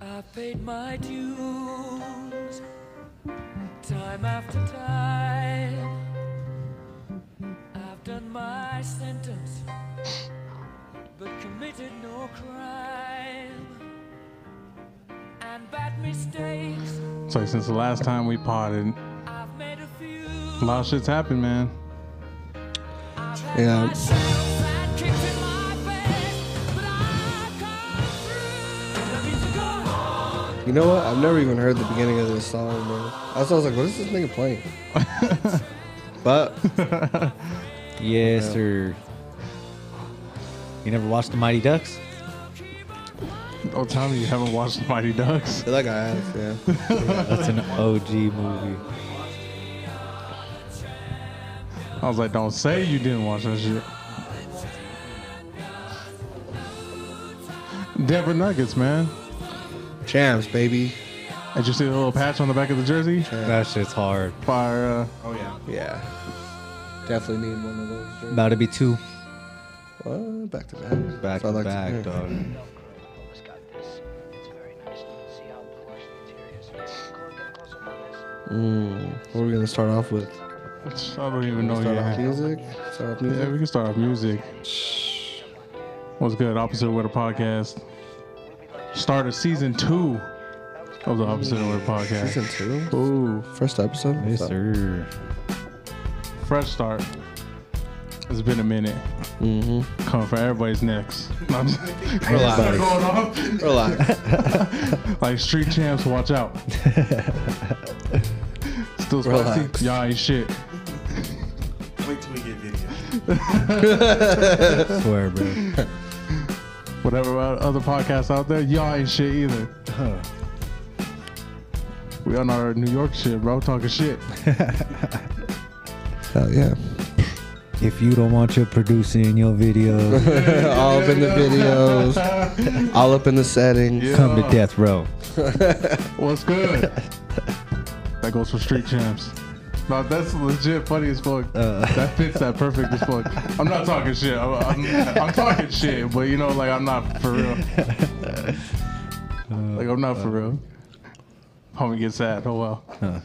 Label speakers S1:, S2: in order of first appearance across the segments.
S1: I paid my dues time after time. I've done my sentence, but committed no crime. And bad mistakes,
S2: It's like since the last time we potted,
S1: I've made a few.
S2: a lot of shit's happened, man.
S1: I've had
S3: Yeah.
S1: my shouts and kicks in my face, but I come through. The music goes on.
S3: You know what? I've never even heard the beginning of this song, bro. That's why I was like, what is this nigga playing? but
S4: Yes, sir. You never watched the Mighty Ducks?
S2: Oh, Tommy, you haven't watched the Mighty Ducks?
S3: I feel like I asked, yeah.
S4: That's an OG movie.
S2: I was like, don't say you didn't watch that shit. Denver Nuggets, man.
S3: Champs, baby.
S2: Did you see the little patch on the back of the jersey?
S4: That shit's hard.
S2: Fire. Uh,
S3: Yeah. Definitely need one of those. drinks.
S4: About to be two.
S3: Well, back to back.
S4: Back
S3: That's what I
S4: to
S3: like
S4: back,
S3: hear.
S4: dog.
S5: Almost got this. It's very nice. See how plush the interior is. Go and get a close up on this.
S3: Mm, what are we gonna start off with?
S2: I don't even know
S3: Start off
S2: yet.
S3: music. Start off
S2: Oh, Yeah,
S3: music.
S2: we can start off music. What's good? Opposite Weather Podcast. Started season two of the Opposite Weather Podcast.
S3: Season two.
S2: Ooh,
S3: First episode.
S4: Yes,
S3: So-
S4: sir.
S2: fresh start. It's been a minute. Coming for everybody's necks. I'm just-
S3: Relax.
S2: going off.
S3: Relax.
S2: Like street champs, watch out. Still spicy.
S3: Relax.
S2: Y'all ain't shit.
S6: Wait till we get video.
S4: Swear, bro.
S2: Whatever other podcasts out there, y'all ain't shit either.
S4: Huh.
S2: We on our New York shit, bro. Talking shit.
S3: Hell yeah.
S4: If you don't want your producer in your video,
S3: All up in the videos. All up in the settings.
S2: Yeah.
S4: come to death row.
S2: What's good? that goes for street champs. Uh. No, that's legit funny as fuck. that fits that perfect as fuck. I'm not talking shit. I'm, I'm, I'm talking shit, but you know, like I'm not for real. Uh, Like I'm not for real. Homie gets sad. Oh well.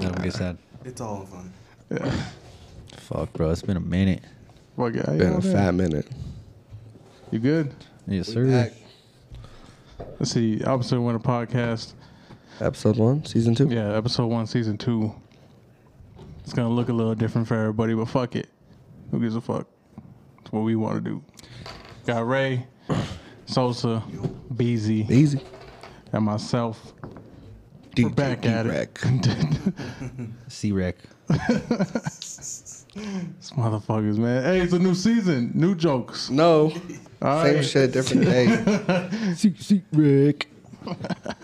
S4: Don't get sad.
S6: It's all fun.
S2: Yeah.
S4: Fuck, bro. It's been a minute.
S2: Fuck yeah.
S3: Been a fat minute.
S2: You good?
S4: Yes, sir.
S2: Let's see. Opposite Winter Podcast.
S3: Episode one, season two.
S2: Yeah, episode one, season two. It's gonna look a little different for everybody, but fuck it. Who gives a fuck? It's what we want to do. Got Ray, Sosa, BZ,
S3: Easy.
S2: and myself.
S3: We're
S2: We're back at it. this
S4: C-Rec.
S2: motherfuckers, man. Hey, it's a new season, new jokes.
S3: No.
S2: All
S3: Same
S2: right.
S3: shit, different day.
S4: C-Rec.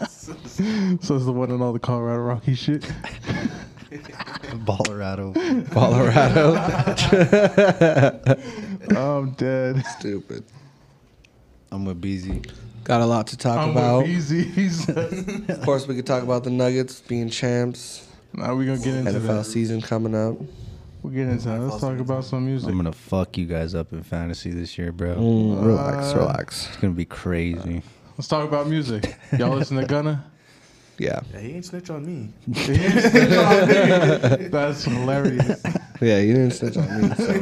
S2: So it's the one and all the Colorado Rocky shit.
S4: Ballerado.
S3: Colorado.
S2: I'm dead.
S3: Stupid.
S4: I'm with BZ.
S3: Got a lot to talk
S2: I'm
S3: about.
S2: with BZ. He's-
S3: Of course, we could talk about the Nuggets being champs,
S2: now we gonna get into
S3: NFL
S2: that.
S3: season coming up.
S2: We'll get into that. Let's talk about some music.
S4: I'm going to fuck you guys up in fantasy this year, bro.
S3: Uh, relax, relax.
S4: It's going to be crazy.
S2: Let's talk about music. Y'all listen to Gunna?
S3: Yeah,
S6: Yeah, he ain't snitch on me.
S2: That's hilarious.
S3: yeah. You didn't snitch on me, so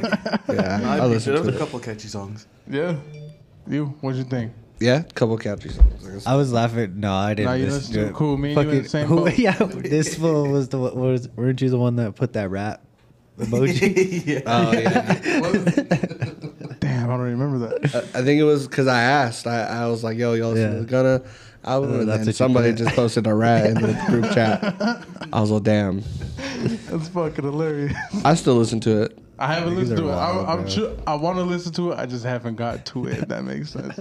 S3: yeah, I, I
S6: I
S3: listened
S6: there was
S3: to
S6: a
S3: it.
S6: couple catchy songs.
S2: Yeah. You, what'd you think?
S3: yeah, couple capture songs.
S4: I was laughing. No, I didn't.
S2: Nah, you
S4: listen to it.
S2: Cool, me and you in
S4: Fucking-
S2: the same
S4: who-
S2: boat.
S4: Yeah, this fool was the one. Was, weren't you the one that put that rap emoji?
S6: yeah.
S3: Oh yeah,
S2: Damn, I don't remember that.
S3: I, I think it was because I asked. I, I was like, "Yo, y'all listen
S4: Yeah.
S3: to Gunna." I was,
S4: Uh, that's what you
S3: and somebody
S4: put.
S3: just posted a rat in the group chat. I was like, "Damn!"
S2: That's fucking hilarious.
S3: I still listen to it.
S2: I haven't
S4: These
S2: listened
S4: are
S2: to it. I,
S4: wild,
S2: I'm
S4: bro.
S2: sure I want to listen to it. I just haven't got to it. If that makes sense.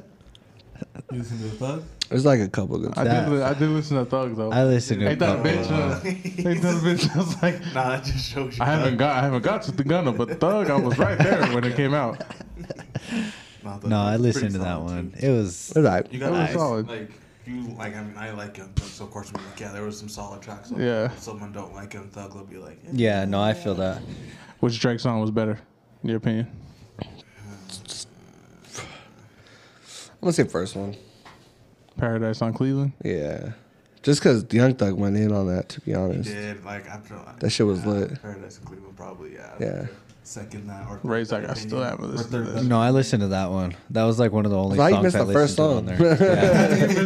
S6: Listen to Thug.
S3: There's like a couple good.
S2: I
S4: That-
S2: did. Li- I did listen to Thug though.
S4: I listened to
S2: Ain't
S4: it.
S2: that a
S4: bro.
S2: bitch? uh, Ain't that a bitch? I was like,
S6: Nah, that just shows you.
S2: I haven't got. I haven't got to the Gunna, but Thug, I was right there when it came out.
S6: Nah, Thug
S4: No, I
S6: was
S4: listened
S6: pretty
S4: to that
S6: solid,
S4: one.
S6: too.
S4: It was.
S3: It's alright.
S6: You got
S2: It was
S6: nice.
S2: solid.
S6: Like you like. I mean, I like him. Thug, So of course, we like, yeah, there was some solid tracks. So
S2: Yeah.
S6: If someone don't like him, Thug will be like, yeah.
S4: Yeah, no, I feel that.
S2: Which Drake song was better, in your opinion?
S3: I'm gonna say first one.
S2: Paradise on Cleveland.
S3: Yeah. Just because Young Thug went in on that, to be honest.
S6: Did like after like,
S3: That shit was lit.
S6: Paradise in Cleveland probably yeah.
S3: Yeah.
S6: Second that or
S2: Ray's like, I
S6: opinion,
S2: still haven't
S6: or
S2: listened
S6: third
S2: to
S6: best.
S4: No, I listened to that one. That was like one of the only
S3: Now you
S4: songs
S3: missed
S4: I
S3: the first
S4: listened to on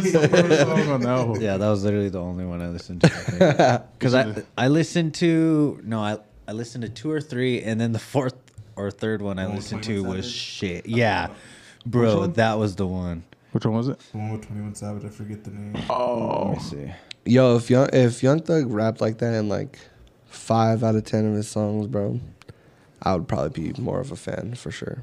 S4: there. Yeah.
S2: song on the album.
S4: Yeah, that was literally the only one I listened to. Because I I listened to no, I I listened to two or three, and then the fourth or third one I
S6: Oh,
S4: listened to
S6: 21
S4: was
S6: Savage?
S4: shit. Yeah, bro, that was the one.
S2: Which one was it?
S6: The one with Twenty One Savage, I forget the name.
S2: Oh,
S4: Let me see.
S3: Yo, if Young if Young Thug rapped like that in like five out of ten of his songs, bro, I would probably be more of a fan for sure.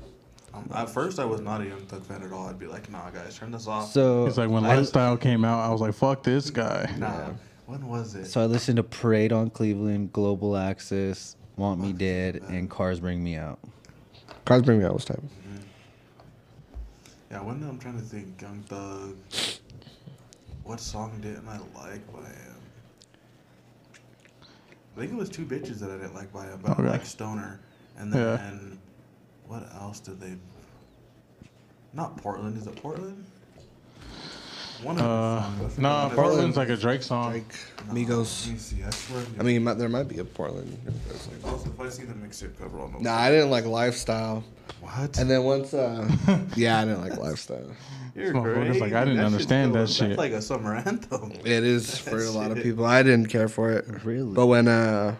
S6: Um, at first, I was not a Young Thug fan at all. I'd be like, Nah, guys, turn this off.
S4: So
S2: it's like when
S4: I-
S2: Lifestyle came out, I was like, fuck this guy.
S6: nah. When was it?
S4: So I listened to Parade on Cleveland, Global Access, Want Me Dead, and Cars Bring Me Out.
S3: Cars bring me out was time.
S6: yeah, when I'm trying to think, Young Thug. What song didn't I like by him? I think it was two bitches that I didn't like by him, but
S2: Okay.
S6: I like Stoner. And
S2: Yeah.
S6: then what else did they? Not Portland. Is it Portland? One of the
S2: Uh,
S6: songs, I forget
S2: nah,
S6: what it
S2: Portland's
S6: was.
S2: like a Drake song.
S3: Like
S6: Nah,
S3: Migos.
S6: Let me see. I swear.
S3: I mean, mi- there might be a Portland.
S6: also, if I see the mixtape cover on the
S3: Nah, I didn't like Lifestyle.
S6: What?
S3: And then once, uh, yeah, I didn't like Lifestyle.
S6: You're
S2: This motherfucker's
S6: crazy.
S2: like, I didn't
S6: shit's
S2: understand
S6: still-
S2: that shit.
S6: That's like a summer anthem.
S3: It is for a lot of
S6: Shit.
S3: people. I didn't care for it.
S4: Really?
S3: But when uh,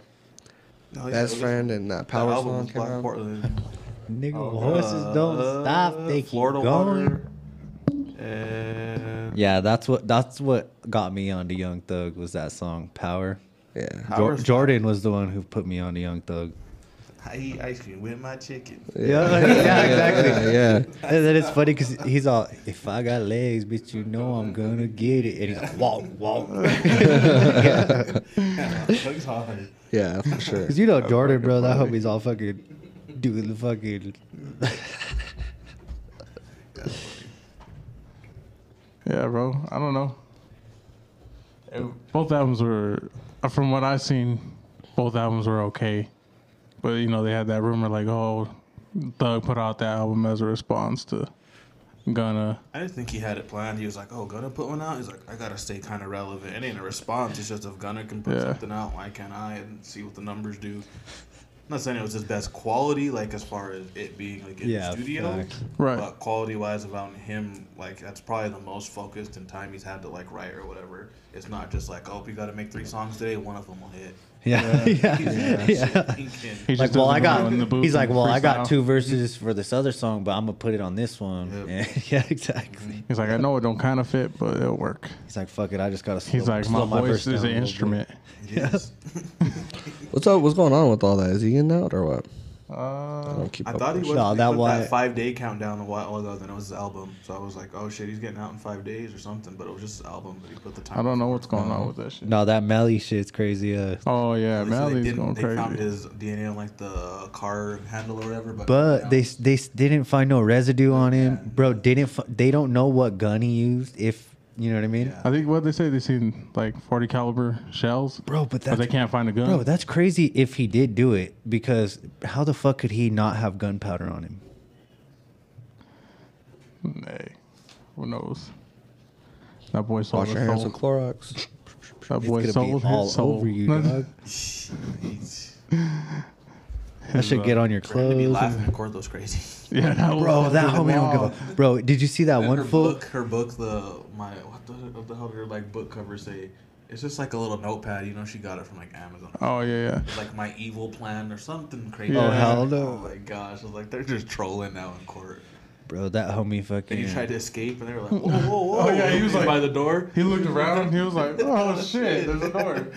S6: No, Oh, yeah,
S3: Best
S6: it was-
S3: Friend and that
S6: that
S3: Power
S6: album
S3: Song
S6: was
S3: came
S6: Black
S3: out.
S6: Portland.
S4: Nigga, horses don't
S6: Uh,
S4: stop. They keep
S6: Florida
S4: going.
S6: Water. And
S4: Yeah, that's what that's what got me onto Young Thug was that song Power.
S3: Yeah.
S4: Jo-
S6: Power's-
S4: Jordan was the one who put me onto Young Thug.
S6: I eat ice cream with my chicken.
S4: Yeah, yeah, exactly.
S3: Yeah, yeah.
S4: And then it's funny because he's all, "If I got legs, bitch, you know I'm gonna get it." And he's like, "Walk, walk."
S6: Looks hard.
S3: Yeah, for sure.
S4: Because you know Jordan, bro, that homie's all fucking doing the fucking.
S2: Yeah, bro. I don't know. It- both albums were, uh, from what I've seen, both albums were okay. But you know, they had that rumor like, oh, Thug put out that album as a response to Gunna.
S6: I didn't think he had it planned. He was like, "Oh, Gunna put one out." He's like, "I gotta stay kind of relevant." It ain't a response. It's just if Gunna can put
S2: Yeah.
S6: something out, why can't I? And see what the numbers do. I'm not saying it was his best quality, like as far as it being like in
S4: Yeah,
S6: the studio,
S4: facts.
S2: Right.
S6: But quality wise, about him, like that's probably the most focused and time he's had to like write or whatever. It's not just like, "Oh, we gotta make three songs today. One of them will hit."
S4: Yeah, yeah,
S6: He's
S4: yeah.
S6: thinking.
S2: He
S4: Like,
S2: just
S4: well,
S2: doesn't
S4: I
S2: go
S4: got.
S2: in the booth
S4: He's like,
S2: and
S4: well, I
S2: freestyle.
S4: got two verses for this other song, but I'm gonna put it on this one.
S6: Yep.
S4: And- yeah, exactly.
S2: He's like, I know it don't kind of fit, but it'll work.
S4: He's like, "Fuck it, I just gotta." Slow,
S2: He's like,
S4: slow
S2: my voice
S4: verse
S2: is
S4: down
S2: an
S4: a little bit."
S2: instrument.
S6: Yes.
S3: What's up? What's going on with all that? Is he in out or what? I
S2: Uh,
S3: don't keep
S6: I
S3: up.
S6: thought he
S3: with
S6: was.
S4: No,
S6: they
S4: that
S6: put
S4: why-
S6: that five day countdown a while ago. Then it was his album, so I was like, "Oh shit, he's getting out in five days or something." But it was just his album. But he put the time.
S2: I don't know what's going
S6: Uh-huh.
S2: on with that shit.
S4: No, that Melly shit's crazy. Uh,
S2: Oh yeah,
S6: They said they
S2: Mally's
S6: didn't-
S2: going
S6: they found
S2: crazy.
S6: his DNA on like the car handle or whatever. But,
S4: But they they s- didn't find no residue on him, bro. Didn't f- they don't know what gun he used? If you know what I mean,
S6: Yeah.
S2: I think what they say they seen like 40 caliber shells,
S4: bro. But
S2: but
S4: that's
S2: they can't find a gun.
S4: bro. That's crazy. If he did do it, because how the fuck could he not have gunpowder on him?
S2: Hey, who knows? That boy sold
S3: Wash your
S2: his
S3: hands
S2: soul.
S3: with Clorox.
S2: That boy
S4: it's gonna
S2: sold
S4: be all
S2: his soul.
S4: over you, dog.
S6: He's
S4: That should get on your
S6: gonna be
S4: clothes,
S6: laughing at Cordo's crazy.
S2: Yeah, that
S4: bro.
S2: was-
S4: That homie don't
S2: Wow.
S4: give a- Bro, did you see that
S6: And
S4: one
S6: her
S4: fool?
S6: book, her book, the my what the, what the hell did her like book cover say? It's just like a little notepad. You know, she got it from like Amazon.
S2: Oh yeah, yeah.
S6: Like my evil plan or something crazy.
S2: Oh,
S4: hell no.
S6: Oh my gosh! I was like, they're just trolling now in court.
S4: Bro, that homie
S6: And
S4: fucking.
S6: he tried to escape, and they were like, "Whoa, whoa, whoa!"
S2: Oh, yeah, he was like-
S6: by the door.
S2: He looked around. He was like, "Oh shit, there's a door."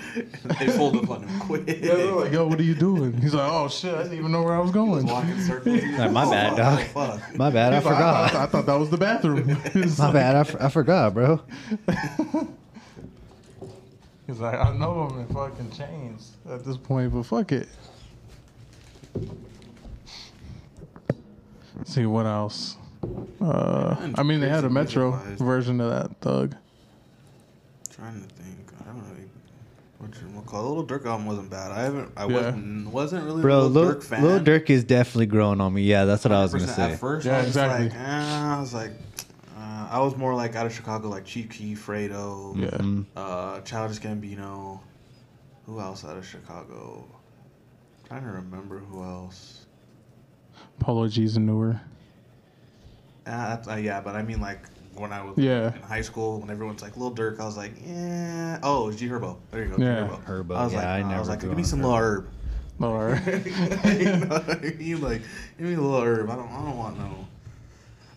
S6: they pulled up on him quick.
S2: Yeah, they're like, "Yo, what are you doing?" He's like, "Oh shit, I didn't even know where I was going."
S6: Walking circles. He's
S4: Like, my
S6: "Oh,
S4: bad,
S6: fuck,
S4: dog."
S6: oh, fuck.
S4: My bad, I
S2: He's like, I,
S4: forgot.
S2: thought, I thought that was the bathroom. He's
S4: My
S2: like,
S4: bad, I, f- I forgot, bro.
S2: he's like, "I know I'm in fucking chains at this point, but fuck it." see what else. Uh, I mean, they had a Metro version of that Thug.
S6: Trying to think. I don't really. What you wanna call it? Little Dirk album wasn't bad. I haven't. I
S2: Yeah.
S6: wasn't. Wasn't really.
S4: Bro,
S6: a
S4: Lil,
S6: Little
S4: Lil,
S6: Dirk fan.
S4: Dirk is definitely growing on me. Yeah, that's what I was gonna
S6: 100%
S4: say.
S6: At first,
S2: Yeah,
S6: I was
S2: exactly.
S6: like, ah, I was like, uh, I I was more like out of Chicago, like Chief Keef, Fredo,
S2: Yeah.
S6: uh, Childish Gambino. Who else out of Chicago? trying to remember who else.
S2: Polo G's and newer.
S6: Uh, that's- uh, yeah, but I mean like when I was
S2: Yeah.
S6: in high school, when everyone's like Lil Durk, I was like, yeah. Oh, it was G Herbo. There you go. G
S2: Yeah.
S6: Herbo.
S4: Herbo,
S6: I was
S4: yeah,
S6: like,
S4: I
S6: I,
S4: never
S6: was like,
S4: grew
S6: give me
S4: on
S6: some
S4: Herbo.
S6: Lil Herb.
S2: Or
S6: you know what I mean? Like, give me a little herb. I don't, I don't want no,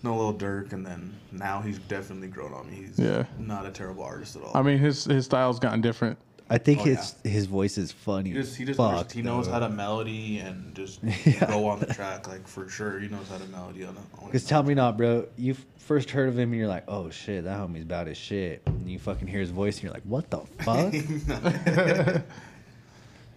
S6: no little Dirk. And then now he's definitely grown on me. He's
S2: Yeah.
S6: not a terrible artist at all.
S2: I mean, his his style's gotten different.
S4: I think
S6: Oh,
S4: his his voice is funny.
S6: he just, he just,
S4: Fuck,
S6: he knows
S4: though.
S6: how to melody and just
S4: Yeah.
S6: go on the track. Like for sure, he knows how to melody on a. On
S4: Because
S6: a-
S4: tell me not, bro. You f- first heard of him and you're like, oh shit, that homie's about his shit. And you fucking hear his voice and you're like, what the fuck?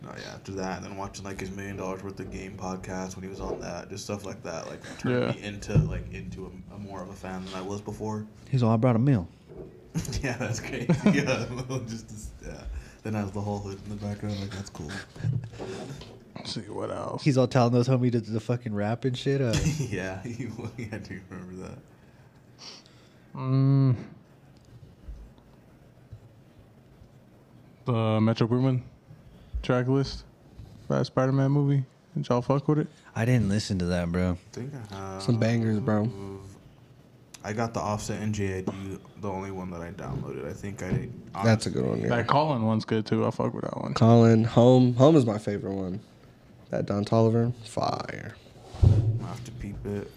S6: No, yeah, after that, then watching like his million dollars worth of game podcast when he was on that, just stuff like that, like turned
S2: Yeah.
S6: me into like into a, a more of a fan than I was before.
S4: He's all, I brought a meal.
S6: Yeah, that's crazy. yeah, just this, yeah. Then I was the whole hood in the background, like that's cool.
S2: Let's see what else.
S4: He's all telling those homies to the fucking rap and shit. Uh,
S6: yeah, you, yeah, I do remember that.
S2: Mm. The Metro Boomin track list. That Spider Man movie. Did y'all fuck with it?
S4: I didn't listen to that, bro.
S6: I think I have.
S3: Some bangers, bro.
S6: I got the Offset NJID, the only one that I downloaded. I think I.
S3: That's a good one. Yeah.
S2: That Colin one's good too. I fuck with that one.
S3: Colin, home, home is my favorite one. That Don Tolliver, fire.
S6: I have to peep it.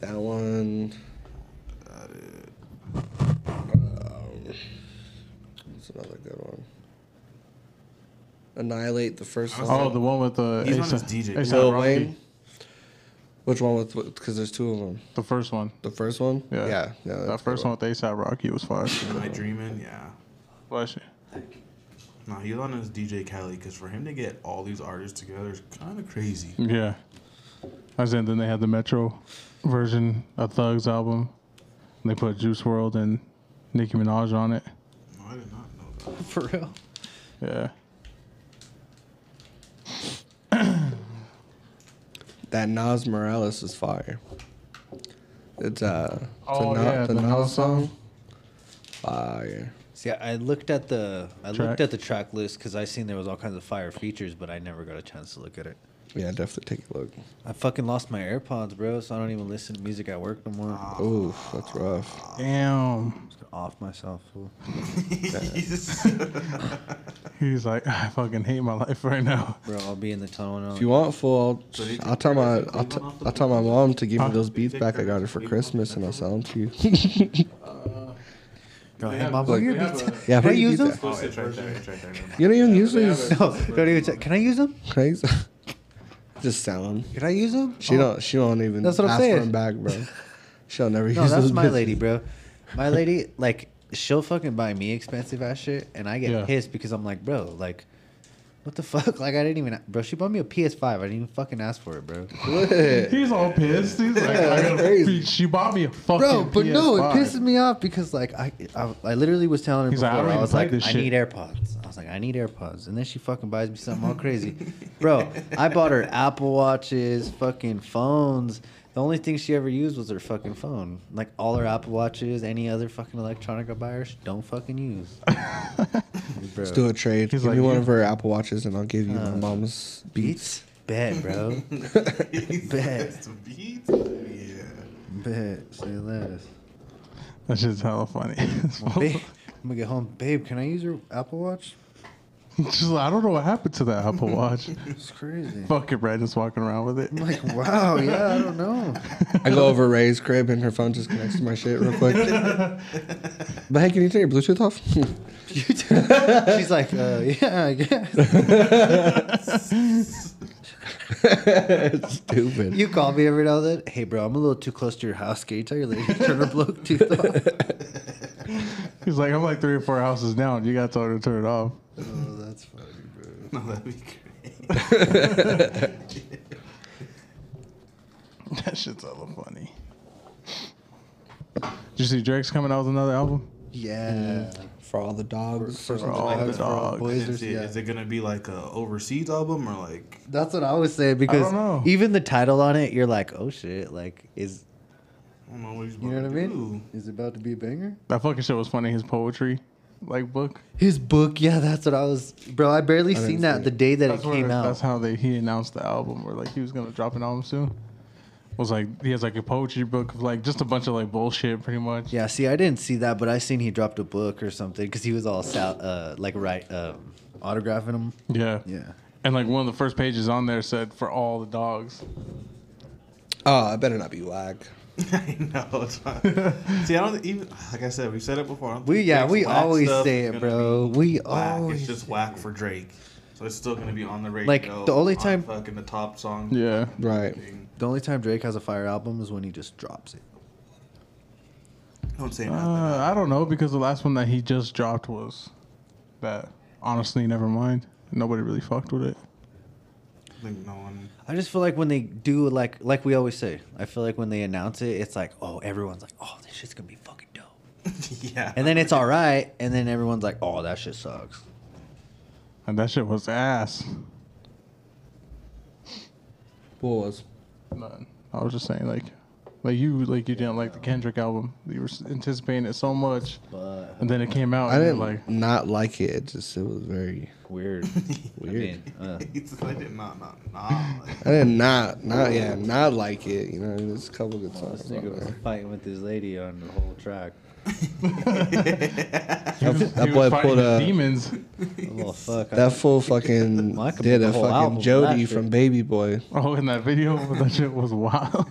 S3: That one. um,
S6: That it.
S3: It's another good one. Annihilate the first song.
S2: Oh, the one with the
S6: He's on
S2: A$AP
S6: his DJ.
S2: A$AP
S6: Lil
S2: Rocky.
S3: Wayne? Which one with? Because there's two of them.
S2: The first one.
S3: The first one.
S2: Yeah.
S3: Yeah. yeah
S2: that first one with ASAP Rocky was fire.
S6: Am I dreaming? Yeah.
S2: Bless you.
S6: No, he's on his DJ Cali because for him to get all these artists together is kind of crazy.
S3: Hmm.
S2: Yeah. As in, then they had the Metro version of Thug's album. And they put Juice World and Nicki Minaj on it.
S6: No, I did not know
S4: For real.
S2: Yeah.
S3: That Nas Morales is fire. It's uh. it's
S2: Oh,
S3: a Na-
S2: yeah,
S3: the
S2: the
S3: Nas
S2: Nas
S3: song. Fire.
S4: See, I I looked at the I
S2: Track.
S4: looked at the track list because I seen there was all kinds of fire features, but I never got a chance to look at it.
S3: Yeah, definitely take a look.
S4: I fucking lost my AirPods, bro, so I don't even listen to music at work no more.
S6: Ah.
S3: Ooh, that's rough.
S2: Damn.
S4: Just gonna off myself. fool.
S6: that.
S2: He's like, I fucking hate my life right now.
S4: Bro, I'll be in the tunnel. And I'll-
S3: If you want full, I'll,
S6: So did you
S3: I'll tell my
S6: guys
S3: I'll,
S6: clean
S3: t-
S6: one off the
S3: I'll tell my mom to give me
S2: Huh?
S3: those beats
S6: Take
S3: back I
S6: that
S3: got her
S6: and
S3: for
S6: clean one off
S3: Christmas,
S6: the
S3: and I'll sell them to you.
S4: Go
S2: They
S4: ahead,
S2: have-
S4: Mama,
S2: they
S4: your
S2: have
S4: beats.
S2: a-
S3: Yeah,
S4: Can I
S3: where do you
S4: use
S3: get
S4: them?
S6: oh, it's right there. It's right there. never mind.
S3: You don't even use
S2: they have
S3: these.
S2: a-
S4: No, don't even. T- can I use them?
S3: Can I use? Just sell them.
S4: Can I use them?
S3: She don't. She don't even
S4: That's what I'm
S3: ask for
S4: saying.
S3: them back, bro. She'll never
S4: No,
S3: use
S4: that's
S3: those
S4: my
S3: bitches.
S4: lady, bro. My lady, like, she'll fucking buy me expensive ass shit, and I get
S2: Yeah.
S4: pissed because I'm like, bro, like, what the fuck? Like, I didn't even, bro. She bought me a PS5. I didn't even fucking ask for it, bro.
S3: What?
S2: He's all pissed. He's like, I got
S3: crazy.
S2: She bought me a fucking.
S4: Bro, but no, it
S2: PS5.
S4: pisses me off because like I, I, I literally was telling her
S2: He's
S4: before
S2: like, I
S4: I,
S2: don't even
S4: was
S2: play
S4: like,
S2: this
S4: I
S2: shit."
S4: need AirPods. I was like, I need AirPods, and then she fucking buys me something all crazy, bro. I bought her Apple watches, fucking phones. The only thing she ever used was her fucking phone. Like all her Apple watches, any other fucking electronic I buy her, she don't fucking use. bro.
S3: Let's do a trade.
S2: He's
S3: give
S2: like,
S3: me one
S2: you-
S3: of her Apple watches, and I'll give you my mom's beats.
S4: Beats, bet, bro, Bet.
S6: Some beats? Yeah.
S4: bet. Say less.
S2: That shit's hella funny.
S4: Babe, I'm gonna get home, babe. Can I use your Apple Watch?
S2: She's like, I don't know what happened to that Apple Watch.
S4: It's crazy.
S2: Fucking Brandon's walking around with it.
S4: I'm like, wow, yeah, I don't know.
S3: I go over Ray's crib, and her phone just connects to my shit real quick. but hey, can you turn your Bluetooth off?
S4: You do. She's like, uh, yeah, I guess.
S3: Stupid.
S4: You call me every now and then. Hey, bro, I'm a little too close to your house. Can you tell your lady to turn her Bluetooth off?
S2: He's like, I'm like three or four houses down. You got to tell her to turn it off.
S4: Oh, that's funny, bro.
S6: No, that'd be great.
S2: That shit's hella funny. Did you see Drake's coming out with another album?
S4: Yeah.
S3: for all the dogs.
S4: For
S2: all
S4: all
S2: the
S4: the
S2: dogs.
S4: boys
S6: Is
S4: are-
S6: it,
S4: yeah.
S6: is it gonna be like a overseas album or like?
S4: That's what I was saying because
S2: know.
S4: even the title on it, you're like, oh shit, like is
S6: don't know what he's
S4: You know what I
S6: about to
S4: mean? Is it about to be a banger?
S2: That fucking shit was funny. His poetry, like book.
S4: His book, yeah, that's what I was, bro. I barely
S3: didn't
S4: seen
S3: see
S4: that
S3: it.
S4: the day that
S2: That's
S4: it
S2: where-
S4: came out.
S2: That's how they he announced the album, or like he was gonna drop an album soon. Was like he has like a poetry book of like just a bunch of like bullshit, pretty much.
S4: yeah, see, I didn't see that, but I seen he dropped a book or something because he was all sou- uh, like right um, autographing them.
S2: Yeah.
S4: Yeah,
S2: And like one of the first pages on there said for all the dogs.
S3: Oh, I better not be whack.
S6: do. no, it's not. See, I don't even like I said. We said it before. I don't
S4: we
S6: think
S4: yeah
S6: Drake's
S4: we
S6: whack
S4: always
S6: stuff
S4: say
S6: is
S4: it,
S6: gonna
S4: bro.
S6: be
S4: We
S6: Whack.
S4: always
S6: It's just whack for Drake, so it's still gonna be on the radio.
S4: Like, the only
S6: on
S4: time-
S6: fucking the top song.
S2: Yeah.
S3: Right.
S4: The only time Drake has a fire album is when he just drops it.
S6: Don't say nothing.
S2: Uh, I don't know because the last one that he just dropped was that. Honestly, never mind. Nobody really fucked with it.
S6: I think no one.
S4: I just feel like when they do like like we always say, I feel like when they announce it, it's like, oh, everyone's like, oh, this shit's gonna be fucking dope.
S6: yeah.
S4: And then it's all right, and then everyone's like, oh, that shit sucks.
S2: And that shit was ass.
S3: What was?
S2: None. I was just saying like, like you like you didn't like the Kendrick album. You were s- anticipating it so much,
S4: But
S2: and then it came out.
S3: I
S2: and you're
S3: didn't
S2: like.
S3: like not like it. It just it was very.
S4: weird,
S3: Weird.
S4: I mean, uh,
S6: He's like, nah, nah, nah. Like,
S3: I did not not yeah not like it. You know, there's a couple good
S4: uh, this
S3: songs. on
S4: nigga was
S3: there.
S4: fighting with this lady on the whole track.
S3: That, that boy pulled
S2: his
S3: a
S2: demons.
S4: Oh fuck! I-
S3: that fool fucking
S4: Well, I could
S3: did
S4: put
S3: a
S4: the whole
S3: fucking
S4: album on
S3: Jody
S4: that
S3: from
S4: shit.
S3: Baby Boy.
S2: Oh, in that video, that shit was wild.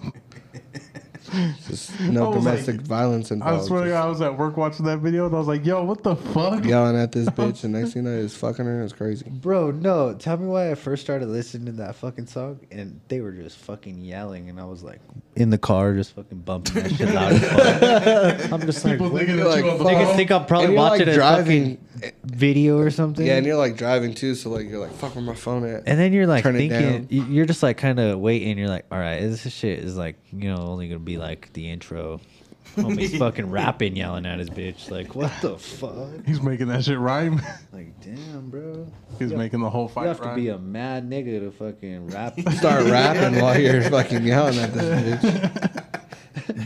S3: Just no
S2: I was like-
S3: domestic violence
S2: I
S3: involved.
S2: swear to God, I was at work watching that video, and I was like, "Yo, what the fuck?"
S3: just yelling at this bitch, and next thing you know, he's fucking her. It's crazy.
S4: Bro, no. Tell me why I first started listening to that fucking song, and they were just fucking yelling, and I was like, in the car, just fucking bumping that shit loud. as fuck. I'm just like,
S2: People
S4: what-
S2: thinking
S3: You're
S2: that you
S3: like,
S2: on the
S3: fuck.
S4: niggas
S2: phone.
S4: think I'm
S3: And
S4: probably
S3: you're, like,
S4: watching a
S3: driving-
S4: fucking video or something.
S3: Yeah, and you're like driving too, so like you're like fuck where my phone at.
S4: And then you're like
S3: Turn it
S4: thinking,
S3: down.
S4: y- you're just like kind of waiting. You're like, all right, this shit is like, you know, only gonna be like the intro. Homie's fucking rapping, yelling at his bitch. Like, what the fuck?
S2: He's making that shit rhyme.
S4: Like, damn, bro.
S2: He's
S4: Yeah.
S2: making the whole fight
S4: You have to
S2: rhyme.
S4: be a mad nigga to fucking rap.
S3: Start rapping while you're fucking yelling at this bitch.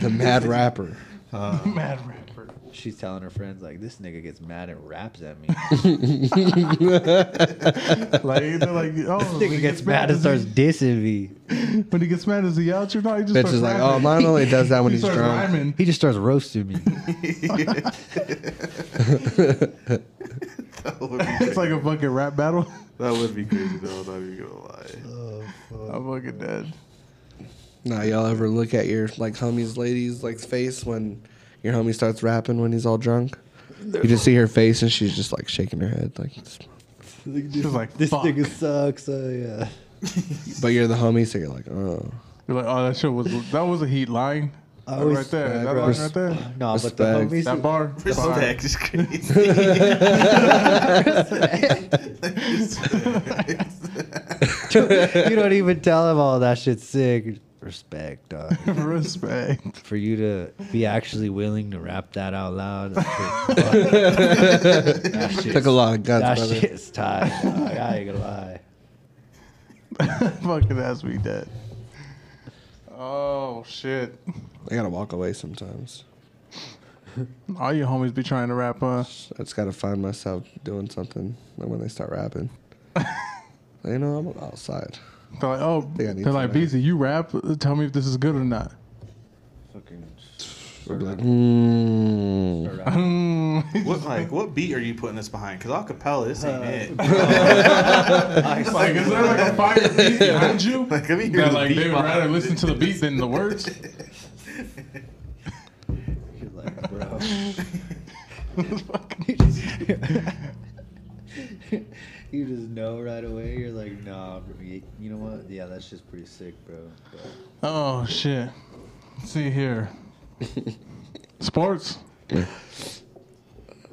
S3: The mad rapper.
S2: mad rapper.
S4: She's telling her friends like, this nigga gets mad and raps at me.
S2: Like they're like, oh, when he
S4: nigga gets mad and
S2: does
S4: starts
S2: he-
S4: dissing me.
S2: When he gets mad, is he out? You're not. He just
S3: Bitch
S2: starts
S3: is like, oh,
S2: rapping.
S3: mine only does that when
S2: he
S3: he's
S2: starts
S3: drunk.
S2: rhyming.
S4: He just starts roasting me.
S6: that would be
S2: It's like a fucking rap battle.
S6: That would be crazy though. I'm not even gonna lie.
S2: I'm fucking dead.
S3: Nah, y'all ever look at your like homie's lady's like face when your homie starts rapping when he's all drunk? You just see her face and she's just like shaking her head, like.
S2: He's like,
S4: this
S2: fuck.
S4: nigga sucks. Oh yeah.
S3: But you're the homie, so you're like, oh.
S2: You're like, oh, that shit was that was a heat line. That
S4: I
S2: right
S4: always-
S2: there. That line right there.
S4: No, but the
S3: Respect.
S4: homies.
S2: That bar. that bar.
S6: Respect is crazy.
S4: you don't even tell him all that shit's sick. Respect, dog.
S2: Respect.
S4: For you to be actually willing to rap that out loud. that shit's,
S3: Took a lot of
S4: that
S3: guts, brother.
S4: shit's tight. dog. I ain't gonna lie.
S2: Fucking ass me dead. Oh shit!
S3: I gotta walk away sometimes.
S2: All you homies be trying to rap, huh?
S3: I just gotta find myself doing something like when they start rapping. Like, you know, I'm outside.
S2: They're like, oh,
S3: Think I
S2: they're
S3: need
S2: like,
S3: somebody.
S2: BZ, you rap. Tell me if this is good or not.
S4: Fucking
S3: I'll be like, mm.
S2: Mm.
S6: what like what beat are you putting this behind? Cause acapella, this ain't it.
S2: like, is there like a fire beat behind you?
S6: Like, let me hear
S2: That
S6: the
S2: like
S6: beat
S2: they would
S6: behind
S2: rather
S6: it.
S2: listen to the beat than the words.
S4: you're like, bro.
S2: Fucking-
S4: you just- you just know right away. You're like, nah, bro. You you know what? Yeah, that's just pretty sick, bro. But
S2: oh shit! Let's see here. Sports.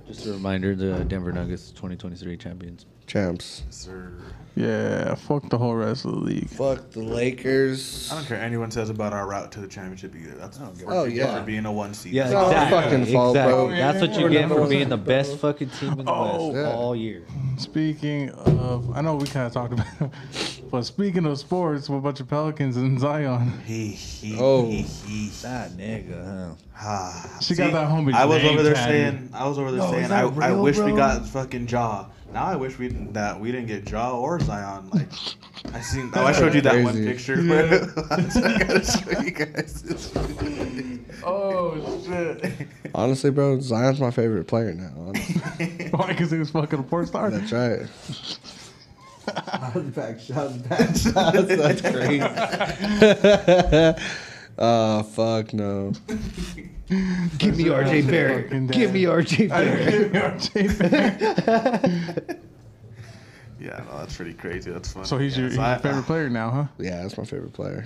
S4: just a reminder: the Denver Nuggets 2023 champions.
S3: Champs.
S6: Sir.
S2: Yeah, fuck the whole rest of the league.
S3: Fuck the Lakers.
S6: I don't care what anyone says about our route to the championship either. That's what
S4: give
S6: you
S4: a
S3: Oh,
S6: get
S3: yeah.
S6: for being a one seed.
S4: Yeah,
S3: It's all
S4: exactly.
S3: fucking fault, bro.
S4: Exactly. That's what you
S2: We're
S4: get
S2: number
S4: for
S2: one,
S4: being the
S3: bro.
S4: best fucking team in the
S2: Oh,
S4: West
S3: yeah.
S4: all year.
S2: Speaking of, I know we kind of talked about But speaking of sports, with a bunch of Pelicans and Zion,
S6: He, he,
S3: Oh.
S6: he, he.
S4: That nigga, huh?
S6: Ah.
S2: She got that homie's
S6: I was
S2: name
S6: over there
S2: tatted.
S6: saying, I was over there
S4: No, is
S6: saying, I,
S4: that
S6: I
S4: real,
S6: wish we
S4: bro?
S6: got fucking Jaw. Now I wish we didn't, that we didn't get Jaw or Zion. Like, I seen. Oh, I showed you that one
S3: Crazy.
S6: picture. But I gotta show you guys. This.
S2: oh shit,
S3: Honestly, bro, Zion's my favorite player now. honestly.
S2: why? Because he was fucking a porn star.
S3: That's right.
S4: back shots, back
S3: That's crazy. uh, fuck no.
S4: Give me RJ
S2: Fucking
S4: Barrett.
S2: dad.
S4: Give me RJ
S2: I
S4: Barrett.
S2: give you RJ Barrett.
S6: Yeah, no, that's pretty crazy. That's funny.
S2: so he's your,
S6: Yes,
S2: he's your
S6: I-
S2: favorite player now, huh?
S3: Yeah, that's my favorite player.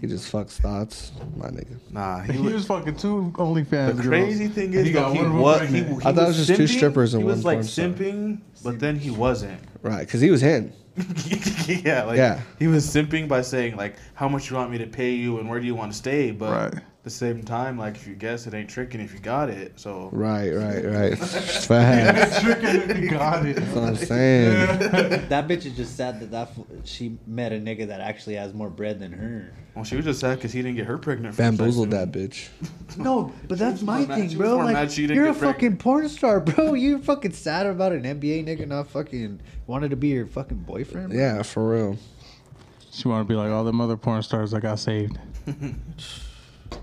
S3: He just fucks thoughts, my nigga.
S6: Nah,
S2: He was fucking two OnlyFans.
S6: The
S2: girls.
S6: crazy thing is,
S2: he got
S6: though,
S2: one of
S6: he
S2: them
S6: was. He,
S2: pregnant.
S6: he
S3: I thought it was just two strippers and
S6: he
S3: one
S6: was like
S3: porn star.
S6: simping, but then he wasn't.
S3: Right, because he was him.
S6: yeah, like
S3: Yeah.
S6: he was simping by saying like, "How much you want me to pay you, and where do you want to stay?" But
S2: Right.
S6: at the same time, like if you guess, it ain't tricking if you got it. So
S3: Right, right, right. Facts.
S2: That's freaking- got it.
S3: That's what I'm saying.
S4: That bitch is just sad that that fl- she met a nigga that actually has more bread than her.
S6: well, she was just sad because he didn't get her pregnant. for the
S3: Bamboozled
S6: sex.
S3: that bitch.
S4: No, but that's my
S6: more mad-
S4: thing,
S6: she was
S4: bro.
S6: more mad
S4: Like
S6: she didn't
S4: you're a
S6: get pregnant.
S4: fucking porn star, bro. You're fucking sad about an NBA nigga not fucking wanted to be your fucking boyfriend. bro.
S3: Yeah, for real.
S2: She wanted to be like all them other porn stars I got saved.
S6: Yeah, no,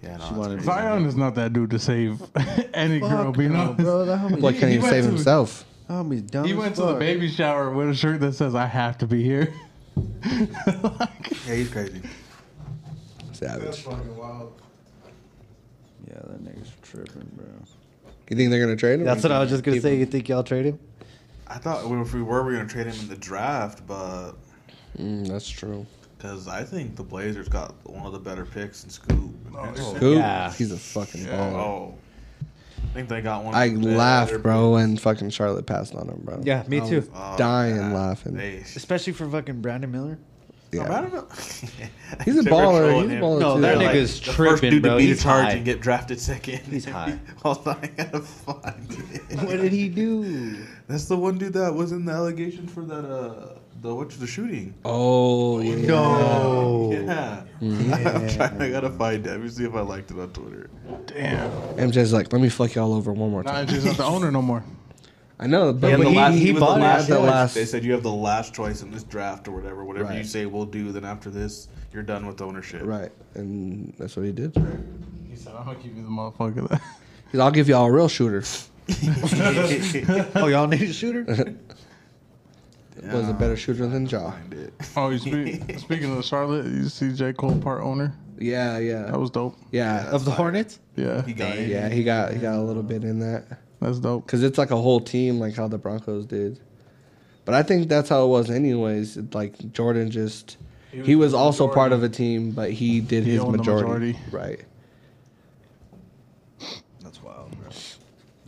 S4: She
S6: that's
S4: wanted-
S6: crazy.
S2: Zion is not that dude to save any girl.
S4: Fuck
S2: Be
S4: no,
S2: honest.
S4: bro. That homie,
S3: Like,
S2: He-
S3: can't
S2: he
S3: even
S2: went
S3: save
S2: to-
S3: himself.
S4: homie's dumb.
S2: He
S4: as
S2: went to the
S4: fuck.
S2: baby shower with a shirt that says "I have to be here." like,
S6: Yeah, he's crazy.
S3: Savage.
S4: Yeah, that nigga's tripping, bro.
S3: You think they're gonna trade him?
S4: That's what I was just gonna
S3: Keep
S4: say.
S3: him?
S4: You think y'all trade him?
S6: I thought we- if we were, we were gonna trade him in the draft, but
S3: Mm, that's true.
S6: because I think the Blazers got one of the better picks in Scoop.
S3: Who?
S4: Oh, Yeah.
S3: He's a fucking
S6: Yeah,
S3: baller.
S6: oh. I think they got one. of
S3: I
S6: the better
S3: laughed, bro,
S6: picks.
S3: when fucking Charlotte passed on him, bro.
S4: Yeah, me
S3: I
S4: too.
S3: was dying laughing.
S6: Oh, They,
S4: Especially for fucking Brandon Miller.
S3: Yeah.
S6: I don't know.
S3: He's a
S6: They were
S3: baller.
S6: trolling
S3: He's a
S6: him.
S3: baller
S4: No,
S3: too.
S4: that
S6: They're
S4: nigga's
S6: the first
S4: tripping,
S6: dude
S4: bro.
S6: to beat
S4: He's
S6: a charge
S4: high.
S6: and get drafted second.
S4: He's high.
S6: Hold on, I gotta find it.
S4: What did he do?
S6: That's the one dude that was in the allegations for that uh the what's the shooting.
S3: Oh yeah. Oh.
S4: No.
S6: Yeah. I'm trying, I gotta find it. Let me see if I liked it on Twitter.
S2: damn.
S3: MJ's like, let me fuck y'all over one more
S2: Nah,
S3: time.
S2: she's not the owner no more.
S3: I know, but,
S6: And
S3: but
S6: the
S3: he,
S6: last-
S3: he,
S6: was
S3: bought
S6: the
S3: it
S6: last
S3: at the
S6: choice.
S3: last.
S6: They said you have the last choice in this draft or whatever. Whatever you
S3: Right.
S6: say, we'll do. Then after this, you're done with ownership.
S3: Right, and that's what he did.
S2: He said, "I'm gonna give you the motherfucker." That.
S3: He's, I'll give y'all a real shooter.
S4: Oh, y'all need a shooter?
S3: Was a
S6: Yeah.
S3: better shooter than Jaw.
S6: Find it.
S2: Oh, you speak, speaking of Charlotte, you see J Cole part owner.
S3: Yeah,
S2: That
S3: yeah,
S2: was dope.
S3: yeah,
S4: of the Hornets?
S2: Yeah,
S6: He got it.
S3: yeah. He got he got a little bit in that
S2: that's dope.
S3: because it's like a whole team, like how the Broncos did. But I think that's how it was, anyways. It, like Jordan just. He was,
S2: was the
S3: also
S2: majority.
S3: part of a team, but he did
S2: He
S3: his
S2: owned the
S3: majority.
S2: majority.
S3: Right.
S4: That's wild, bro.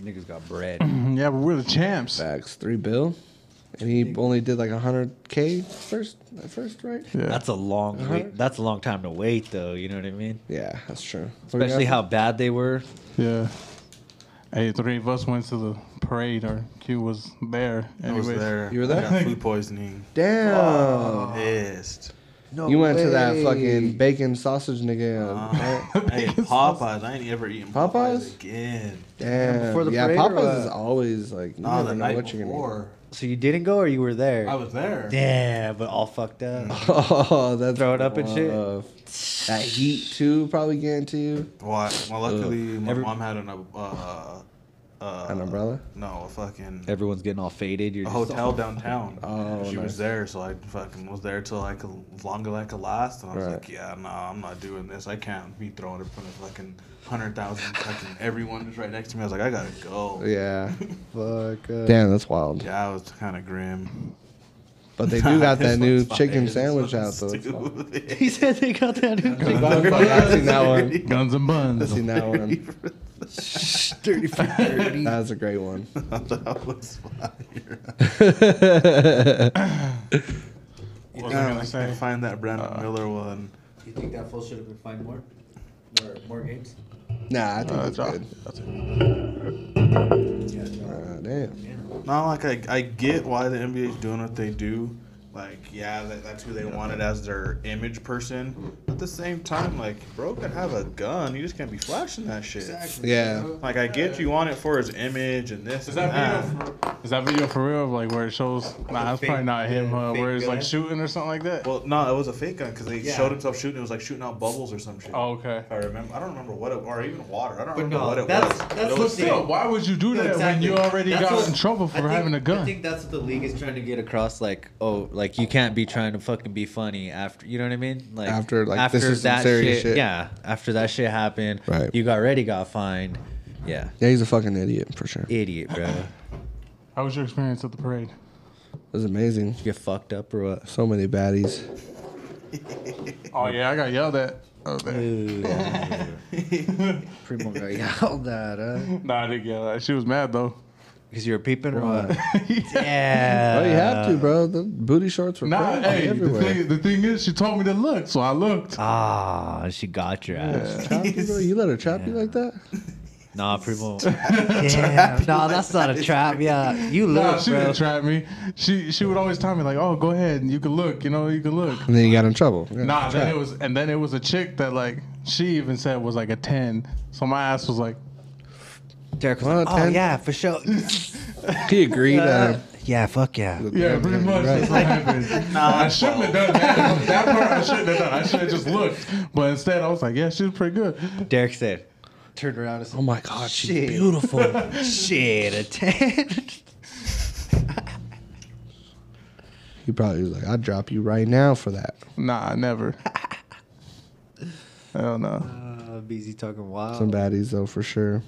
S4: Niggas got bread.
S2: Mm-hmm. Yeah, but we're the champs.
S3: Facts. Three bill. And he only did like 100K first, at first, right?
S2: Yeah,
S4: That's a long
S3: Uh-huh.
S4: wait. That's a long time to wait, though. You know what I mean?
S3: Yeah, that's true.
S4: Especially how bad they were.
S2: yeah. Hey, three of us went to the parade. Our Q was there.
S6: I was
S2: Anyways,
S6: there.
S3: You were
S6: I
S3: there?
S6: got food poisoning.
S3: Damn.
S6: Pissed.
S4: No,
S3: you went to that fucking bacon sausage nigga. um,
S6: Uh,
S3: right?
S6: I ate Popeyes. I ain't ever eating Popeyes,
S3: Popeyes?
S6: again.
S3: Damn.
S4: before the
S3: yeah,
S4: parade or
S3: Popeyes
S4: what?
S3: is always like, you
S6: No,
S3: never
S6: the
S3: know
S6: night
S3: what you're going to
S6: before.
S4: So you didn't go, or you were there? Mm.
S6: I was there.
S4: Yeah, but all fucked up.
S3: get. Oh, that's
S4: Throw it up and shit?
S3: rough. That heat, too, probably getting to you.
S6: Well, I- well luckily, my
S4: Every-
S6: mom had an, uh, uh, uh,
S3: An umbrella?
S6: No, a fucking
S4: Everyone's getting all faded. You're
S6: a
S4: just
S6: hotel downtown.
S3: Oh,
S6: she
S3: nice.
S6: was there, so I fucking was there till like as long as I could last, and I was
S3: Right.
S6: like, yeah, no, I'm not doing this. I can't be thrown in front of fucking hundred thousand fucking everyone is right next to me. I was like, I gotta go. Yeah,
S3: Yeah.
S4: all fuck
S6: uh,
S4: up.
S3: Damn, that's wild.
S6: I was kind of grim.
S3: But they do got
S6: This
S3: that new
S6: one's fire.
S3: chicken
S6: This
S3: sandwich out,
S6: one's
S3: though. It's wild.
S6: stupid.
S4: He said they got that new
S3: Fuck, I've seen that one.
S2: Guns and
S3: I've
S2: buns.
S3: seen that one.
S4: dirty for dirty.
S3: That's a great one.
S6: that was fire.
S2: What was I
S6: Yeah,
S2: gonna
S6: I
S2: say?
S6: can Um, find that Brandon Miller one.
S4: You think that fool should have been fined more? More, more games?
S3: Nah, I think
S2: Uh,
S3: it's
S2: Ja-
S3: good.
S2: that's it.
S3: Uh, damn.
S6: Not like I, I get why the NBA's doing what they do. Like, yeah, that, that's who they wanted as their image person. At the same time, like, bro could have a gun. You just can't be flashing that shit.
S3: Yeah.
S6: Like, I get you want it for his image and this
S2: Is
S6: and
S2: that
S6: that.
S2: video? For, is that video for real? Of like where it shows? Nah, that's probably not him. Uh, where he's like shooting or something like that.
S6: Well, no, it was a fake gun because they showed himself shooting. It was like shooting out bubbles or some shit.
S2: Oh, okay.
S6: If I remember. I don't remember what it or even water. I don't remember
S4: no,
S6: what it
S4: that's-
S6: was.
S4: that's
S6: but it
S4: what
S6: was
S4: they-
S6: fake.
S2: Yo, why would you do
S4: No,
S2: that
S4: exactly.
S2: when you already
S4: That's
S2: got
S4: what-
S2: in trouble for
S4: I think-
S2: having a
S4: I
S2: gun?
S4: think that's what the league is trying to get across. Like, oh, like you can't be trying to fucking be funny after. You know what I mean? Like
S3: After, like, this is some serious shit.
S4: Yeah, after that shit happened,
S3: Right.
S4: You got already got fined. Yeah,
S3: Yeah, he's a fucking idiot for sure. It
S4: idiot, bro.
S2: How was your experience at the parade?
S3: was amazing.
S4: you get fucked up or what?
S3: So many baddies.
S2: Oh yeah, I got yelled at. Oh, man.
S4: Primo got yelled at, uh. huh?
S2: Nah, I didn't yell at. She was mad though.
S4: Because you're peeping or what?
S2: yeah.
S4: Yeah.
S3: Oh, you have to, bro. The booty shorts were
S2: Nah,
S3: crazy
S2: hey, the
S3: everywhere.
S2: thing, the thing is, she told me to look, so I looked.
S4: Ah, she got your ass.
S3: Trap you, bro? You let her trap you like that?
S4: Nah, Primo. Yeah. nah, that's not a trap. Yeah, you look,
S2: Nah, she
S4: bro.
S2: didn't trap me. She she would always tell me like, "Oh, go ahead, and you can look. You know, you can look."
S3: And then you got in trouble. Yeah,
S2: Nah,
S3: trap.
S2: then it was, and then it was a chick that like she even said was like a ten. So my ass was like,
S4: Derek was
S3: Well,
S4: like, oh,
S3: ten-
S4: yeah, for sure.
S3: he agreed. Uh,
S4: yeah, fuck yeah.
S2: yeah, pretty much. That's what happened. Nah, I shouldn't have done that. that part I shouldn't have done. I should have just looked. But instead, I was like, yeah, she's pretty good.
S4: Derek said, turned around and
S3: oh
S4: said,
S3: my God, she's
S4: Shit.
S3: beautiful.
S4: shit, a 10.
S3: he probably was like, "I'd drop you right now for that."
S2: Nah, never. Hell no.
S4: Uh, BZ talking wild.
S3: Some baddies though, for sure.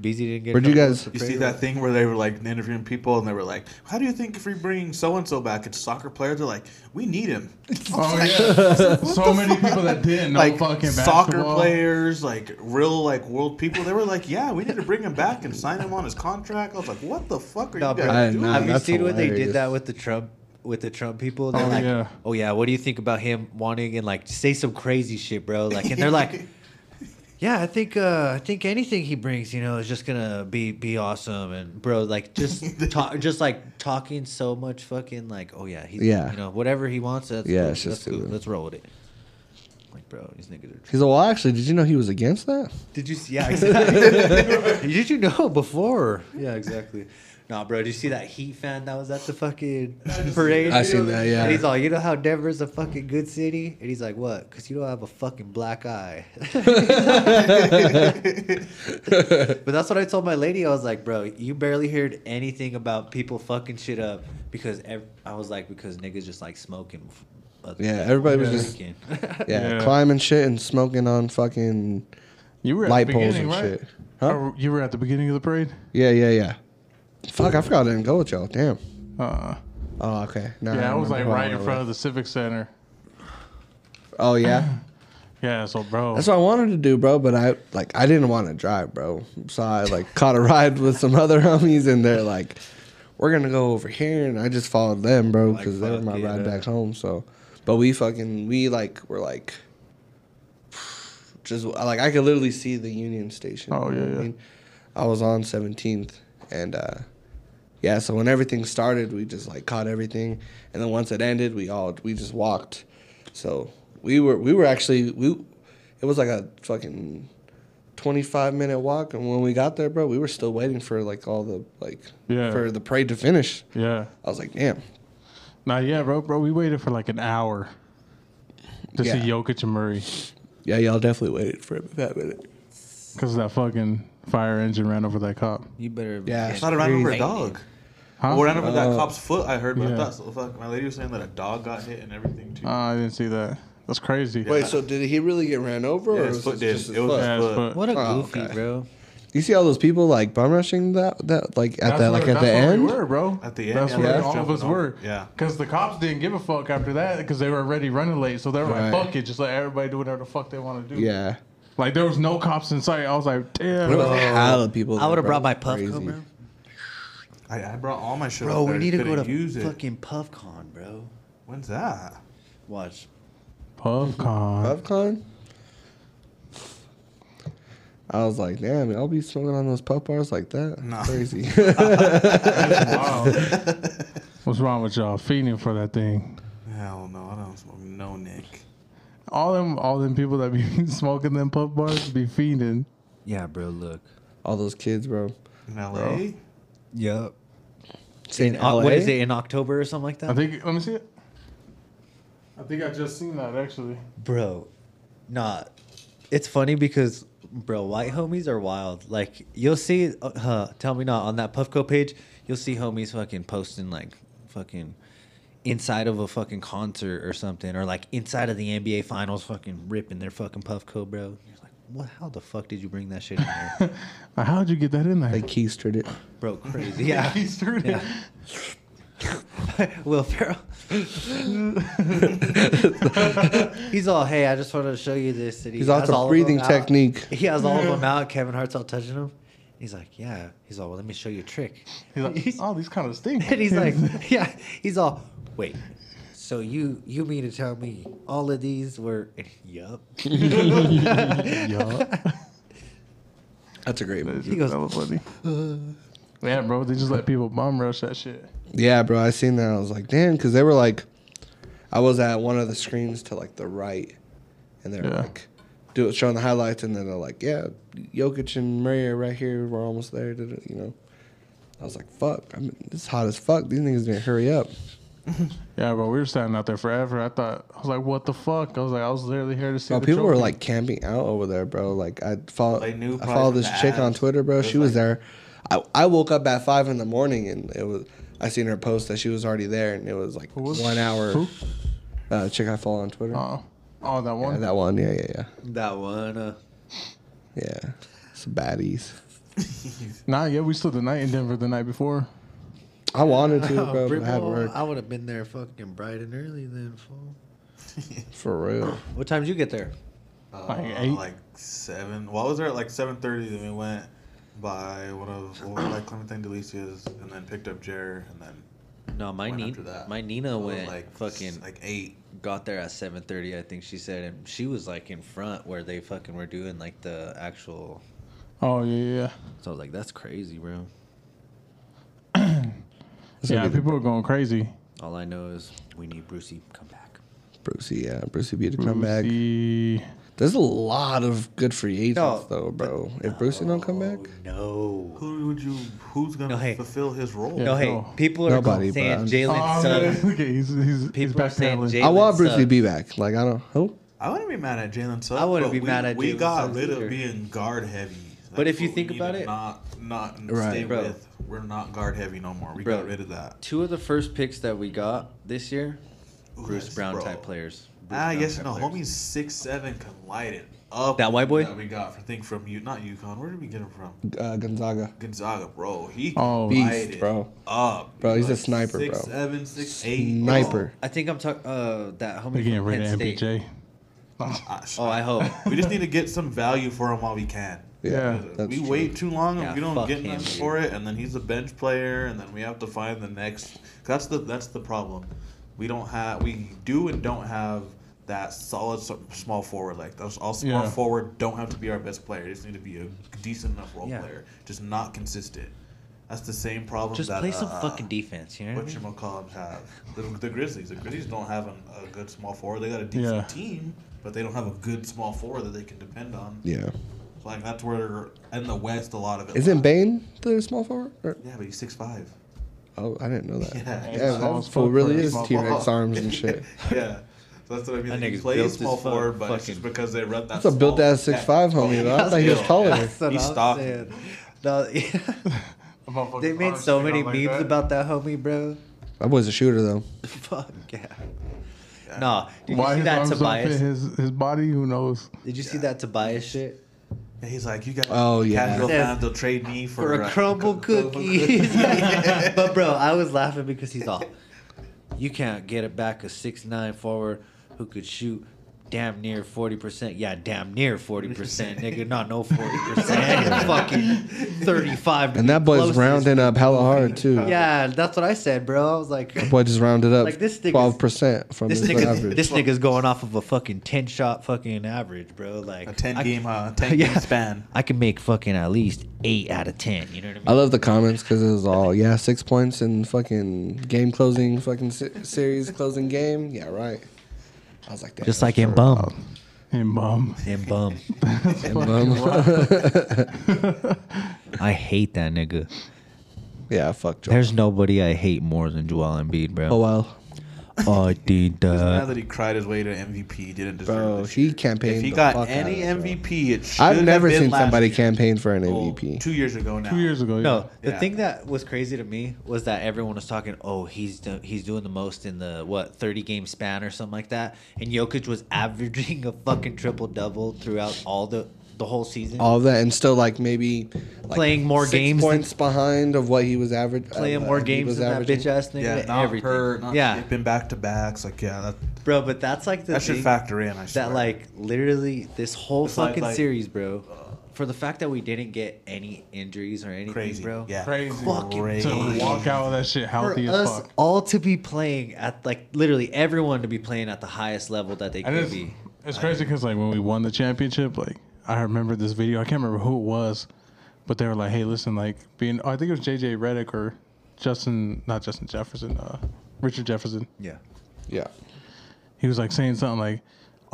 S4: BZ didn't get
S3: Where'd you
S4: trouble
S3: guys-
S4: with
S6: You
S4: the
S6: see
S4: parade
S6: that thing where they were like interviewing people and they were like, "How do you think if we bring so and so back, it's soccer player?" They're like, "We need him."
S2: Oh yeah. so many people that didn't know
S6: like
S2: fucking
S6: soccer
S2: basketball.
S6: players, like real like world people. They were like, "Yeah, we need to bring him back and sign him on his contract." I was like, "What the fuck are
S4: No,
S6: you
S4: bro.
S6: guys
S3: I am
S6: doing?"
S3: not-
S4: Have you
S3: That's
S4: seen when they
S3: hilarious.
S4: did that with the Trump with the Trump people? They're
S2: Oh,
S4: like,
S2: yeah.
S4: oh yeah, what do you think about him wanting and like say some crazy shit, bro? Like, and they're like, yeah, I think uh, I think anything he brings, you know, is just gonna be be awesome. And bro, like just talk, just like talking so much fucking like, oh yeah, he's,
S3: Yeah.
S4: you know, whatever he wants, that's
S3: Yeah,
S4: cool.
S3: it's just
S4: that's cool.
S3: stupid.
S4: Let's roll with it. Like, bro, these niggas are.
S3: He's like, "Well, actually, did you know he was against that?"
S4: Did you see? Yeah, exactly. did you know before? Yeah, exactly. Nah, bro, did you see that Heat fan that was at the fucking parade?
S3: I seen that, yeah.
S4: And he's like, you know how Denver's a fucking good city? And he's like, what? Because you don't have a fucking black eye. but that's what I told my lady. I was like, bro, you barely heard anything about people fucking shit up because ev- I was like, because niggas just like smoking.
S3: Yeah, everybody was
S2: Yeah.
S3: just
S4: Drinking.
S3: yeah,
S2: Yeah.
S3: climbing shit and smoking on fucking
S2: You were at
S3: light
S2: the
S3: poles
S2: beginning,
S3: and
S2: right?
S3: shit. Huh?
S2: Or You were at the beginning of the parade.
S3: Yeah, yeah, yeah. Fuck, I forgot I didn't go with y'all. Damn.
S2: Uh,
S3: Oh, okay. No,
S2: yeah, I was like
S3: remember
S2: right in
S3: went
S2: front of the civic center.
S3: with. Oh yeah,
S2: Yeah, so bro.
S3: that's what I wanted to do, bro. But I like I didn't want to drive, bro. So I like caught a ride with some other homies, and they're like, "We're gonna go over here," and I just followed them, bro,
S4: Like,
S3: because they were
S4: fuck
S3: my
S4: yeah.
S3: ride back home. So, but we fucking we like were like. Just like I could literally see the Union Station.
S2: Oh,
S3: you
S2: yeah,
S3: know what
S2: yeah.
S3: I, mean? I was on Seventeenth, and uh, yeah so when everything started we just like caught everything and then once it ended we all we just walked so we were we were actually we it was like a fucking 25 minute walk and when we got there bro we were still waiting for like all the like
S2: Yeah.
S3: for the parade to finish
S2: yeah.
S3: i was like damn
S2: Nah, yeah, bro, bro. We waited for like an hour to see
S3: Yeah.
S2: Jokic and Murray
S3: yeah y'all definitely waited for it that minute
S2: because that fucking fire engine ran over that cop.
S4: You better.
S3: Yeah,
S6: I thought I ran over a dog.
S2: Huh?
S6: Well, I remember that cop's foot. I heard, but
S2: Oh. yeah.
S6: I thought so, fuck, my lady was saying that a dog got hit and everything too.
S2: Uh, I didn't see that. That's crazy.
S3: wait so did he really get ran over
S6: Yeah,
S3: or
S6: his
S3: was
S6: foot
S3: it
S6: did.
S3: just his
S6: It was-
S3: foot?
S2: Yeah, it's
S6: But-
S2: foot.
S4: What a
S3: Oh,
S4: goofy,
S3: okay.
S4: bro.
S3: you see all those people like bum rushing that that like
S2: That's
S3: at that
S2: where-
S3: like at
S2: that's
S3: the
S2: where
S3: end
S2: we were, bro.
S6: At the end,
S2: that's
S6: yeah,
S2: where
S6: they were
S2: all of
S6: jumping
S2: us
S6: on-
S2: were.
S6: yeah.
S2: because the cops didn't give a fuck after that because they were already running late, so they were
S3: Right.
S2: like, "Fuck it, just let everybody do whatever the fuck they want to do."
S3: yeah
S2: like there was no cops in sight. I was like, "Damn."
S3: There was a hell of people
S4: I
S3: there,
S4: would have
S3: bro.
S4: brought my
S3: It was
S4: puff
S3: crazy.
S4: cone, bro.
S6: I, I brought all my shit.
S4: Bro,
S6: up there.
S4: we need to go
S6: Couldn't
S4: to
S6: use it.
S4: fucking PuffCon, bro.
S6: When's that?
S4: Watch.
S2: PuffCon.
S3: PubCon? I was like, damn, I'll be smoking on those puff bars like that.
S6: No.
S3: Crazy.
S2: Wow. What's wrong with y'all? Feeding for that thing.
S6: Hell no, I don't smoke no Nick.
S2: All them, all them people that be smoking them puff bars be feeding.
S4: Yeah, bro. Look.
S3: All those kids, bro.
S6: In LA?
S4: Yep.
S3: Saying
S4: What
S3: LA?
S4: is it in October or something like that?
S2: I think. Let me see it. I think I just seen that actually.
S4: bro not it's funny because bro white homies are wild like you'll see uh, huh, tell me not on that puffco page you'll see homies fucking posting like fucking inside of a fucking concert or something or like inside of the nba finals fucking ripping their fucking puffco bro you're like what how the fuck did you bring that shit in here
S2: Uh, How'd you get that in there?
S3: They keistered it.
S4: bro crazy yeah
S2: He started-
S4: Yeah. Will Ferrell. He's all, hey, I just wanted to show you this. And he
S3: He's off
S4: has
S3: the
S4: all of
S3: breathing
S4: them out.
S3: technique.
S4: He has all of them out. Kevin Hart's all touching him. He's like, yeah. He's all, well, let me show you a trick.
S2: He's like, oh, these kind of stink.
S4: And he's like, yeah. He's all, wait. So you you mean to tell me all of these were? Yup.
S2: yeah.
S3: That's a great movie.
S4: He goes-
S2: that was funny. yeah, bro, they just let people bomb rush that shit.
S3: Yeah, bro. I seen that. I was like, damn, because they were like, I was at one of the screens to like the right, and they're
S2: Yeah.
S3: like, do showing the highlights, and then they're like, yeah, Jokic and Murray are right here. We're almost there. da- da- You know. I was like, fuck. I mean, it's hot as fuck. These niggas gonna hurry up.
S2: Yeah, bro, we were standing out there forever. I thought I was like, what the fuck? I was like, I was literally here to see.
S3: Bro,
S2: the
S3: Oh, people were
S2: trophy.
S3: like camping out over there, bro. Like I follow,
S6: They knew
S3: I
S6: probably
S3: follow
S6: from
S3: this
S6: the
S3: chick on
S6: ads.
S3: Twitter, bro.
S6: It
S3: She
S6: was
S3: was there. I, I woke up at five in the morning and it was. I seen her post that she was already there, and it was like
S2: was-
S3: one hour.
S2: Who?
S3: Uh, chick I follow on Twitter.
S2: Oh, oh, that
S3: Yeah,
S2: one.
S3: that one, yeah, yeah, yeah,
S4: That one. Uh,
S3: yeah. Some baddies.
S2: nah, yeah, we slept the night in Denver the night before.
S3: I wanted to, bro, but I had work
S2: uh,
S4: would have been there fucking bright and early then. Fool.
S3: for real.
S4: What time did you get there?
S6: Uh,
S2: Like eight?
S6: like seven. Well, I was there at like seven thirty. Then we went by one of over like Clementine Delicia's, and then picked up Jer, and then
S4: No, my
S6: went
S4: Nina.
S6: after that.
S4: My Nina
S6: So,
S4: went
S6: like
S4: fucking
S6: s- like eight.
S4: got there at 7.30 i think she said and she was like in front where they fucking were doing like the actual
S2: Oh yeah, yeah, yeah.
S4: so i was like that's crazy bro
S2: yeah people were going crazy.
S4: all i know is we need brucey come back
S3: Brucey, E, yeah, Brucey B to come back.
S2: E. Brucey.
S3: There's a lot of good free agents
S4: No,
S3: though, bro. If Brucey don't come back,
S6: Oh,
S4: no
S6: Who would you? Who's gonna
S4: No, hey.
S6: fulfill his role?
S2: Yeah.
S4: no hey
S2: No.
S4: people are
S3: Nobody,
S4: going- saying
S3: bro.
S4: jalen
S2: Oh, man,
S4: suggs
S2: look at he's he's, he's
S4: People are saying
S2: backpedaling.
S4: Jay-
S3: I want
S4: Jalen
S3: Brucey
S4: sucks.
S3: B back. Like I don't. Who?
S6: I wouldn't be mad at Jalen Suggs.
S4: I wouldn't
S6: but
S4: be
S6: we,
S4: mad at
S6: We
S4: Jalen
S6: got
S4: Suggs
S6: rid
S4: either.
S6: of being guard heavy. Like,
S4: But if you
S6: we
S4: think
S6: need
S4: about
S6: to
S4: it-
S6: not not
S3: Right.
S6: stay
S4: Bro.
S6: with. We're not guard heavy no more. We
S4: Bro.
S6: got rid of that.
S4: two of the first picks that we got this year
S6: Ooh,
S4: bruce
S6: that's-
S4: brown
S6: bro.
S4: type players Bruce
S6: Ah,
S4: Brown
S6: yes,
S4: type
S6: no,
S4: players.
S6: homie's six seven can light it up.
S4: That white boy?
S6: that we got for thing from you, not UConn. Where did we get him from?
S3: Uh, Gonzaga.
S6: Gonzaga, bro. He
S2: Oh,
S6: can light
S3: Beast,
S6: it
S3: bro.
S6: Up,
S3: Bro, he's a sniper,
S6: six,
S3: bro.
S6: Seven, six, eight.
S3: Sniper.
S4: i think i'm talking uh that
S2: They're
S4: homie from
S2: getting rid
S4: Penn
S2: of
S4: State.
S2: MPJ.
S6: Ah, sh-
S4: oh i hope
S6: we just need to get some value for him while we can. Uh,
S2: Yeah.
S3: that's
S6: we
S3: true.
S6: wait too long and
S4: Yeah,
S6: we
S4: fuck
S6: don't get
S4: him,
S6: nothing
S4: dude.
S6: for it, and then he's a bench player, and then we have to find the next. That's the that's the problem. We don't have we do and don't have that solid s- small forward like those all small
S2: Yeah.
S6: forward don't have to be our best player. They just need to be a decent enough role
S4: Yeah.
S6: player, just not consistent. That's the same problem.
S4: just
S6: that,
S4: play some
S6: uh,
S4: fucking defense you know what I
S6: What
S4: mean?
S6: your have? The, the Grizzlies. The Grizzlies don't have an, a good small forward. They got a decent
S2: Yeah.
S6: team, but they don't have a good small forward that they can depend on.
S3: Yeah.
S6: So, Like that's where in the West a lot of it.
S3: Isn't
S6: lies.
S3: Bane the small forward? Or-
S6: Yeah, but he's six five.
S3: oh, I didn't know that.
S6: Yeah.
S3: Yeah,
S2: Small
S3: that
S2: as
S3: fool
S2: fuck
S3: really
S2: for a
S3: is
S2: small
S3: T Rex
S6: ball.
S3: arms and shit.
S6: yeah, so that's what I mean.
S4: That
S6: They
S4: nigga's
S6: play
S4: built as
S6: small
S4: fuck,
S6: forward, but it's just
S4: fucking-
S6: because they run that.
S3: That's a built
S6: small-
S3: ass six five homie. Though. I thought he was
S6: Yeah.
S3: taller.
S4: That's what
S6: He's
S4: I'm
S6: stocked.
S4: saying. No, they made so many memes about that homie, bro.
S3: That boy's a shooter though.
S4: Fuck yeah. Nah, did you
S2: Why
S4: see
S2: his
S4: that
S2: arms don't fit
S4: Tobias?
S2: his his body? Who knows?
S4: Did you see that Tobias shit?
S6: And he's like, you got.
S3: Oh, yeah.
S6: Casual
S4: Says-
S6: fans will trade me for,
S4: For a crumble cookie. but bro, I was laughing because he's all, you can't get it back a six nine forward who could shoot damn near forty percent. Yeah, damn near forty percent, nigga. Not no forty percent. fucking thirty five.
S3: And that boy's rounding up hella hard too.
S4: Yeah, that's what I said, bro. I was like,
S3: That boy just rounded up
S4: Like, this nigga's-
S3: twelve percent from
S4: this
S3: his
S4: nigga,
S3: average.
S4: this nigga's going off of a fucking ten shot fucking average, bro. Like
S6: A ten
S4: I-
S6: game, uh, ten
S4: Yeah.
S6: game span.
S4: I can make fucking at least eight out of ten. You know what I mean?
S3: I love the comments because it was all yeah six points in fucking game closing fucking se- series closing game. Yeah, right. I was like that.
S4: Just like in bum,
S2: Hey, mom.
S4: in bum. I hate that nigga.
S3: yeah, fuck Joel.
S4: There's nobody I hate more than Joel Embiid, bro. Oh,
S3: Oh well,
S4: I did
S6: now
S4: that.
S6: that he cried his way to MVP, he didn't deserve
S3: Uh, bro,
S6: this
S3: he
S6: shit.
S3: campaigned.
S6: If he
S3: the
S6: got
S3: fuck out
S6: any
S3: of it, bro.
S6: MVP, it should
S3: I've never
S6: have been
S3: seen
S6: last
S3: somebody
S6: year.
S3: campaign for an
S4: Oh,
S6: Well,
S3: MVP.
S6: two years ago now.
S2: Two years ago. Yeah.
S4: No, the
S6: Yeah.
S4: thing that was crazy to me was that everyone was talking, "Oh, he's do- he's doing the most in the what thirty game span or something like that," and Jokic was averaging a fucking triple double throughout all the the whole season.
S3: all that and still like maybe like,
S4: Playing more
S3: six
S4: games than-
S3: points behind of what he was average
S4: playing
S3: uh,
S4: more
S3: he
S4: games
S3: was
S4: than that
S3: averaging.
S4: bitch ass nigga.
S6: Yeah, not
S4: everything.
S6: her, not
S4: yeah,
S6: yeah. been back to backs. Like, yeah, that,
S4: bro, but that's like the
S6: that
S4: thing
S6: should factor in. I swear.
S4: that like literally this whole
S6: It's like-
S4: fucking
S6: like- uh,
S4: series, bro. For the fact that we didn't get any injuries or anything,
S6: crazy,
S4: bro.
S6: Yeah,
S2: Crazy.
S4: Fucking
S6: Crazy.
S2: To walk out with that shit
S4: for
S2: healthy as
S4: us
S2: fuck.
S4: all to be playing at like literally everyone to be playing at the highest level that they
S2: And
S4: could
S2: it's,
S4: be.
S2: it's crazy because like when we won the championship, like I remember this video. I can't remember who it was, but they were like, "Hey, listen, like being oh, I think it was JJ Redick or Justin, not Justin Jefferson, uh, Richard Jefferson.
S4: Yeah.
S3: yeah
S2: He was like saying something like."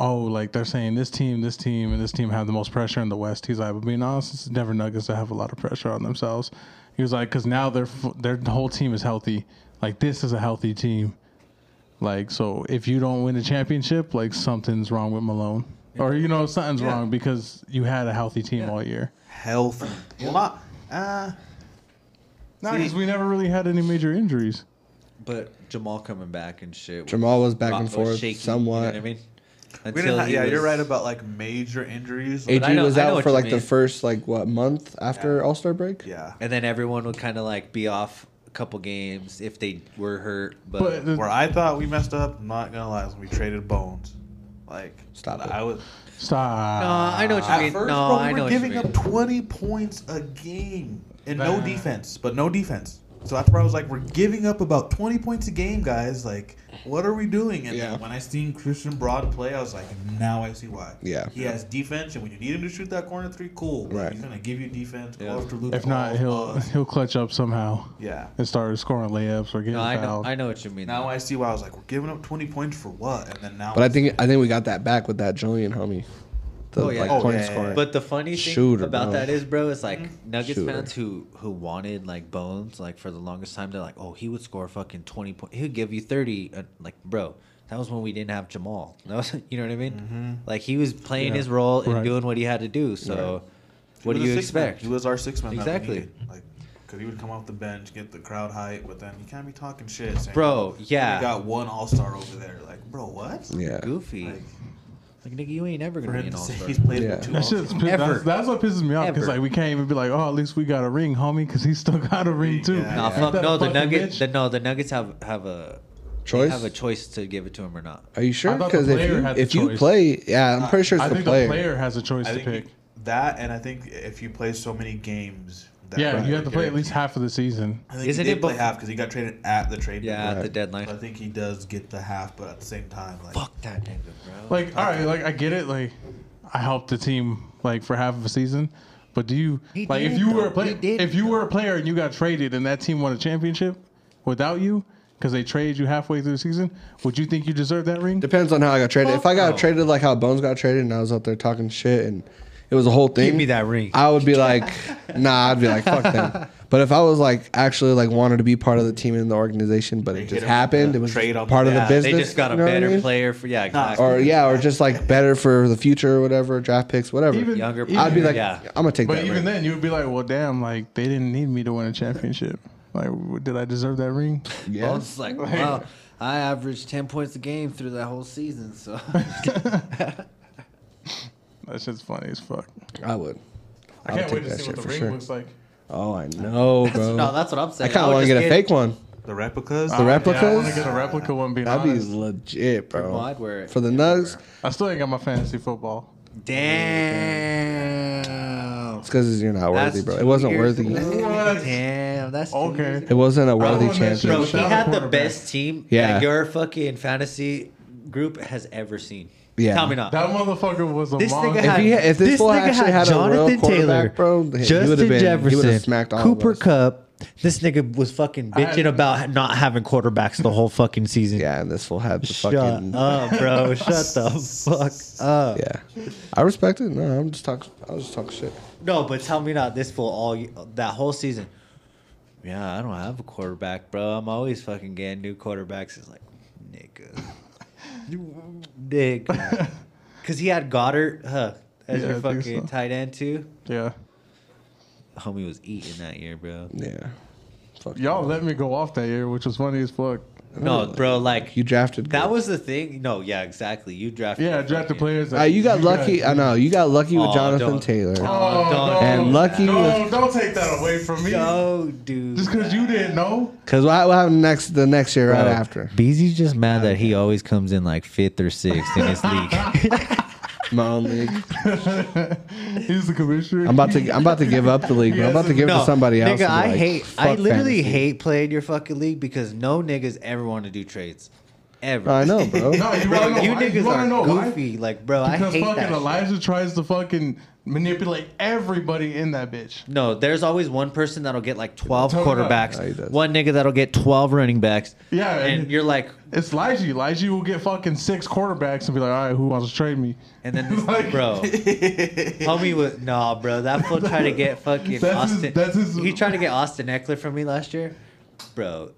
S2: Oh, like they're saying this team, this team, and this team have the most pressure in the West. He's like, but being honest, it's never Nuggets that have a lot of pressure on themselves. He was like, because now their f- their whole team is healthy. Like this is a healthy team. Like, so if you don't win a championship, like something's wrong with Malone. Or, you know, something's
S6: Yeah.
S2: wrong because you had a healthy team all year.
S6: healthy. Well, not. Uh,
S2: No, because we never really had any major injuries.
S4: But Jamal coming back and shit.
S3: Jamal was back
S4: Rock
S3: and
S4: was
S3: forth
S4: shaky, you know
S3: somewhat
S4: what I mean?
S6: we
S4: Until
S6: didn't have,
S4: he
S6: yeah, you're
S4: was-
S6: right about like major injuries.
S4: But I
S3: AG
S4: know-
S3: was
S4: I know
S3: out
S4: what
S3: for
S4: you
S3: like the
S4: mean.
S3: first like what month after
S6: Yeah.
S3: All-Star break
S6: yeah,
S4: And then everyone would kind of like be off a couple games if they were hurt. But,
S2: But the-
S6: where I thought we messed up. I'm not gonna lie, is when we traded Bones. Like,
S3: Stop it.
S6: I was
S4: no,
S2: stop.
S4: I know what you
S6: uh, at
S4: mean.
S6: first,
S4: no,
S6: bro, we
S4: I
S6: were
S4: know what you
S6: giving
S4: mean.
S6: up 20 points a game and no
S2: Nah.
S6: defense, but no defense. So that's where I was like, we're giving up about 20 points a game, guys. Like, what are we doing? And
S3: Yeah.
S6: then when I seen Christian Broad play, I was like, now I see why.
S3: Yeah.
S6: He has defense, and when you need him to shoot that corner three, cool. But
S3: Right.
S6: He's going to give you defense,
S4: Yeah.
S6: go after Luke.
S2: If not, he'll he'll clutch up somehow
S6: Oh, uh, Yeah.
S2: and start scoring layups or getting
S4: no, I know,
S2: fouled.
S4: I know what you mean.
S6: Now
S4: though.
S6: I see why I was like, we're giving up 20 points for what? And then now.
S3: but I think I think we got that back with that Julian homie the
S4: Oh, yeah.
S3: like
S4: Oh,
S3: point
S6: yeah, yeah,
S3: scoring
S6: yeah.
S4: But the funny thing
S3: Shooter,
S4: about
S3: bro.
S4: that is, bro, it's like Nuggets
S3: Shooter.
S4: fans who who wanted like Bones like for the longest time. They're like, oh, he would score fucking twenty points. He'd give you thirty. Uh, like, bro, that was when we didn't have Jamal. That was, you know what I mean?
S6: Mm-hmm.
S4: Like he was playing
S2: Yeah.
S4: his role and
S2: Right.
S4: doing what he had to do. So,
S6: He
S4: what do
S6: was a
S4: you
S6: six man.
S4: expect?
S6: He was our six man.
S4: Exactly.
S6: Exactly. Like, because he would come off the bench, get the crowd hype, but then you can't be talking shit. Saying,
S4: Bro, yeah.
S6: We got one all star over there. Like, bro, what?
S3: yeah
S4: Goofy.
S6: Like,
S4: Like, nigga, you ain't ever
S6: for
S4: gonna be an
S6: him to
S4: all
S6: say
S4: star.
S6: he's played
S3: Yeah.
S6: with two
S2: That
S6: all
S2: shit's,
S6: stars.
S2: that's,
S4: Ever.
S2: that's what pisses me off because
S4: Ever.
S2: like we can't even be like, oh, at least we got a ring, homie, because he still got a ring too.
S6: Yeah.
S4: Nah,
S6: Yeah.
S4: fuck
S2: That
S4: no. The
S2: fucking
S4: Nuggets,
S2: bitch.
S4: the, no, the Nuggets have have a
S3: choice
S4: have a choice to give it to him or not.
S3: are you sure
S2: I thought the
S3: because if
S2: player
S3: you
S2: had the
S3: if you
S2: choice.
S3: play yeah I'm pretty sure it's
S2: I
S3: the
S2: think
S3: player.
S2: the player has a choice
S6: I
S2: to
S6: think
S2: pick.
S6: that, and I think if you play so many games, that
S2: yeah, you have to play at least half of the season.
S6: I think
S4: Isn't
S6: he
S4: it
S6: did play
S4: bef-
S6: half because he got traded at the trade.
S4: Yeah, at the
S3: Right.
S4: deadline.
S6: deadline. I think he does get the half, but at the same time, like,
S4: Fuck that nigga, bro.
S2: Like, all right, like I get it. Like, I helped the team like for half of a season, but do you
S4: He
S2: like if
S4: did,
S2: you
S4: though.
S2: were a
S4: He
S2: player,
S4: did,
S2: if you were a player and you got traded and that team won a championship without you because they traded you halfway through the season, would you think you deserve that ring?
S3: Depends on how I got traded. If I got
S4: no.
S3: traded like how Bones got traded and I was out there talking shit and it was a whole thing.
S4: Give me that ring.
S3: I would be like, nah, I'd be like, fuck them. But if I was like actually like wanted to be part of the team and the organization, but it
S6: hit
S3: just
S6: him
S3: happened,
S6: with
S3: it
S6: a
S3: was
S6: trade on
S3: part of the
S6: the- yeah,
S3: business.
S4: They just got a
S3: you know what I
S4: better
S3: mean?
S4: player for yeah,
S6: Nah,
S4: exactly.
S3: Or yeah, or just like better for the future or whatever, draft picks, whatever.
S2: Even-
S4: younger.
S2: Even-
S3: I'd be like,
S4: yeah.
S3: I'm gonna take
S2: But
S3: that.
S2: even
S3: ring.
S2: then, you would be like, well, damn, like they didn't need me to win a championship. Like, w- did I deserve that ring?
S4: Well,
S3: yeah.
S4: it's like, wow, I averaged ten points a game through that whole season. So
S2: That shit's funny as fuck.
S3: I would.
S2: I,
S3: I would
S2: can't wait
S3: take
S2: to
S3: that
S2: see what
S3: shit
S2: the
S3: for
S2: ring
S3: sure.
S2: looks like.
S3: Oh, I know, bro.
S4: no, that's what I'm
S3: I
S4: saying.
S3: kind of
S4: would
S3: want to
S4: just
S3: get a fake one.
S6: The replicas?
S2: Uh, yeah, I want
S3: replicas?
S2: to get a replica one. Being
S3: That'd be
S2: honest,
S3: legit, bro.
S4: Well, I'd wear it
S3: For the
S4: everywhere.
S3: nugs,
S2: I still ain't got my fantasy football.
S4: Damn.
S3: it's because you're not worthy,
S4: That's
S3: bro. It
S4: two
S3: wasn't
S4: years
S3: worthy.
S4: ago.
S2: What?
S4: Damn, that's two
S2: Okay.
S4: years ago.
S3: It wasn't a worthy
S2: won that shit.
S4: Bro,
S3: championship.
S4: he
S2: Without a
S4: had the
S2: quarterback.
S4: best team
S3: Yeah.
S4: that your fucking fantasy group has ever seen.
S3: Yeah.
S4: Tell me not.
S2: That motherfucker was a
S4: This nigga
S2: monster.
S4: had-
S3: If, he, if this,
S4: This
S3: boy
S4: nigga
S3: actually had,
S4: had
S3: a real
S4: Jonathan
S3: quarterback,
S4: Taylor,
S3: bro, he- he
S4: Justin
S3: would've been- he would've
S4: Jefferson,
S3: smacked all
S4: Cooper
S3: of us.
S4: Cup. This nigga was fucking
S2: I-
S4: bitching about not having quarterbacks the whole fucking season.
S3: Yeah, and this fool had the
S4: Shut
S3: fucking.
S4: up, bro. Shut the fuck up.
S3: Yeah, I respect it. No, I'm just talking. I was just talking shit.
S4: No, but tell me not this fool all y- that whole season. Yeah, I don't have a quarterback, bro. I'm always fucking getting new quarterbacks. It's like, nigga, nigga, because he had Goddard huh, as
S2: Yeah,
S4: your
S2: I think
S4: fucking
S2: so.
S4: tight end too.
S2: yeah.
S4: Homie was eating that year, bro.
S3: Yeah, Fuck
S2: Y'all let me go off that year, which was funny as fuck.
S4: No, bro, like
S3: You drafted.
S4: that
S3: good.
S4: was the thing. No, yeah, exactly. You drafted.
S2: Yeah, I drafted
S4: fucking-
S2: players.
S3: Uh,
S2: that-
S3: you got lucky. I know you got lucky with
S4: Oh,
S3: Jonathan
S4: don't-
S3: Taylor.
S2: Oh,
S4: Don't-
S2: no.
S3: And lucky
S2: No,
S3: was-
S2: don't take that away from me.
S4: Yo, dude.
S2: Just because you didn't know.
S3: Because what what happened next? The next year, right
S4: Bro,
S3: after,
S4: Beezy's just mad that he always comes in like fifth or sixth in his league.
S3: my own league.
S2: He's the commissioner.
S3: I'm about to. I'm about to give up the league. Bro. I'm about to give it to somebody else.
S4: Nigga,
S3: and be
S4: I
S3: like,
S4: hate.
S3: "Fuck
S4: I literally
S3: fantasy."
S4: hate playing your fucking league because no niggas ever want to do trades, ever.
S3: I know,
S2: No,
S3: bro.
S2: you
S4: Bro,
S2: want to know
S4: you
S2: why? You
S4: niggas
S2: want
S4: are
S2: to know why?
S4: goofy. Like, bro, I
S2: Because
S4: hate that.
S2: fucking
S4: shit.
S2: Elijah tries to fucking manipulate everybody in that bitch.
S4: No, there's always one person that'll get like 12
S2: Tell me about it.
S4: quarterbacks,
S3: No, he does.
S4: one nigga that'll get 12 running backs.
S2: Yeah,
S4: and,
S2: and-
S4: you're like,
S2: It's Elijah. Elijah will get fucking six quarterbacks and be like, all right, who wants to trade me?
S4: and then this,
S2: Like-
S4: bro, homie was nah, bro. That fool tried to get fucking
S2: That's his-
S4: Austin.
S2: that's his-
S4: he tried to get Austin Eckler from me last year, bro.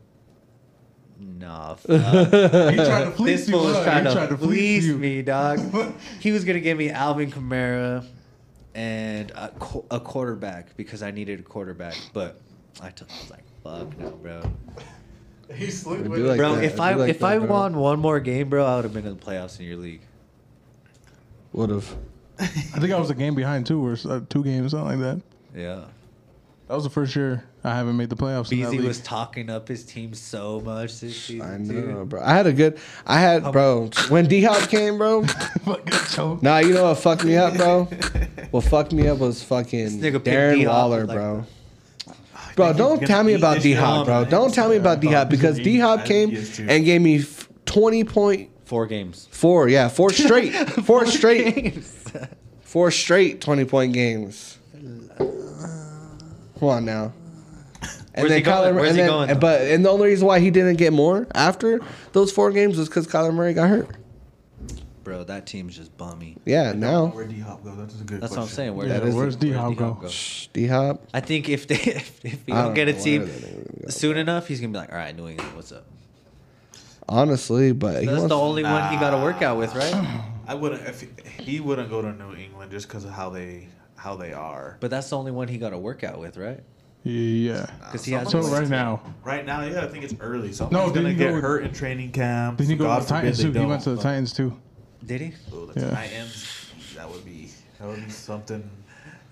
S4: Nah, fuck.
S2: He tried to
S4: this
S2: fleece you.
S4: fool was
S2: huh?
S4: trying
S2: He
S4: to,
S2: tried to
S4: fleece,
S2: you.
S4: me, dog. he was gonna give me Alvin Kamara and a, qu- a quarterback because I needed a quarterback, but I took. I was like, "Fuck no, bro,
S2: He slipped
S3: It'd
S2: with
S3: be
S2: it.
S3: like
S4: bro."
S3: that.
S4: if
S3: It'd
S4: I
S3: be like
S4: if
S3: that,
S4: I
S3: bro.
S4: won one more game, bro, I would have been in the playoffs in your league.
S3: would have.
S2: I think I was a game behind two or s- uh, two games, something like that.
S4: Yeah,
S2: That was the first year I haven't made the playoffs. in that
S4: Beasley
S2: league.
S4: was talking up his team so much this season.
S3: I
S4: dude. Oh.
S3: know, bro. I had a good. I had, bro. When D Hop came, bro.
S2: fucking choked.
S3: Nah, you know what fucked me up, bro? what fucked me up was fucking
S4: This nigga picked
S3: Darren
S4: D-Hop
S3: Waller,
S4: with, like,
S3: bro. Bro, don't tell me about D Hop, bro. Don't tell me about D Hop because D Hop came and gave me f- twenty point
S4: Four games.
S3: four, yeah, four straight, four straight, four straight twenty point games. Come on now. And
S4: Where's he
S3: then
S4: going?
S3: Kyler,
S4: Where's
S3: and
S4: he
S3: then,
S4: going, though?
S3: but and the only reason why he didn't get more after those four games was because Kyler Murray got hurt.
S4: Bro, that team's just bummy.
S3: Yeah, now
S6: Where D Hop go? That's a good
S4: That's what I'm
S6: question.
S4: saying. Where
S3: Yeah,
S4: does-
S2: where's D-Hop go?
S3: D Hop.
S4: I think if they if, if you
S3: I
S4: don't,
S3: don't
S4: get a
S3: know where
S4: team
S3: that nigga would go.
S4: soon enough, he's gonna be like, all right, New England, what's up?
S3: Honestly, but he
S4: That's
S3: wants,
S4: the only one he got to work out with, right?
S6: I wouldn't. If he, he wouldn't go to New England just because of how they how they are.
S4: But that's the only one he got to work out with, right?
S2: Yeah.
S4: Because he has
S2: So right now,
S6: Right now, yeah, I think it's early. So
S2: No,
S6: no,
S2: didn't
S6: gonna
S2: he
S6: get
S2: go with-
S6: hurt in training camp.
S2: did he go
S6: God
S2: to the Titans
S6: forbid
S2: too?
S6: they
S2: He went to
S6: don't,
S2: the
S6: but-
S2: Titans too.
S4: did he?
S6: Oh, the
S2: Yeah.
S6: Titans. That would be that would be something.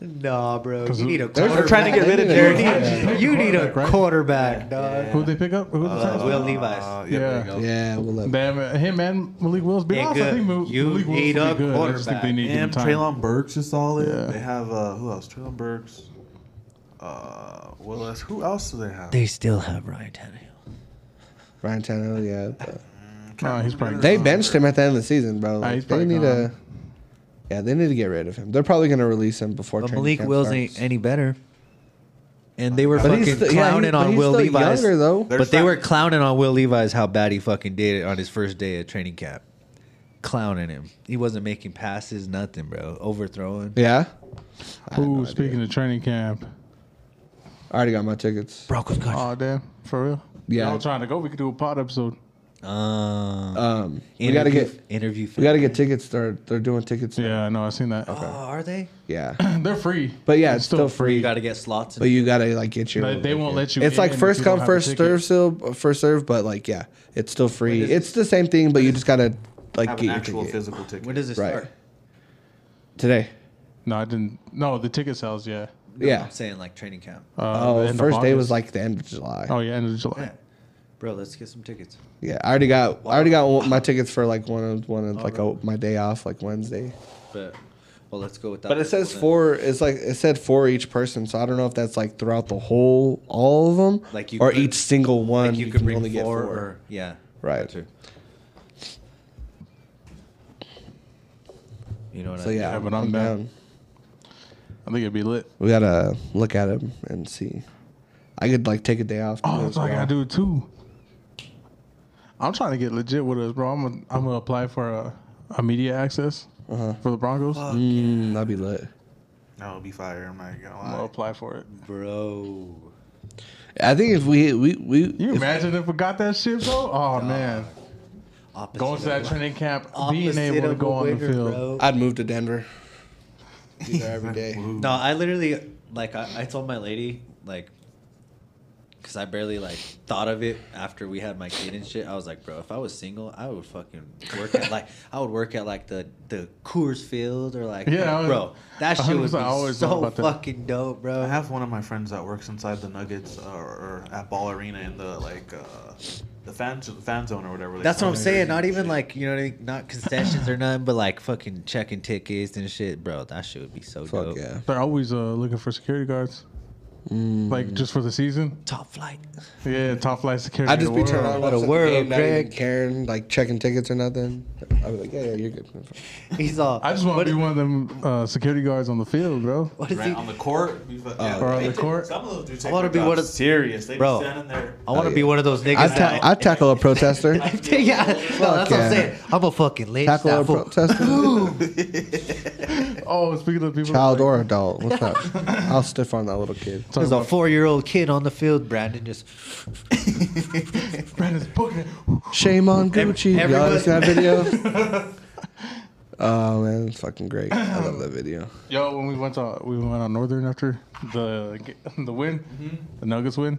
S4: Nah, bro.
S2: Cause
S4: You need a
S3: They're
S4: quarterback.
S3: trying to get rid of
S4: You
S3: Derrick
S4: need-
S2: Henry.
S4: You need a
S2: Quarterback, right?
S4: quarterback, dog.
S2: Who'd they pick up? Who the Titans?
S4: Will Levi's.
S6: Uh,
S2: Yeah.
S6: yeah. There you go.
S3: Yeah, we'll let
S2: Damn it. Him and Malik Willis. Be honest, I
S4: Nigga,
S2: think Mal- Malik
S4: you
S2: Willis would be
S4: need a
S2: good. I just think they
S4: quarterback.
S2: need to give him
S6: And
S2: time.
S6: Traylon Burks is solid.
S2: Yeah.
S6: They have uh, who else? Traylon Burks. Uh, Willis. Who else do they have?
S4: They still have Ryan Tannehill.
S3: Ryan Tannehill. Yeah, but-
S2: Nah, he's probably
S3: they benched him at the end of the season, bro.
S2: he's
S3: they
S2: probably
S3: need to.
S2: gone.
S3: Yeah, they need to get rid of him. They're probably gonna release him before.
S4: But
S3: training
S4: Malik
S3: camp
S4: Wills
S3: starts.
S4: ain't any better. And they were
S3: But
S4: fucking
S3: he's still- yeah, he-
S4: clowning
S3: but
S4: on
S3: he's
S4: Will
S3: still
S4: Levi's.
S3: younger, though.
S6: They're
S4: but they
S6: fat.
S4: were clowning on Will Levi's how bad he fucking did it on his first day at training camp. Clowning him. He wasn't making passes, nothing, bro. Overthrowing.
S3: Yeah,
S2: Ooh, speaking of training camp.
S3: I already got my tickets.
S4: Broncos
S2: Oh, damn. For real?
S3: Yeah.
S2: Y'all trying to go? We could do a pod episode.
S4: Um,
S3: Um, we gotta
S4: interview-
S3: get
S4: interview.
S3: we gotta get tickets. They're they're doing tickets. now.
S2: Yeah, I know. i seen that.
S4: Oh, are they?
S3: Yeah,
S2: They're free.
S3: but yeah, it's still,
S4: You
S3: free.
S4: gotta get slots.
S3: But
S4: And,
S3: you gotta like get your.
S2: No, they won't let you
S3: It's like
S2: in if
S3: first
S2: you don't
S3: come
S2: have a
S3: first
S2: ticket.
S3: serve, still first serve. But like, yeah, it's still free.
S4: is-
S3: It's the same thing, but you just gotta like
S6: have
S3: get
S6: an
S3: your
S6: actual
S3: ticket
S6: physical ticket.
S4: when does it
S3: Right.
S4: start?
S3: today.
S2: No, I didn't. No, the ticket sales, yeah.
S4: No,
S3: Yeah.
S4: I'm saying like training camp.
S2: Uh, the
S3: Oh,
S2: end of
S3: first day was
S2: August.
S3: like the end of July.
S2: Oh, yeah, end of July.
S4: Bro, let's get some tickets.
S3: Yeah, I already got I already got one- my tickets for like one of one of like a, my day off like Wednesday.
S4: But well, let's go with that.
S3: But it says four. It's like it said four each person, so I don't know if that's like throughout the whole all of them,
S4: Like you
S3: or
S4: could-
S3: each single one.
S4: Like you, can bring four, or yeah,
S3: Right.
S4: gotcha. You know what
S3: So
S4: I mean?
S3: yeah,
S2: but I'm
S3: I'm
S2: down.
S3: down.
S2: I think it'd be lit.
S3: We gotta look at him and see. I could like take a day off.
S2: Oh,
S3: too
S2: that's
S3: as
S2: what I
S3: well.
S2: gotta do too. I'm trying to get legit with us, bro. I'm gonna, I'm gonna apply for a, a media access for the Broncos. I'm
S3: Mm, that'd be lit.
S6: That would be fire. I'm not gonna
S2: gonna
S6: lie.
S2: apply for it.
S4: bro.
S3: I think if we we we
S2: You
S3: if-
S2: imagine if we got that shit, bro? Oh man,
S4: Opposite
S2: going to that
S4: of-
S2: training camp, being
S4: opposite
S2: able to
S4: of a
S2: go on the
S4: winner,
S2: field.
S4: bro.
S3: I'd move to Denver. Be there every day.
S4: No, I literally like I, I told my lady like because I barely like thought of it after we had my kid and shit. I was like, bro, if I was single, I would fucking work at like I would work at like the the Coors Field or like
S2: Yeah, I was-
S4: bro, that shit would
S2: 100% I
S4: be
S2: always thought
S4: so
S2: about that.
S4: fucking dope, bro.
S6: I have one of my friends that works inside the Nuggets uh, or, or at Ball Arena in the like uh, the fan the fan zone or whatever. they
S4: That's what
S6: call
S4: I'm
S6: it.
S4: saying. Not even like you know, what I mean? not concessions or nothing, but like fucking checking tickets and shit, bro. That shit would be so
S3: Fuck
S4: dope.
S3: yeah.
S2: They're always uh, looking for security guards,
S4: Mm.
S2: like just for the season.
S4: Top flight.
S2: Yeah, top flight security.
S3: I'd just
S2: in
S3: be
S2: the
S3: turning
S2: world.
S3: on
S4: What a
S3: watching the
S4: world,
S3: game, not even
S4: Greg.
S3: caring, like checking tickets or nothing. I'd be like, yeah, yeah, you're good.
S4: He's all.
S2: I just want
S4: what-
S2: to be one of them uh, security guards on the field, bro.
S4: What is
S6: Right
S4: he?
S6: on the court, we fu- yeah,
S2: Or on
S6: they
S2: the
S6: take-
S2: court.
S6: Some of those do take
S4: wanna
S6: their
S4: be one
S6: jobs
S4: of-
S6: serious. They
S4: Bro.
S6: just stand in there.
S4: I want to
S3: Oh,
S4: be
S3: yeah.
S4: one of those niggas.
S3: I'd, ta-
S4: that-
S3: I'd tackle a protester.
S4: yeah, no, that's what I'm
S3: yeah.
S4: saying. I'm a fucking lynch
S3: tackle
S4: that
S3: a
S4: fool.
S3: protester.
S2: Oh, speaking of people,
S3: Child or adult. What's up? I'll stiff on that little kid.
S2: Talking
S4: There's a
S2: about-
S4: four-year-old kid on the field. Brandon just
S2: Brandon's booking. it.
S3: Shame on
S4: Ev-
S3: Gucci. Y'all
S4: everyone-
S3: ever seen that video? oh man, it's fucking great. I love that video.
S2: Yo, when we went to we went on Northern after the the win, the Nuggets win.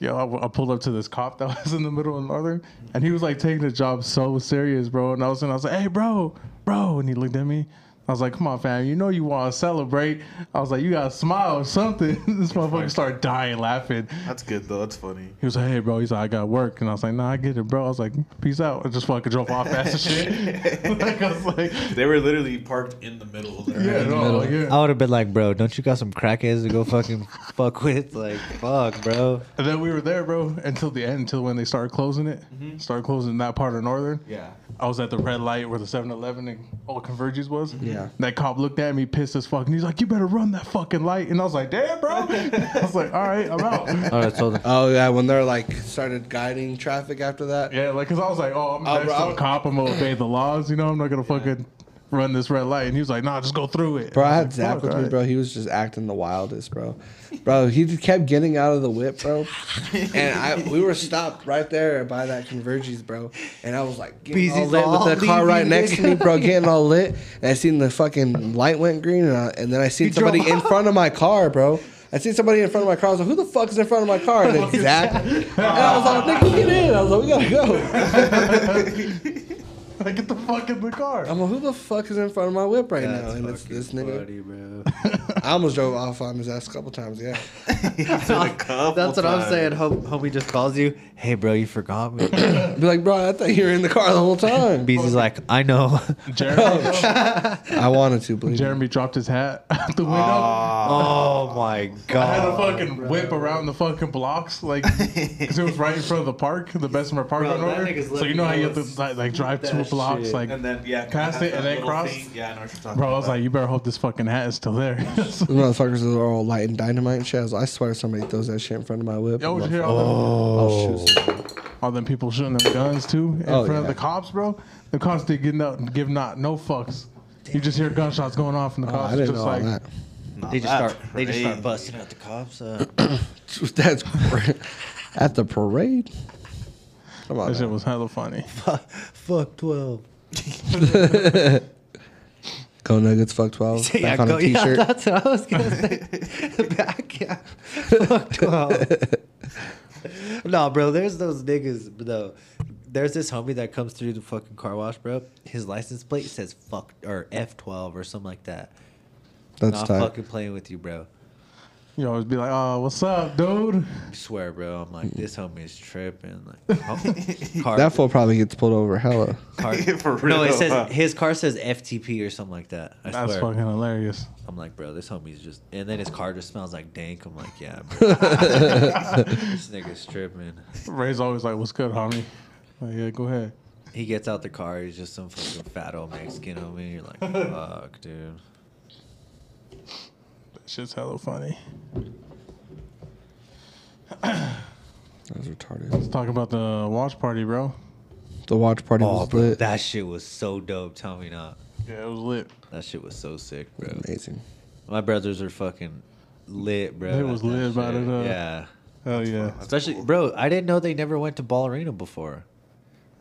S2: Yo, I, I pulled up to this cop that was in the middle of Northern, and he was like taking the job so serious, bro. And I was and I was like, "Hey, bro, bro," and he looked at me. I was like, "Come on, fam, you know you want to celebrate." I was like, "You gotta smile or something." this motherfucker started dying laughing.
S6: That's good though. That's funny.
S2: He was like, "Hey, bro," he's like, "I got work," and I was like, "Nah, I get it, bro." I was like, "Peace out," I just fucking drove off fast as shit. like I was like,
S6: They were literally parked in the middle. Of their
S2: "Yeah, no, like, yeah."
S4: I would have been like, bro, don't you got some crackheads to go fucking fuck with? Like, fuck, bro.
S2: And then we were there, bro, until the end, until when they started closing it.
S3: Mm-hmm.
S2: Started closing that part of Northern.
S6: Yeah.
S2: I was at the red light where the 7 Eleven and all Converges was.
S3: Yeah.
S2: That cop looked at me, pissed as fuck, and he's like, You better run that fucking light. And I was like, Damn, bro. I was like, All right, I'm out.
S4: All right, so the-
S3: Oh yeah, when they're like started guiding traffic after that.
S2: yeah, like, cause I was like, Oh, I'm
S3: Oh,
S2: next
S3: bro,
S2: to
S3: I
S2: a
S3: was-
S2: cop. I'm gonna obey the laws. You know, I'm not gonna fucking run this red light. And he was like, Nah, just go through it.
S3: Bro, I
S2: And
S3: had
S2: was
S3: Zach
S2: like,
S3: with
S2: "Fuck,
S3: me,
S2: all
S3: bro. He was just acting the wildest, bro. Bro, he just kept getting out of the whip, bro. And I we were stopped right there by that Converges, bro. And I was like getting all
S4: Beezy's
S3: lit
S4: all
S3: with the car
S4: leaving,
S3: right next to me,
S4: nigga.
S3: bro, getting all lit. And I seen the fucking light went green, and, I, and then I seen somebody
S4: drove
S3: in front of my car, bro. I seen somebody in front of my car. I was like, "Who the fuck is in front of my car?" And then Zach, and I was like, "Nigga, get in!" I was like, "We gotta go."
S2: Like, get the fuck in the car.
S3: I'm like, "Who the fuck is in front of my whip right now?"
S4: That's
S3: And it's
S4: fucking
S3: this nigga.
S4: funny, bro.
S3: I almost drove off on his ass a couple times. Yeah.
S4: That's what I'm saying. Hom- homie just calls you. Hey, bro, you forgot me.
S3: Be like, bro, I thought you were in the car the whole time.
S4: Beezy's like, I know.
S2: Jeremy,
S3: Oh, I wanted to, believe me.
S2: Jeremy dropped his hat out the window.
S6: Ah.
S4: oh my
S2: I had to
S4: god.
S2: fucking whip around the fucking blocks, like, because it was right in front of the park, the Bessemer Park
S4: Bro,
S2: on
S4: that
S2: Northern.
S4: nigga's
S2: So you
S4: letting
S2: know how you
S4: go
S2: have to like, like drive two
S4: that
S2: blocks,
S4: shit.
S2: like,
S6: And then yeah,
S2: past it and then cross.
S6: Yeah, I know what you're talking
S2: Bro, I
S6: about.
S2: was like, you better hope this fucking hat is still there. So-
S3: Those motherfuckers are all lighting dynamite and shit. I, was like, I swear somebody throws that shit in front of my whip.
S2: Yo,
S3: I'm
S2: did
S3: like,
S2: you hear
S3: oh,
S2: all, them,
S3: I'll shoot somebody.
S2: all them people shooting their guns too in
S3: Oh,
S2: front of
S3: yeah.
S2: the cops, bro? The cops did get not give not no fucks. You just hear gunshots going off, and the
S3: Oh,
S2: cops
S3: I
S2: are
S3: didn't
S2: just
S3: know all
S2: like,
S3: that.
S4: They just
S6: That's
S4: start. They just start
S6: crazy.
S4: busting out the cops. Uh,
S3: That's great. At the parade? Come on.
S2: that shit
S3: man.
S2: was hella funny.
S4: fuck twelve.
S3: Go Nuggets, fuck 12. Back
S4: yeah,
S3: on
S4: go,
S3: a t shirt.
S4: yeah, that's what I was gonna say. Back, yeah. Fuck twelve. no, bro, there's those niggas though. There's this homie that comes through the fucking car wash, bro. His license plate says fuck or F twelve or something like that.
S3: That's
S4: Not
S3: tight.
S4: fucking playing with you, bro.
S2: You always be like, "Oh, what's up, dude?"
S4: I swear, bro. I'm like, this homie is tripping. Like, ho- car,
S3: Mm. That fool probably gets pulled over hella.
S4: car-
S6: For real.
S4: No, it says
S6: huh?
S4: his car says FTP or something like that. I
S2: That's
S4: swear.
S2: fucking hilarious.
S4: I'm like, bro, this homie's just. And then his car just smells like dank. I'm like, yeah, bro. this nigga's tripping.
S2: Ray's always like, "What's good, homie?" Like, yeah, go ahead.
S4: He gets out the car. He's just some fucking fat old Mexican homie. You're like, fuck, dude.
S2: That shit's hella funny.
S3: That was retarded.
S2: Let's talk about the watch party, bro.
S3: The watch party
S4: Oh,
S3: was
S4: bro,
S3: lit.
S4: that shit was so dope. Tell me not.
S2: Yeah, it was lit.
S4: That shit was so sick, bro.
S3: Amazing.
S4: My brothers are fucking lit, bro.
S2: They
S4: at
S2: was
S4: that
S2: lit about
S4: shit.
S2: it, uh,
S4: Yeah.
S2: Hell yeah.
S4: Especially, bro, I didn't know they never went to Ball Arena before.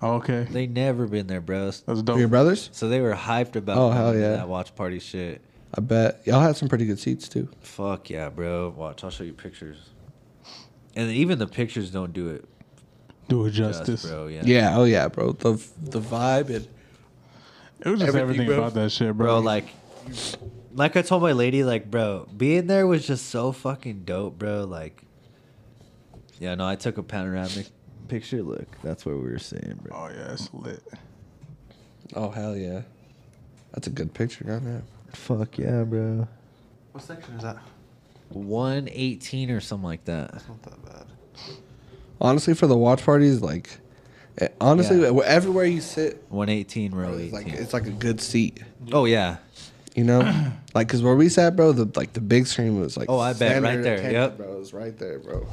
S2: Oh, Okay,
S4: They never been there, bro.
S2: that's
S3: For your
S2: dope.
S3: brothers?
S4: So they were hyped about
S3: Oh, hell
S4: going to
S3: yeah.
S4: that watch party shit.
S3: I bet y'all had some pretty good seats too.
S4: Fuck yeah, bro. Watch, I'll show you pictures. And even the pictures don't do it
S2: Do it
S4: justice,
S2: justice.
S4: bro. Yeah.
S3: Yeah. Oh yeah, bro. The the vibe and
S2: It was just
S3: Everything,
S2: everything
S3: bro.
S2: about that shit, bro.
S4: bro. Like, like I told my lady, like, bro, being there was just so fucking dope, bro. Like, yeah, no, I took a panoramic picture. Look, that's what we were saying, bro.
S2: oh yeah, it's lit.
S3: oh hell yeah, that's a good picture, goddamn.
S4: Fuck yeah, bro.
S6: What section is that?
S4: One eighteen or something like that.
S6: It's not that bad.
S3: Honestly, for the watch parties, like, eh, honestly,
S4: Yeah.
S3: wh- everywhere you sit,
S4: One eighteen row
S3: it's like
S4: eighteen.
S3: it's like a good seat.
S4: oh yeah.
S3: You know, like because where we sat, bro, the like the big screen was like
S4: Oh, I bet,
S3: standard
S4: right there,
S3: attention,
S4: yep.
S3: bro, it was right there, bro.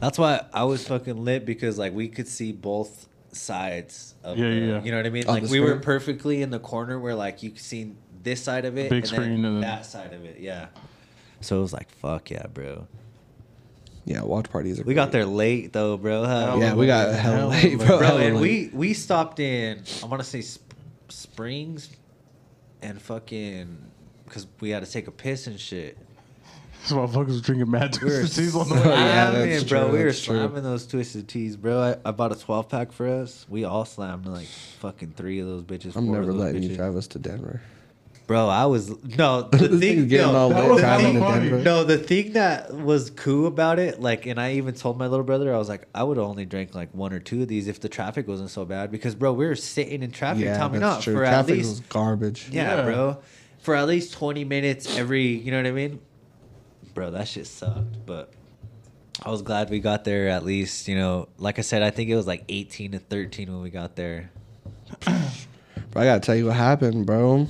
S4: That's why I was fucking lit because like we could see both sides of
S2: Yeah,
S4: the-
S2: yeah, yeah.
S4: you know what I mean?
S3: On
S4: like
S3: the
S4: we were
S3: screen?
S4: perfectly in the corner where like you could see this side of it
S2: Big
S4: and then
S2: screen and then-
S4: that side of it, yeah. So it was like fuck yeah, bro.
S3: Yeah, watch parties. Are
S4: We got
S3: great.
S4: there late though, bro. Huh?
S2: Yeah,
S3: Yeah, we got
S2: Hell
S3: hella late,
S2: of a-
S3: bro.
S4: bro,
S3: hella
S4: and
S3: late.
S4: we we stopped in I want to say sp- Springs and fucking cuz we had to take a piss and shit.
S2: This motherfuckers was drinking mad
S4: We were
S2: twisted teas on the
S4: slamming,
S2: way.
S3: Yeah, that's
S4: bro.
S3: true,
S4: we were
S3: that's true.
S4: slamming those twisted teas, bro. I, I bought a 12 pack for us. We all slammed like fucking three of those bitches.
S3: I'm
S4: four of
S3: never
S4: those
S3: letting you
S4: bitches.
S3: drive us to Denver.
S4: Bro, I was no the
S3: This
S4: thing.
S3: thing's getting
S4: no,
S3: all
S4: that
S2: lit
S4: was-
S2: driving
S4: the
S2: to
S4: thing-
S3: Denver.
S4: no, the thing that was cool about it, like, and I even told my little brother, I was like, I would only drink like one or two of these if the traffic wasn't so bad, because bro, we were sitting in traffic.
S3: yeah,
S4: Tell me
S3: that's
S4: not
S3: true.
S4: for
S3: Traffic
S4: at least
S3: was garbage.
S4: yeah,
S2: Yeah.
S4: bro. For at least 20 minutes every, you know what I mean? Bro, that shit sucked, but I was glad we got there at least, you know. Like I said, I think it was like 18 to 13 when we got there.
S3: Bro, I gotta tell you what happened, bro.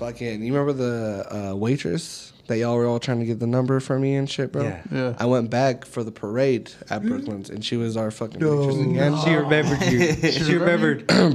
S3: Fucking, you remember the uh, waitress that y'all were all trying to get the number from me and shit, bro?
S4: Yeah.
S2: Yeah.
S3: I went back for the parade at Brooklands, and she was our fucking waitress again.
S4: She remembered you. she remembered.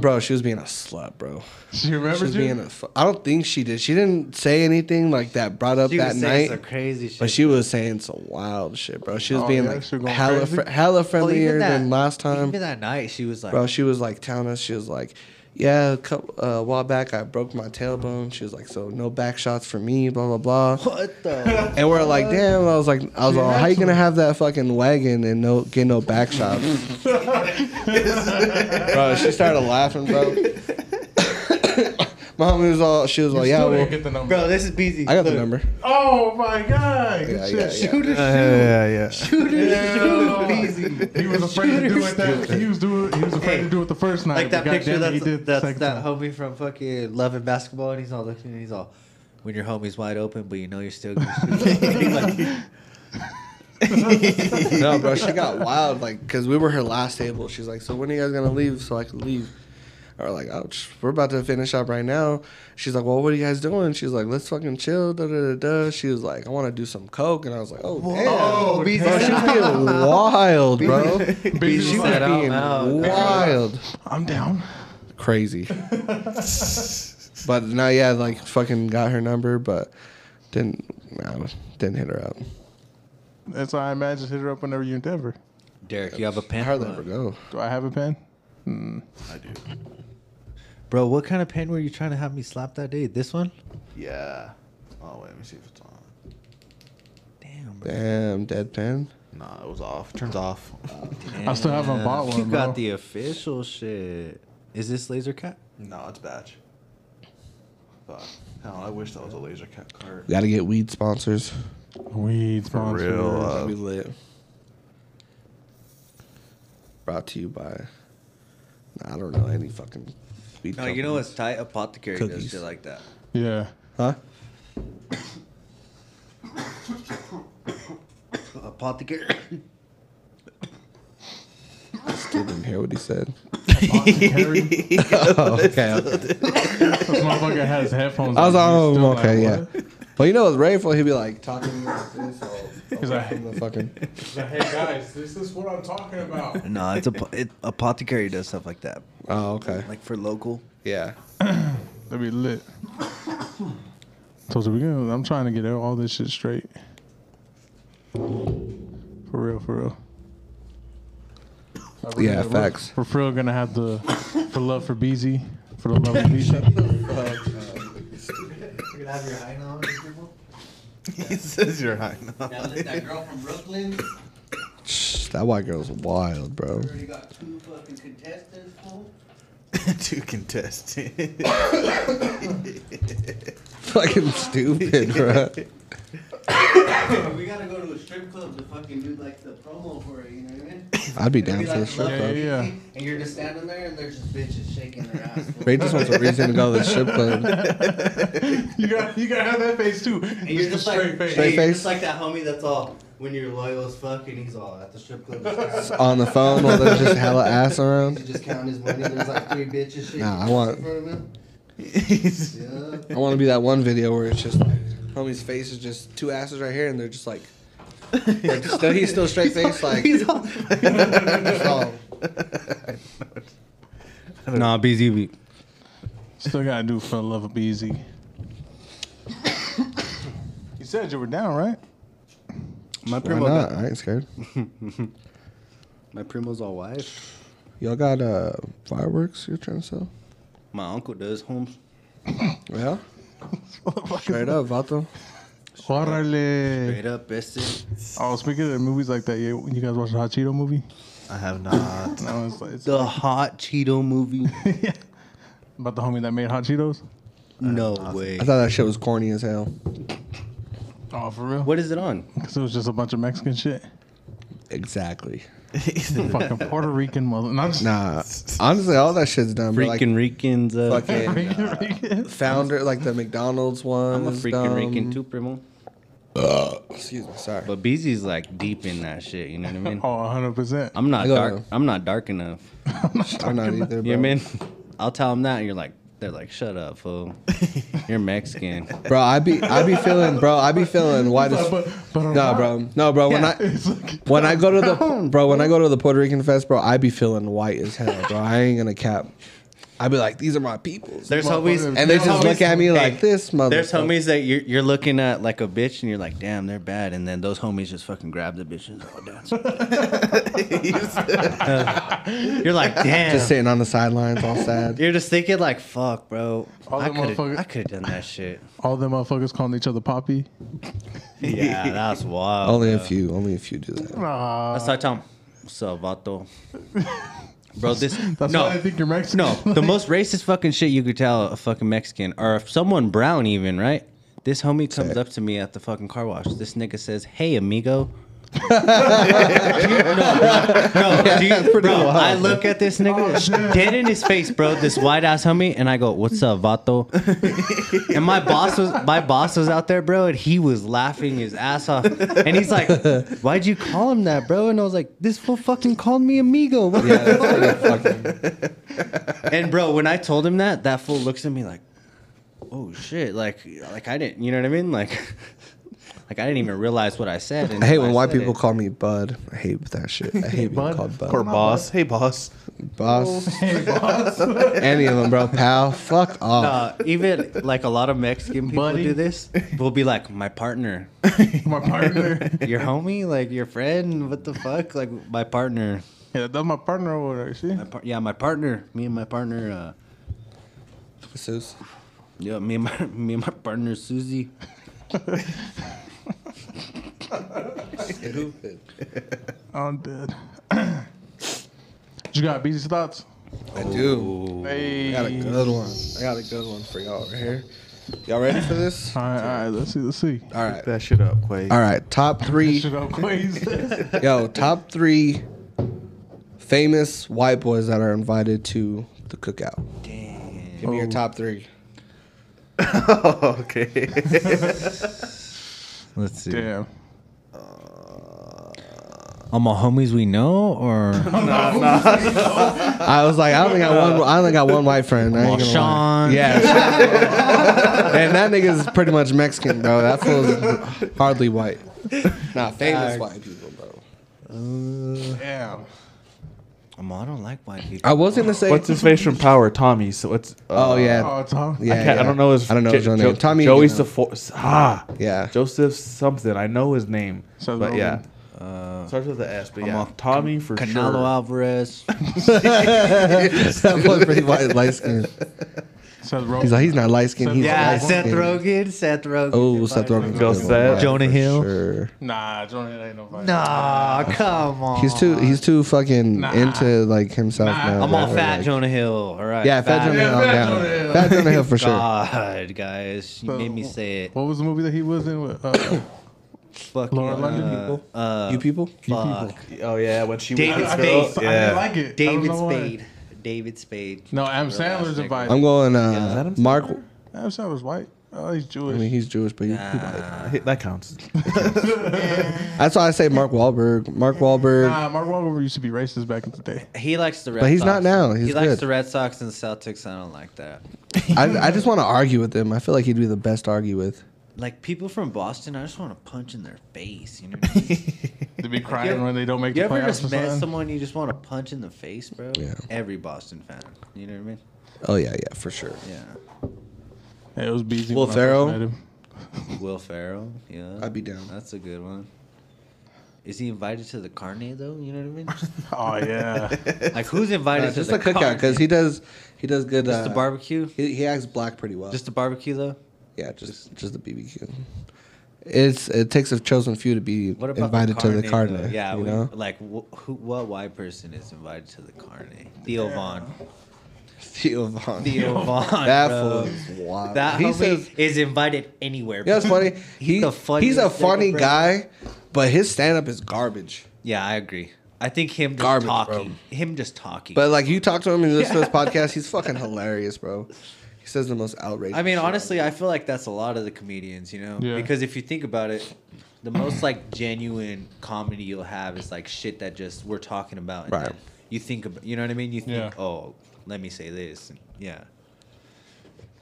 S3: bro, she was being a slut, bro.
S2: She
S3: She
S2: remembers
S3: was
S2: you.
S3: being a. Fu- I don't think she did. She didn't say anything like that brought up
S4: She
S3: that
S4: was saying some
S3: night.
S4: crazy shit.
S3: But she was saying some wild shit, bro. She was
S2: Oh,
S3: being
S2: yeah,
S3: like
S2: she going
S3: hella,
S2: crazy?
S3: fr- hella
S4: Well, even
S3: friendlier than last time.
S4: Even that night, she was like,
S3: Bro, she was like telling us, she was like, yeah, a couple uh, a while back I broke my tailbone. She was like, so no back shots for me, blah blah blah.
S4: "What the?"
S3: And we're like, damn. I was like, I was like, how you gonna have that fucking wagon and no get no back shots? bro, she started laughing, bro. Mommy was all, she was like, Oh, yeah,
S2: Still didn't
S3: well,
S2: get the number.
S4: Bro, this is BZ.
S3: I got the
S4: Look.
S3: number.
S2: Oh my god! Good
S3: Yeah, yeah,
S2: shit.
S3: yeah.
S6: yeah, yeah, yeah.
S2: Yeah. He was afraid to do it. That he was doing. He was afraid to do it the first night.
S4: like that
S2: but
S4: picture
S2: goddamn it,
S4: that's,
S2: he did the
S4: that's
S2: second
S4: that
S2: time.
S4: homie from fucking Love and Basketball, and he's all looking, and he's all, when your homie's wide open, but you know you're still gonna shoot." He's like,
S3: No, bro, she got wild, like, because we were her last table. She's like, so when are you guys going to leave so I can leave? Or like, oh, sh- we're about to finish up right now. She's like, well, what are you guys doing? She's like, let's fucking chill, da da da da. She was like, I want to do some coke. And I was like, oh, damn.
S4: BZ
S2: Oh,
S3: Bro, she was
S4: said-
S3: being wild, bro.
S2: Big
S3: She was
S2: shit.
S4: said, "I'm
S3: being
S4: out."
S3: wild.
S2: I'm down.
S3: Crazy. But no, yeah, like, fucking got her number, but didn't, nah, didn't hit her up.
S2: That's why I imagine hit her up whenever you're in Denver.
S4: Derek, you have a pen?
S3: Hardly ever go.
S2: Do I have a pen?
S6: I do.
S4: Bro, what kind of pen were you trying to have me slap that day? This one?
S6: Yeah. Oh wait, let me see if it's on.
S4: Damn, bro.
S3: Damn, deadpan.
S6: Nah, it was off. Turns off.
S2: I still haven't bought
S4: You
S2: one, bro.
S4: got the official shit. Is this laser cut?
S6: no, it's batch. Fuck. Hell, I wish that was a laser cat card.
S3: Gotta get weed sponsors.
S2: Weed sponsors.
S6: real, uh,
S3: That'd be lit. Brought to you by. I don't know any fucking. Weed
S4: No, you know
S3: companies.
S4: what's tight? Apothecary
S3: Cookies.
S4: does shit like that.
S2: yeah.
S3: Huh?
S4: Apothecary.
S3: Still didn't hear what he said.
S2: Apothecary?
S3: oh, okay. okay.
S2: this motherfucker has headphones.
S3: I was like,
S2: on. He's
S3: oh,
S2: still like,
S3: okay, yeah. Well, you know, with Rayful, he'd be like talking like this. Or,
S2: He's like-
S3: the fucking.
S2: He's like, hey guys, this is what I'm talking about.
S4: no, it's a it, apothecary does stuff like that,
S3: Oh, okay.
S4: like for local.
S3: Yeah.
S2: That'd be lit. Told you, we gonna, I'm trying to get all this shit straight. For real, for real. Like, we're
S3: Yeah,
S2: gonna- we're-
S3: facts.
S2: We're, for real gonna have to, for love for BZ, for the love of BZ.
S4: You're gonna have your high on people.
S6: He says you're high now.
S4: girl from Brooklyn
S3: Shh, That white girl's wild, bro.
S4: got two fucking contestants.
S6: Two contestants.
S3: Fucking stupid, bro.
S4: We gotta go to a strip club to fucking do like the promo for it. You know what I mean?
S3: I'd be down for the strip
S2: Yeah,
S3: club.
S2: yeah, yeah.
S4: And you're just standing there, and there's just bitches shaking their ass.
S3: Ray just wants a reason to go to the strip club.
S2: you got, you gotta have that face too.
S4: And you're just like,
S2: straight face.
S4: hey, you're
S3: face.
S4: just like that homie that's all when you're loyal as fuck, and he's all at the strip club. Just,
S3: On the phone while there's just hella ass
S4: he's
S3: around.
S4: just counting his money. There's like three bitches shaking.
S3: Nah, I
S4: their
S3: want-
S4: ass in front of him. Yeah.
S3: I want to be that one video where it's just homie's face is just two asses right here, and they're just like, like still, he's still straight face, like
S4: He's all.
S3: just all-
S4: Nah, BZB.
S2: Still gotta do for the love of BZ. you said you were down, right?
S4: My
S3: Why
S4: primo,
S3: not?
S4: got,
S3: I ain't scared.
S4: my primo's all wife.
S3: Y'all got uh fireworks you're trying to sell?
S4: My uncle does homes.
S3: Yeah. Straight up, Vato.
S2: Orale.
S4: Straight up, bested.
S2: Oh, speaking of movies like that, you, you guys watch the Hot Cheeto movie?
S6: I have not.
S2: No, it's, it's
S4: The hot Cheeto movie.
S2: about the homie that made Hot Cheetos.
S4: No way.
S3: I thought that shit was corny as hell.
S2: Oh, for real?
S4: What is it on?
S2: Because it was just a bunch of Mexican shit.
S3: Exactly.
S2: Fucking Puerto Rican mother. Not just
S3: Nah. Honestly, all that shit's done. bro.
S4: Freaking Ricans. Uh,
S3: Like, fucking
S2: Puerto Rican.
S3: founder, like the McDonald's one.
S4: I'm a
S3: is
S4: freaking
S3: dumb.
S4: Rican too, primo.
S3: Excuse me, sorry.
S4: But BZ's like deep in that shit. You know what I mean?
S2: Oh, 100%.
S4: I'm not
S3: I got
S4: dark.
S3: it.
S4: I'm not dark enough.
S3: I'm not either.
S4: You know
S3: bro.
S4: what I mean? I'll tell them that. And you're like, they're like, shut up, fool. You're Mexican.
S3: Bro, I be I be feeling, bro, I be feeling white as.
S2: but, but I'm
S3: No,
S2: not.
S3: bro, no, bro. When
S2: Yeah,
S3: I
S2: it's like,
S3: when I go to the bro, when I go to the Puerto Rican fest, bro, I be feeling white as hell, bro. I ain't gonna cap. I be like, these are my peoples,
S4: There's always
S2: Motherfucker.
S3: and they
S2: there's
S3: just
S2: homies-
S3: look at me
S4: Hey,
S3: like this, mother.
S4: There's homies that you're, you're looking at like a bitch and you're like, damn, they're bad. And then those homies just fucking grab the bitch and all dance. you're like, damn.
S3: just sitting on the sidelines, all sad.
S4: you're just thinking like, fuck, bro.
S2: All
S4: I
S2: them
S4: could
S2: motherfuckers-
S4: have done that shit.
S2: all them motherfuckers calling each other Poppy.
S4: Yeah, that's wild.
S3: Only a
S4: bro.
S3: few, only a few do that.
S2: Nah.
S4: That's how I tell 'em, What's up, vato? Bro, this
S2: That's
S4: no,
S2: why I think you're Mexican.
S4: no. The most racist fucking shit you could tell a fucking Mexican or if someone brown even right. This homie comes up to me at the fucking car wash. This nigga says, "Hey, amigo." no, no, no, do you- bro, I look at this nigga dead in his face, bro. This white ass homie, and I go, "What's up, vato?" and my boss was my boss was out there, bro, and he was laughing his ass off. And he's like, "Why'd you call him that, bro?" And I was like, "This fool fucking called me amigo." What the
S3: Yeah, that's pretty fucking.
S4: and bro, when I told him that, that fool looks at me like, "Oh shit!" Like, like I didn't, you know what I mean? Like, like I didn't even realize what I said.
S3: I hate when white people call me bud. I hate that shit. I hate being
S2: bud.
S3: called bud.
S6: Or boss. Hey, boss.
S3: boss. Any of them, bro. Pal, fuck off.
S4: Uh, even like a lot of Mexican people
S2: Buddy.
S4: do this. We'll be like, "My partner,
S2: My partner.
S4: your homie, like your friend. What the fuck? Like my partner,
S2: yeah, that's my partner over there, see?
S4: my par- yeah, my partner. Me and my partner. Uh,
S3: Jesus.
S4: yeah, me and my me and my partner Susie.
S2: I'm dead. you got BZ thoughts?
S3: I do.
S2: Hey.
S3: I got a good one. I got a good one for y'all right here. Y'all ready for this?
S2: All right, all right. Let's see. Let's see.
S3: All right.
S6: That shit up, Quay.
S3: All right. Top three.
S2: Shit up, Quays.
S3: Yo, top three famous white boys that are invited to the cookout. Damn. Give me your top three.
S6: okay.
S4: Let's see.
S2: Damn.
S4: All my homies we know, or
S3: I was like, I only got one. I only got one white friend. I ain't gonna lie.
S4: Sean.
S3: Yeah. and that nigga's pretty much Mexican, bro. That fool's hardly white. Nah, famous white people, bro.
S2: Damn.
S4: Um, I don't like white people.
S3: I was gonna say.
S7: What's his face from Power? Tommy. So what's? uh,
S3: oh yeah.
S2: Oh, Tom.
S3: Yeah,
S7: I, can't,
S3: yeah.
S7: I don't know his.
S3: I don't know his
S7: Jo-
S3: real name.
S7: Jo-
S3: Tommy. you
S7: Joey
S3: know.
S7: Sephora. Ah.
S3: Yeah.
S7: Joseph something. I know his name.
S2: So
S7: but
S2: Roman.
S7: yeah. Starts with the S, but yeah.
S4: off-
S7: Tommy for
S4: Canelo
S7: sure.
S4: Alvarez.
S3: that boy pretty white, light skin.
S2: Seth Rogen.
S3: He's like, he's not light skinned. He's
S2: Yeah,
S3: light
S2: Seth
S4: Rogen. Seth Rogen.
S3: Oh, Seth Rogen.
S7: Go Seth.
S4: Jonah Hill.
S3: Sure.
S2: nah, Jonah ain't no fight.
S4: Nah, come on.
S3: He's too. He's too fucking
S2: Nah.
S3: into like himself
S2: Nah.
S3: now.
S4: I'm all
S3: bro,
S4: fat
S3: like-
S4: Jonah Hill. All right.
S3: Yeah, fat Jonah Hill.
S2: Yeah,
S3: I'm
S2: fat
S3: down.
S2: Jonah Hill.
S3: Fat Jonah Hill for sure.
S4: God, guys, you
S2: So-
S4: made me say it.
S2: What was the movie that he was in? With, uh,
S4: Fuck
S2: Laura London
S4: uh,
S2: people?
S4: uh,
S3: You people?
S4: fuck.
S7: Oh yeah, when she
S4: David
S7: was
S2: I,
S7: a
S2: didn't-
S7: girl.
S4: Spade.
S2: I didn't
S7: Yeah.
S2: like it. I don't
S4: David
S2: know why.
S4: Spade. David Spade.
S2: No, Adam Sandler's
S4: Sandler.
S2: invited.
S3: I'm going.
S7: is that
S3: Uh,
S7: him?
S3: Mark.
S2: Adam Sandler's white. Oh, he's
S3: I
S2: Jewish.
S3: mean, he's Jewish, but he, he
S7: Uh, hey, that counts.
S3: That's why I say Mark Wahlberg. Mark Wahlberg.
S2: nah, Mark Wahlberg used to be racist back in the day.
S4: He likes the Red
S3: But he's
S4: Sox.
S3: not now.
S4: he
S3: He's
S4: likes
S3: good.
S4: the Red Sox and the Celtics. I don't like that.
S3: I, I just want to argue with him. I feel like he'd be the best to argue with.
S4: Like people from Boston, I just want to punch in their face. You know. What I mean?
S2: They be
S4: You
S2: crying
S4: ever-
S2: when they don't make
S4: you
S2: the
S4: ever
S2: playoffs. or
S4: just met
S2: something.
S4: someone you just want to punch in the face, bro?
S3: Yeah.
S4: Every Boston fan. You know what I mean?
S3: Oh yeah, yeah, for sure.
S4: Yeah.
S2: Yeah, it was BZ. when
S3: Will
S2: I first
S3: Ferrell?
S2: met him.
S4: Will Ferrell. Yeah.
S3: I'd be down.
S4: That's a good one. Is he invited to the carne though? You know what I
S2: Oh yeah.
S4: mean? like who's invited
S3: Uh,
S4: to
S3: just
S4: the
S3: a cookout
S4: carne?
S3: because he does he does good.
S4: Just
S3: uh,
S4: the barbecue.
S3: He, he acts black pretty well.
S4: Just the barbecue though.
S3: yeah, just just the BBQ. It's it takes a chosen few to be
S4: What about
S3: invited to the
S4: carne,
S3: carne.
S4: though? Yeah,
S3: you
S4: we,
S3: know.
S4: like wh- who, what white person is invited to the carne? Theo Vaughn.
S3: Theo Von.
S4: Theo Vaughn.
S3: That
S4: bro.
S3: fool is wild.
S4: That
S3: he
S4: homie
S3: says,
S4: is invited anywhere.
S3: "Yeah, it's
S4: bro.
S3: funny. He,
S4: the
S3: he's a
S4: funniest
S3: funny
S4: nigga, bro.
S3: guy, but his stand up is garbage."
S4: Yeah, I agree. I think him just
S3: Garbage,
S4: talking, him just talking.
S3: But like you talk to him and you listen to his podcast, he's fucking hilarious, bro. He says the most outrageous.
S4: I mean, honestly, I feel like that's a lot of the comedians, you know?
S2: Yeah.
S4: Because if you think about it, the most like genuine comedy you'll have is like shit that just we're talking about. and
S3: Right.
S4: then You think about, you know what I mean? You think,
S2: Yeah.
S4: oh, let me say this, and yeah.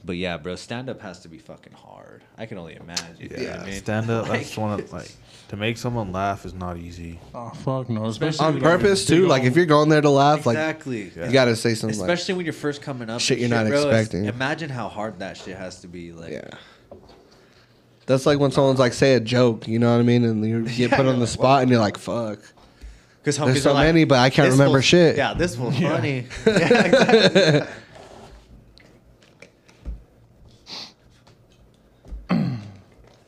S4: But yeah, bro, stand up has to be fucking hard. I can only imagine. you know what
S7: Yeah,
S4: I mean?
S7: stand up. I just
S4: Like-
S7: want to like to make someone laugh is not easy.
S2: oh fuck no. Especially
S3: on
S2: when you're
S3: purpose
S2: big
S3: too. Like
S2: old-
S3: if you're going there to laugh,
S4: Exactly.
S3: like you gotta say something. like-
S4: Especially when you're first coming up,
S3: Shit
S4: and
S3: you're not
S4: bro, it's-
S3: expecting.
S4: Imagine how hard that shit has to be. Like,
S3: yeah. That's like when someone's like say a joke, you know what I mean, and you get put on the spot, and you're like, "Fuck."
S4: Because
S3: There's so many, but I can't remember shit.
S4: Yeah, this one's funny.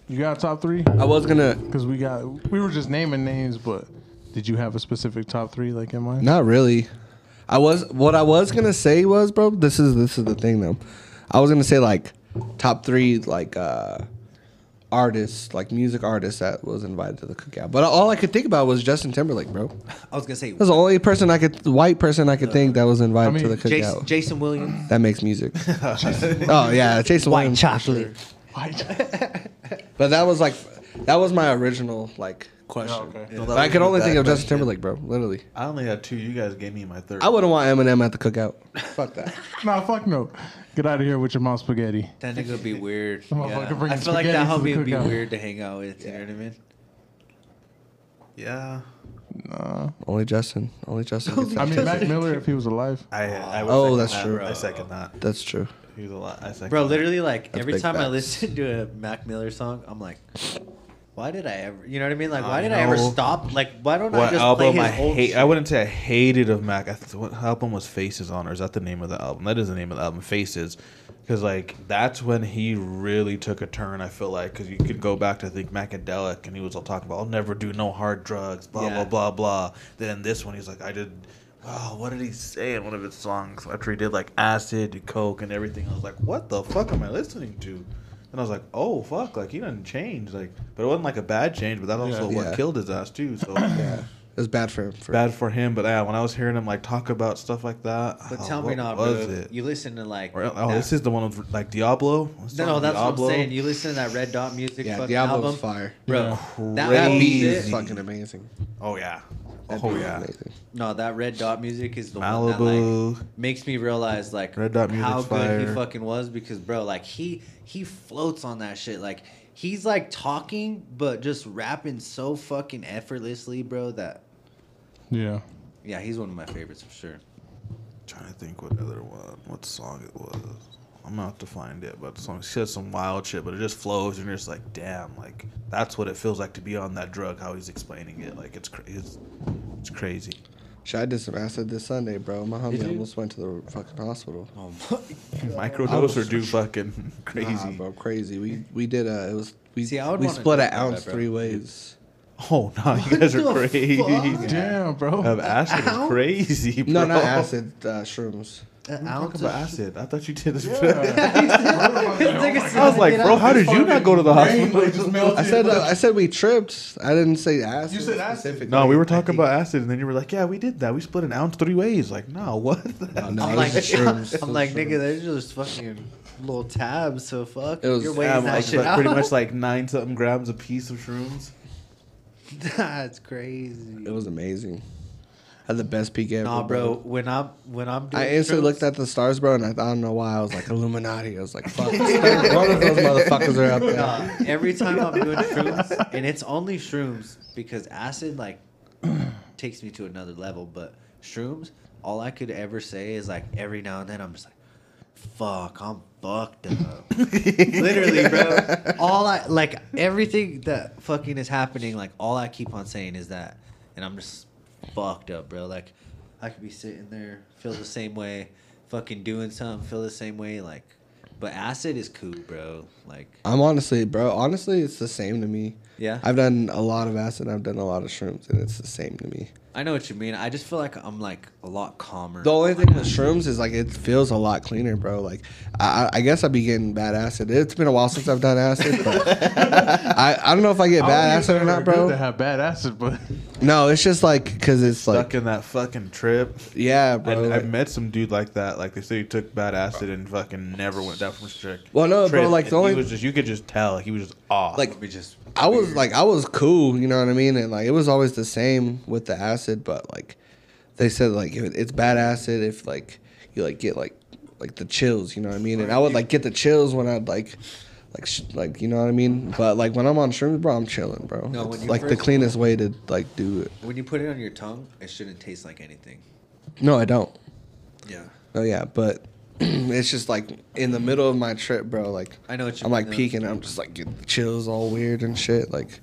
S2: you got top three
S3: I was gonna,
S2: because we got we were just naming names, but did you have a specific top three like in mind?
S3: not really. I was what I was gonna say was, bro. This is this is the thing though. I was gonna say like top three like uh artists, like music artists that was invited to the cookout. But all I could think about was Justin Timberlake, bro.
S4: I was gonna say
S3: That's the only person I could, white person I could think that was invited
S2: I
S3: to the
S2: mean,
S3: cookout.
S4: Jason, Jason Williams,
S3: that makes music. oh yeah, Jason
S4: White
S3: Williams.
S4: Chocolate.
S2: White.
S3: But that was like, that was my original like question.
S4: Oh,
S2: okay.
S3: But I could only think of Justin Timberlake, bro. Literally,
S7: I only had two. You guys gave me my third.
S3: I wouldn't want Eminem at the cookout. Fuck that.
S2: nah, fuck no. Get out of here with your mom spaghetti.
S4: That nigga would be weird.
S2: Motherfucker
S4: Yeah.
S2: bring
S4: I feel like that
S2: spaghetti to the
S4: homie would be
S2: cookout.
S4: weird to hang out with. You know what I mean?
S7: Yeah,
S3: Only Justin. Only Justin. could
S2: I
S3: think.
S2: mean, Mac Miller if he was alive.
S7: I. I would
S3: Oh,
S7: second
S3: that's
S7: that.
S3: true.
S7: I second that.
S3: That's true.
S7: He's a lot. I second.
S4: Bro,
S7: that.
S4: literally, like every
S3: big
S4: time I
S3: facts.
S4: listen to a Mac Miller song, I'm like, why did I ever? You know what I mean? Like, why
S7: I
S4: did I ever
S7: know.
S4: stop? Like, why don't I
S7: What
S4: just
S7: album
S4: play
S7: I
S4: his old
S7: hate?
S4: shit?
S7: I wouldn't say I hated of Mac. I th- what album was Faces on, or is that the name of the album? That is the name of the album, Faces, because like that's when he really took a turn. I feel like because you could go back to I think Macadelic, and he was all talking about I'll never do no hard drugs, blah
S4: Yeah.
S7: blah blah blah. Then this one, he's like I did. Oh, what did he say in one of his songs after he did like acid, coke, and everything? I was like, what the fuck am I listening to?
S6: And I was like, oh fuck, like he didn't change, like, but it wasn't like a bad change, but that's also
S3: Yeah.
S6: what
S3: Yeah.
S6: killed his ass too. So
S3: Yeah, it was bad for him. For
S6: bad for him. But yeah, when I was hearing him like talk about stuff like that,
S4: But
S6: oh,
S4: tell me
S6: what
S4: not,
S6: was
S4: bro.
S6: it?
S4: You listen to like
S6: Or, oh,
S4: that-
S6: this is the one with like Diablo. Let's
S4: no,
S6: talk
S4: no, that's
S6: Diablo.
S4: what I'm saying. You listen to that Red Dot Music
S3: yeah,
S4: fucking
S3: Diablo's
S4: album,
S3: fire.
S4: bro. That
S3: That
S4: whole
S3: beat
S4: shit-
S3: is fucking amazing.
S6: Oh yeah,
S3: That
S6: oh
S3: beat is
S6: yeah.
S3: amazing.
S4: No, that Red Dot Music is the one that like
S6: Malibu.
S4: makes me realize like
S6: Red Dot Music's
S4: how good he
S6: fire.
S4: fucking was because bro, like he he floats on that shit. Like he's like talking but just rapping so fucking effortlessly, bro. That
S2: Yeah.
S4: yeah, he's one of my favorites for sure.
S6: trying to think what other one, what song it was. I'm gonna have to find it, but the song she said some wild shit, but it just flows, and you're just like, damn, like that's what it feels like to be on that drug. How he's explaining it, like it's cra- it's, it's crazy.
S3: Shit, I did some acid this Sunday, bro. My homie
S6: you?
S3: almost went to the fucking hospital.
S4: Oh my.
S6: Microdose or do fucking crazy.
S3: Nah, bro, crazy. We we did a. It was we
S4: See, I would
S3: we
S4: wanna
S3: split
S4: do
S3: an
S4: that,
S3: ounce
S4: bro.
S3: three ways.
S6: Oh no, you guys are
S4: the
S6: crazy.
S4: fuck?
S2: Damn, bro.
S6: Of acid is crazy. Bro.
S3: No, not acid. Uh, shrooms.
S4: An
S6: Talk
S4: ounce
S6: about
S4: of
S6: acid. I thought you did this.
S4: I
S6: I was like, bro, how did you not go to the hospital?
S3: I said uh, I said we tripped. I didn't say acid.
S2: You said acid.
S3: specifically.
S6: No, we were talking
S3: I
S6: about acid, and then you were like, "Yeah, we did that. We split an ounce three ways." Like, no, what? the-
S3: think- No, no,
S4: I'm
S3: it
S4: like,
S3: was shrooms. It
S4: I'm
S3: was
S4: like, nigga,
S3: shrooms.
S4: there's just fucking little tabs. So fuck,
S3: It was-
S4: you're
S6: Yeah,
S4: weighing that
S6: like,
S4: shit
S6: like, pretty
S4: out.
S6: much like nine something grams a piece of shrooms.
S4: That's crazy.
S3: It was amazing. Had the best peak ever.
S4: Nah, bro. When I'm when I'm doing
S3: I instantly
S4: shrooms-
S3: looked at the stars, bro, and I, I don't know why. I was like Illuminati. I was like, fuck, one of those motherfuckers are up there.
S4: Nah, every time I'm doing shrooms, and it's only shrooms because acid like takes me to another level. But shrooms, all I could ever say is like every now and then I'm just like, fuck, I'm fucked up. Literally, bro. All I like everything that fucking is happening, like all I keep on saying is that, and I'm just fucked up, bro. Like I could be sitting there, feel the same way, fucking doing something, feel the same way, like. But acid is cool, bro. Like
S3: I'm honestly, bro. Honestly, it's the same to me.
S4: Yeah.
S3: I've done a lot of acid. I've done a lot of shrooms, and it's the same to me.
S4: I know what you mean. I just feel like I'm like a lot calmer.
S3: The only thing with shrooms is like it feels a lot cleaner, bro. Like I, I I guess I'd be getting bad acid. It's been a while since I've done acid, but I, I don't know if I get bad acid or not,
S2: To
S3: bro.
S2: have bad acid, but
S3: No, it's just like because it's
S6: Stuck
S3: like
S6: in that fucking trip.
S3: yeah,
S6: I,
S3: bro.
S6: I
S3: like-
S6: met some dude like that. Like they say, he took bad acid and fucking never went down from his trick.
S3: Well, no, bro,
S6: trip,
S3: like, the
S6: and
S3: only-
S6: he was just you could just tell like, he was just off.
S3: Like-
S4: we just
S3: I was like I was cool, you know what I mean? And like it was always the same with the acid, but like they said like if it- it's bad acid if like you like get like like the chills, you know what I mean? And I would like get the chills when I'd like like sh- like you know what I mean? But like when I'm on shrooms, bro, I'm chilling, bro.
S4: No, when
S3: it's
S4: you
S3: like the
S4: first-
S3: cleanest way to like do it.
S4: when you put it on your tongue, it shouldn't taste like anything.
S3: No, I don't.
S4: Yeah,
S3: Oh yeah, but it's just like in the middle of my trip, bro. Like
S4: I know what you
S3: I'm like
S4: mean, though.
S3: peeking. I'm just like getting chills, all weird and shit. Like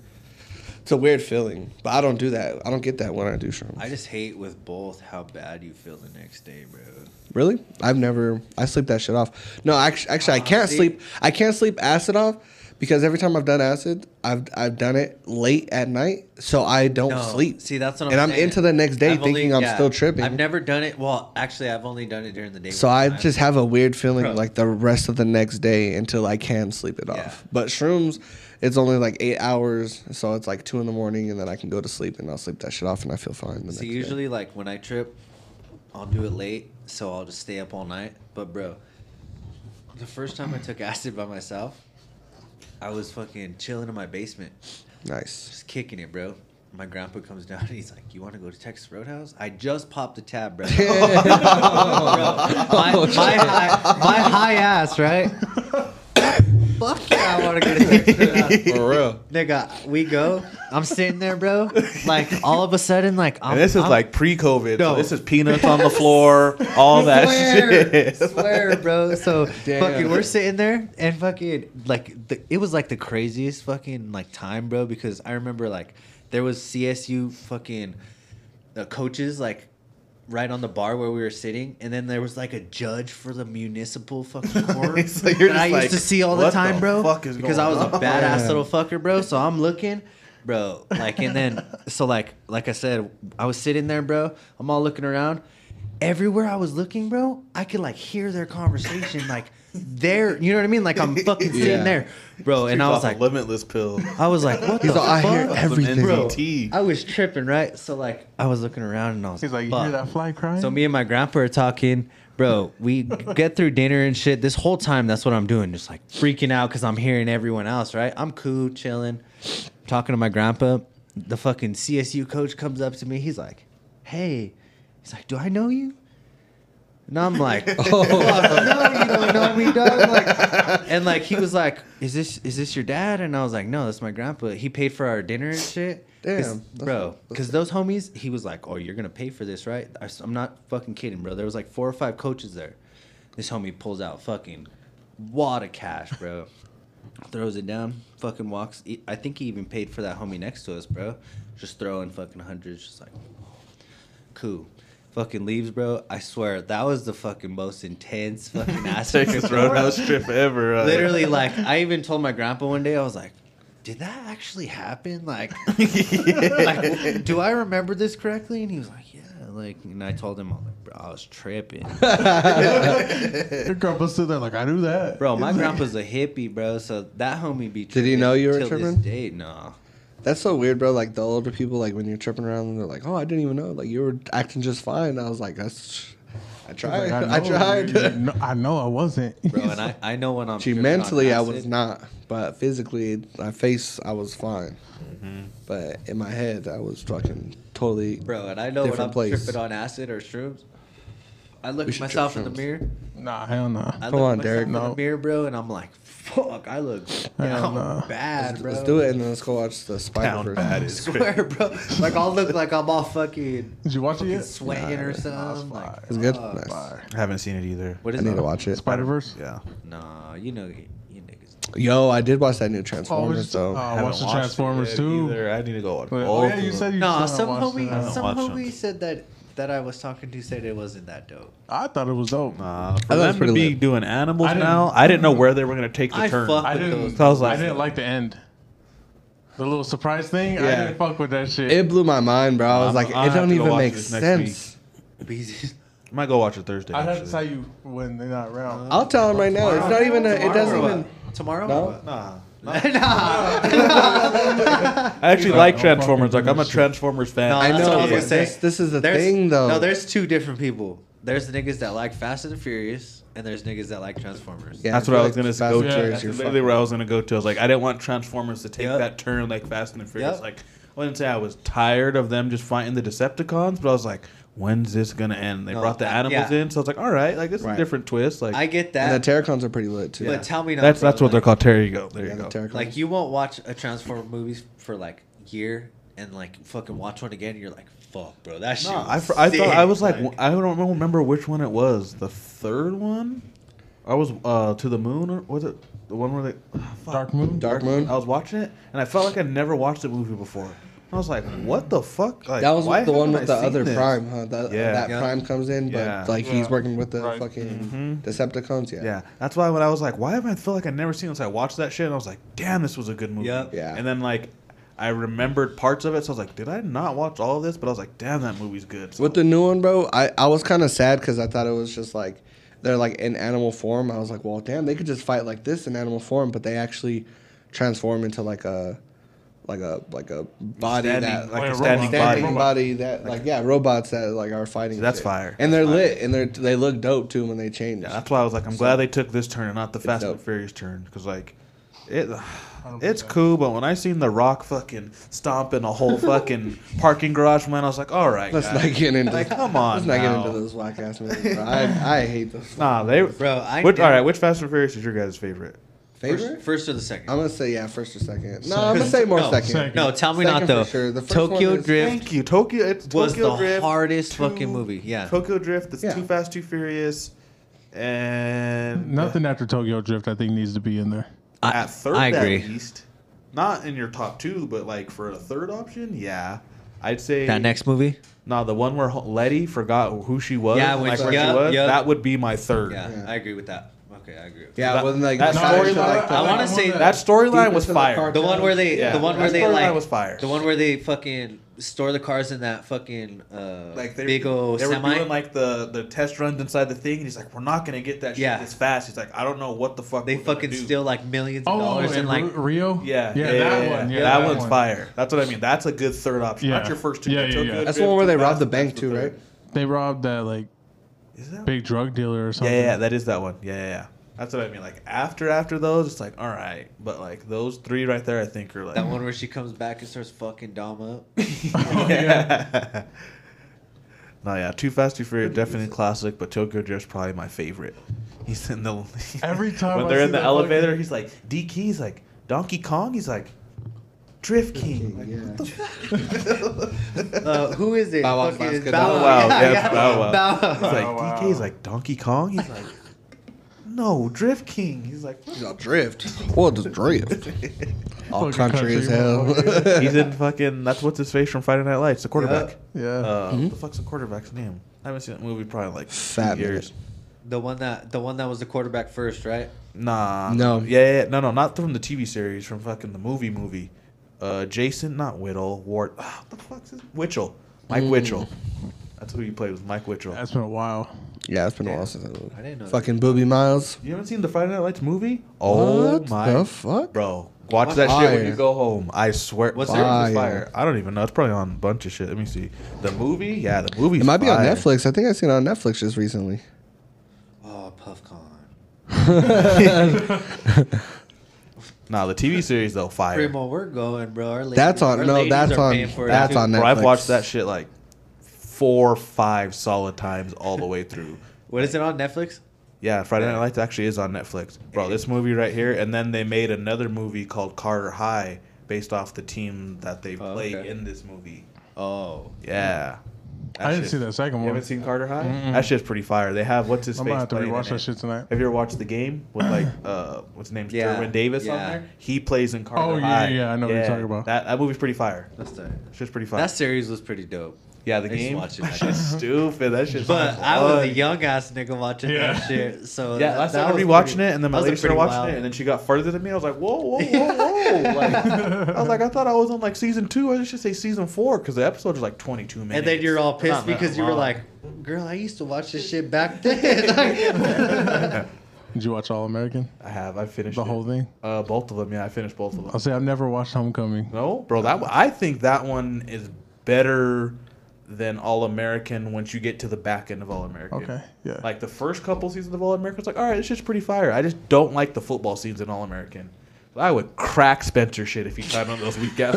S3: it's a weird feeling, but I don't do that. I don't get that when I do shrooms.
S4: I just hate with both how bad you feel the next day, bro.
S3: really, I've never. I sleep that shit off. No, actually, actually, I
S4: Ah,
S3: can't
S4: see?
S3: sleep. I can't sleep acid off because every time I've done acid, I've I've done it late at night, so I don't sleep.
S4: See, that's what I'm.
S3: and I'm
S4: saying.
S3: into the next day
S4: I've only-
S3: thinking I'm
S4: yeah,
S3: still tripping.
S4: I've never done it. Well, actually, I've only done it during the day.
S3: So
S4: one
S3: I
S4: time.
S3: just have a weird feeling
S4: Bro.
S3: like the rest of the next day until I can sleep it
S4: Yeah.
S3: off. But shrooms, it's only like eight hours, so it's like two in the morning, and then I can go to sleep and I'll sleep that shit off, and I feel fine. The next
S4: See,
S3: day.
S4: usually, like when I trip, I'll do it late, so I'll just stay up all night. But bro, the first time I took acid by myself, I was fucking chilling in my basement.
S3: nice.
S4: just kicking it, bro. My grandpa comes down and he's like, "You want to go to Texas Roadhouse?" I just popped the tab, bro. Bro, my,
S3: Oh,
S4: my high, my high ass, right? Fuck yeah, I want to go to Texas Roadhouse.
S3: For real.
S4: Nigga, we go. I'm sitting there, bro. Like all of a sudden, like I'm,
S6: and this is
S4: I'm-
S6: like pre-COVID.
S4: No.
S6: So this is peanuts on the floor, all that
S4: swear,
S6: shit.
S4: swear, bro. So
S3: Damn.
S4: fucking, we're sitting there and fucking like the, it was like the craziest fucking like time, bro. Because I remember like there was CSU fucking uh, coaches like right on the bar where we were sitting, and then there was like a judge for the municipal fucking court
S6: So you're
S4: that I
S6: just
S4: used to
S6: like,
S4: see all the
S6: "What
S4: time,
S6: the
S4: bro.
S6: fuck is
S4: because
S6: going
S4: I was a
S6: on?"
S4: badass
S3: Yeah.
S4: little fucker, bro. So I'm looking. Bro, like and then so like like I said, I was sitting there, bro. I'm all looking around, everywhere I was looking, bro, I could like hear their conversation, like there. You know what I mean? Like I'm fucking sitting
S3: Yeah.
S4: there, bro. And I was like,
S6: limitless pill.
S4: I was like, what the
S3: all, "I hear
S4: fuck?
S3: everything."
S4: Bro,
S6: MDT.
S4: I was tripping, right? So like, I was looking around and I was
S2: He's like, you
S4: "Fuck."
S2: hear that fly crying?
S4: So me and my grandpa are talking, bro. We get through dinner and shit. This whole time, that's what I'm doing, just like freaking out because I'm hearing everyone else. Right? I'm cool, chilling, talking to my grandpa. The fucking CSU coach comes up to me. He's like, "Hey," he's like, "Do I know you?" And I'm like, "Oh, fuck, no, you don't know me, dog." Like, and like he was like, "Is this is this your dad?" And I was like, "No, that's my grandpa. He paid for our dinner and shit." 'Cause-
S3: Damn, that's-
S4: bro. Because those homies, he was like, "Oh, you're gonna pay for this, right?" I, am not fucking kidding, bro. There was like four or five coaches there. This homie pulls out fucking wad of cash, bro. Throws it down, fucking walks. E- I think he even paid for that homie next to us, bro. Just throwing fucking hundreds, just like, cool. Fucking leaves, bro. I swear that was the fucking most intense fucking ass
S6: Texas Roadhouse strip ever. uh,
S4: Literally, like I even told my grandpa one day, I was like, "Did that actually happen? Like, like, do I remember this correctly?" And he was like, "Yeah." Like, and I told him, "I'm like, bro, I was tripping,
S2: Your grandpa's still there, like, I knew that.
S4: bro. My grandpa's a hippie, bro. So that homie be
S3: Did he know you were
S4: till this
S3: tripping?
S4: Day, no.
S3: That's so weird, bro. Like the older people, like when you're tripping around, they're like, "Oh, I didn't even know. Like you were acting just fine." I was like, "That's, I
S2: Like,
S3: tried. I,
S2: know.
S3: tried."
S2: No, I know I wasn't.
S4: bro. And I, I know when I'm
S3: She
S4: tripping on
S3: mentally, I was
S4: acid.
S3: not, but physically, my face, I was fine. But in my head, I was fucking totally.
S4: Mm-hmm. bro. And I know when
S3: different
S4: I'm
S3: place.
S4: tripping on acid or shrooms. I
S3: We
S4: look at
S3: should
S4: myself in
S3: trip
S4: the
S3: shrooms.
S4: mirror.
S2: nah, hell nah.
S4: I
S3: Come
S4: look
S3: on,
S4: at
S3: Derek.
S4: myself in
S2: No.
S4: the mirror, bro, and I'm like, "Fuck, I look down
S2: no.
S4: bad, bro."
S3: Let's do it, and then let's go watch the spider
S6: bad
S3: verse.
S6: is
S4: swear, bro. Like I'll look like I'm all fucking
S2: Did you watch it yet?
S4: swagging or something.
S2: Nah,
S4: Like,
S3: It's good.
S4: fuck.
S3: nice.
S6: I haven't seen it either.
S4: What
S3: I
S4: is
S3: need
S4: it?
S3: to watch it.
S2: Spider Verse.
S6: Yeah.
S4: Nah, you know you niggas.
S3: Yo, I did watch that new Transformers though.
S2: Oh, I
S6: Haven't
S2: watched the
S6: watched it
S2: Transformers
S6: yet
S2: too.
S6: either. I need to go watch.
S2: Wait,
S6: all
S2: oh yeah,
S6: of
S2: you
S6: them.
S2: said you
S4: Nah,
S2: still
S4: some
S2: watched
S4: homie,
S2: it, huh?
S6: don't
S4: some
S6: watch them.
S4: homie said that that I was talking to said it wasn't that dope.
S2: I thought it was dope.
S6: Nah, for
S3: thought it was
S6: them to
S3: pretty
S6: be
S3: lit.
S6: doing animals
S2: I didn't-
S6: now, I didn't know where they were gonna take the
S4: I
S6: turn.
S4: fuck
S2: I
S4: with
S2: didn't.
S4: those.
S6: So I was like-
S2: I didn't like the end. The little surprise thing. I
S3: Yeah.
S2: didn't fuck with that shit.
S3: It blew my mind, bro. I was
S6: I'm-
S3: like,
S6: I'll
S3: it
S6: have
S3: don't
S6: to go
S3: even
S6: watch
S3: make
S6: this next week.
S3: sense.
S4: bees.
S6: I might go watch it Thursday.
S2: I'd have to
S6: actually.
S2: tell you when they're not around.
S3: I'll tell him right now. It's not even. A, it doesn't
S4: Tomorrow or
S3: even.
S4: what? tomorrow.
S3: No?
S4: or what?
S6: Nah.
S4: nah,
S6: I actually
S2: Nah,
S6: like
S2: don't
S6: Transformers.
S2: fucking
S6: Like
S2: do
S6: I'm a
S2: this shit.
S6: Transformers fan.
S4: No,
S3: I
S4: That's what I
S3: know.
S4: was
S3: but
S4: gonna say.
S3: This, this is the
S4: There's-
S3: thing, though.
S4: No, there's two different people. There's the niggas that like Fast and the Furious, and there's niggas that like Transformers.
S3: Yeah,
S6: That's
S3: I
S6: what I
S3: feel
S6: was gonna
S3: like Fast and
S6: go to.
S2: Furious,
S6: That's
S3: you're
S6: literally where I was gonna go to. I was like, I didn't want Transformers to take
S4: Yep.
S6: that turn like Fast and the Furious.
S4: Yep.
S6: Like I wouldn't say I was tired of them just fighting the Decepticons, but I was like, when's this gonna end? They
S4: No,
S6: brought the
S4: uh,
S6: animals
S4: yeah.
S6: in, so I was like, all right, like this is
S3: Right.
S6: a different twist. Like
S4: I get that.
S3: And the Terracons are pretty lit too.
S4: But tell me not.
S6: that's
S4: bro,
S6: that's what
S4: like-
S6: they're called. There you go. There
S3: yeah,
S6: you
S3: the
S6: go.
S3: Terracons.
S4: Like you won't watch a Transformer movies for like year and like fucking watch one again. And you're like, fuck, bro, that shit.
S6: No, I,
S4: was
S6: fr- I thought I
S4: sick."
S6: was like, w- I don't remember which one it was. The third one, I was uh to the moon or was it the one where they ah, fuck.
S2: Dark Moon.
S3: Dark Moon.
S6: I was watching it and I felt like I'd never watched a movie before. I was like, what the fuck? Like,
S3: That was
S6: why
S3: the one
S6: haven't
S3: with the
S6: I seen
S3: other
S6: this?
S3: Prime, huh? That,
S6: Yeah.
S3: that
S4: Yeah.
S3: Prime comes in, but
S6: Yeah. Mm-hmm.
S3: like he's
S2: Yeah.
S3: working with the
S2: Right.
S3: fucking Decepticons. Yeah.
S6: Yeah, that's why when I was like, why have I felt like I never seen this? I watched that shit and I was like, damn, this was a good movie.
S4: Yep.
S3: Yeah.
S6: And then like, I remembered parts of it, so I was like, did I not watch all of this? But I was like, damn, that movie's good. So
S3: With the new one, bro, I, I was kind of sad because I thought it was just like they're like in animal form. I was like, well, damn, they could just fight like this in animal form, but they actually transform into like a like a like a body
S6: standing,
S3: that
S6: like
S2: Like
S6: a
S2: a
S6: standing
S2: robot.
S6: body.
S3: standing body, that like yeah robots that like are fighting.
S6: That's
S3: shit.
S6: fire.
S3: And they're
S6: That's fire.
S3: lit and they're they look dope too when they change.
S6: Yeah, that's why I was like, I'm glad they took this turn and not the Fast and
S3: dope.
S6: the Furious turn, because like, it,
S2: don't
S6: it's
S2: believe that.
S6: cool. But when I seen The Rock fucking stomping a whole fucking parking garage, man, I was like, all right,
S3: Let's
S6: guys.
S3: not get into
S6: Like, come on
S3: Let's not get
S6: now.
S3: into those whack ass movies. Bro. I I hate those.
S6: nah, they,
S4: Bro, I
S6: which, all
S4: never-
S6: right, which Fast and Furious is your guys' favorite?
S3: Favorite?
S4: first, first or the second.
S3: I'm gonna say yeah, first or second. No, I'm gonna say more
S4: no,
S3: second.
S2: second.
S4: no, tell me
S3: Second
S4: not
S3: for
S4: though.
S3: sure. The first
S4: Tokyo
S3: one is-
S4: Drift
S6: Thank you, Tokyo. It's Tokyo
S4: was the
S6: Drift,
S4: hardest
S6: two-
S4: fucking movie. Yeah.
S6: Tokyo Drift. That's
S3: Yeah.
S6: Too Fast, Too Furious, and
S2: Nothing after Tokyo Drift, I think, needs to be in there.
S4: I,
S6: at third
S4: I
S6: at
S4: agree.
S6: least. Not in your top two, but like for a third option, yeah. I'd say
S4: That next movie.
S6: No, the one where Ho- Letty forgot who she was.
S4: Yeah,
S6: and,
S4: which-
S6: like, where
S4: yeah,
S6: she was.
S4: yeah.
S6: That would be my third.
S4: Yeah, I agree with that. Okay, I agree. With
S3: Yeah,
S6: That-
S3: it wasn't like
S6: that
S3: the first
S6: storyline-
S3: or, like the-
S4: I
S2: Like,
S4: wanna
S2: the
S4: say
S2: one
S6: That storyline
S3: Deep
S6: was
S3: into the
S6: fire.
S3: cartoon.
S4: The one where they,
S6: Yeah.
S4: the one where
S6: That
S4: they
S6: storyline
S4: like
S6: was fire.
S4: The one where they fucking store the cars in that fucking uh,
S6: Like they,
S4: big old
S6: they were
S4: semi.
S6: doing like the, the test runs inside the thing, and he's like, "We're not gonna get that shit
S4: Yeah.
S6: this fast." He's like, "I don't know what the fuck
S4: they
S6: we're gonna
S4: fucking
S6: do."
S4: steal like millions of
S2: Oh,
S4: dollars
S2: in
S4: and like
S2: Ru- Rio.
S6: Yeah,
S2: yeah, that one. Yeah,
S6: that,
S2: that
S6: one's
S2: one.
S6: fire. That's what I mean. That's a good third option.
S2: Yeah.
S6: Not your first two.
S2: Yeah,
S6: That's
S2: yeah,
S6: a
S2: yeah.
S6: good
S3: That's
S6: bid,
S3: the one where they
S6: two
S3: robbed the
S6: thousand,
S3: bank
S6: that's
S3: too,
S6: the
S3: right?
S6: third.
S2: They robbed that like
S6: Is that
S2: big drug dealer or
S6: Yeah,
S2: something.
S6: yeah, yeah, that is that one. Yeah, yeah, yeah. That's what I mean. Like after after those, it's like all right, but like those three right there, I think are like
S4: that one where she comes back and starts fucking Dom up.
S6: yeah. no, yeah, Too Fast, Too Furious, definitely classic, but Tokyo Drift's probably my favorite. He's in the
S2: Every time
S6: when
S2: I
S6: they're
S2: see
S6: in the
S2: that
S6: elevator,
S2: fucking-
S6: he's like DK, he's like Donkey Kong, he's like Drift King. Like, what the fuck?
S2: Oh,
S4: Uh, who is it?
S3: Bow Wow's
S4: Fucking-
S3: basket.
S4: Bow
S3: Bow
S4: Wow.
S6: Wow,
S4: Yeah,
S6: yeah,
S4: yeah.
S6: Bow Wow.
S4: Bow
S6: he's
S4: Wow.
S6: like
S2: Oh, wow.
S6: DK's like Donkey Kong, he's like no Drift King, he's like
S3: He's all drift. Well, just drift. All
S2: Fucking
S3: country, as
S2: country,
S3: hell.
S6: he's in fucking that's what's his face from Friday Night Lights, the quarterback.
S2: Yeah.
S6: Uh, What the fuck's the quarterback's name? I haven't seen that movie probably in, like
S3: Fat
S6: two years.
S4: The one that the one that was the quarterback first, right?
S6: Nah.
S3: No.
S6: Yeah, yeah, yeah. no, no, not from the TV series, from fucking the movie movie. Uh, Jason, not Whittle, Ward. ah, what the fuck's his? Witchell.
S3: Mm.
S6: Mike Witchell. That's who he played with, Mike Witchell.
S2: That's been a while.
S3: yeah, it's been a while since I looked.
S4: I didn't know that.
S3: Fucking Booby Miles.
S6: you haven't seen the Friday Night Lights movie? Oh
S3: what
S6: my.
S3: the fuck?
S6: Bro, watch that shit when
S3: Fire.
S6: you go home. I swear.
S4: What
S6: Fire.
S4: series
S3: is
S6: Fire. I don't even know. It's probably on a bunch of shit. Let me see. The movie? Yeah, the movie.
S3: It might be on Netflix. I think I seen it on Netflix just recently.
S4: Oh, PuffCon.
S6: Nah, the TV series, though, fire.
S4: Primo, we're going, bro. Our ladies,
S3: That's on-
S4: our
S3: no,
S4: ladies
S3: that's
S4: are
S3: on-
S4: paying for it.
S3: that's on-
S6: Bro, I've
S3: Netflix.
S6: watched that shit like four, five solid times all the way through.
S4: What is it on Netflix?
S6: Yeah, Friday Night Lights actually is on Netflix. Bro, this movie right here, and then they made another movie called Carter High based off the team that they
S4: Oh,
S6: play
S4: okay.
S6: in this movie.
S4: Oh,
S6: Yeah.
S2: I didn't
S6: shit-
S2: see that second
S6: You
S2: one.
S6: haven't seen Carter High? That shit's pretty fire. They have what's his
S2: I'm
S6: face
S2: gonna have to
S6: playing in
S2: rewatch
S6: it.
S2: that shit tonight.
S6: Have you ever watched the game with like uh what's his name's
S4: Yeah,
S6: Derwin Davis on
S4: yeah.
S6: there? He plays in Carter
S2: Oh, yeah,
S6: High.
S2: yeah, I know what you're talking about.
S6: That, that movie's pretty fire.
S4: that's the,
S6: Shit's pretty fire.
S4: that series was pretty dope.
S6: Yeah, the
S4: I just
S6: game.
S4: watched it
S6: That
S4: back
S6: shit's
S4: then.
S6: stupid. That shit's.
S4: But I was a
S6: fun.
S4: young ass nigga watching
S2: Yeah.
S4: that shit. So
S6: Yeah,
S4: that-
S6: last
S4: that
S6: time I was
S4: was
S6: rewatching
S4: pretty-
S6: it, and then
S4: that
S6: my
S4: was a
S6: lady started
S4: pretty
S6: watching
S4: wild-
S6: it, and then she got further than me. I was like, whoa, whoa, whoa, whoa! like, I was like, I thought I was on like season two. I should say season four because the episodes are like twenty-two minutes.
S4: And then you're all
S6: They're
S4: pissed
S6: not that
S4: because you were
S6: long.
S4: like, "Girl, I used to watch this shit back then."
S2: Did you watch All American?
S6: I have, I finished
S2: The
S6: it.
S2: whole thing?
S6: Uh, both of them. Yeah, I finished both of
S2: I'll
S6: them.
S2: say I've never watched Homecoming.
S6: No, bro, that one- I think that one is better than All American once you get to the back end of All American.
S2: Okay, yeah.
S6: Like the first couple seasons of All American, it's like, all right, it's just pretty fire. I just don't like the football scenes in All American. I would crack Spencer shit if he tried one of those weak ass.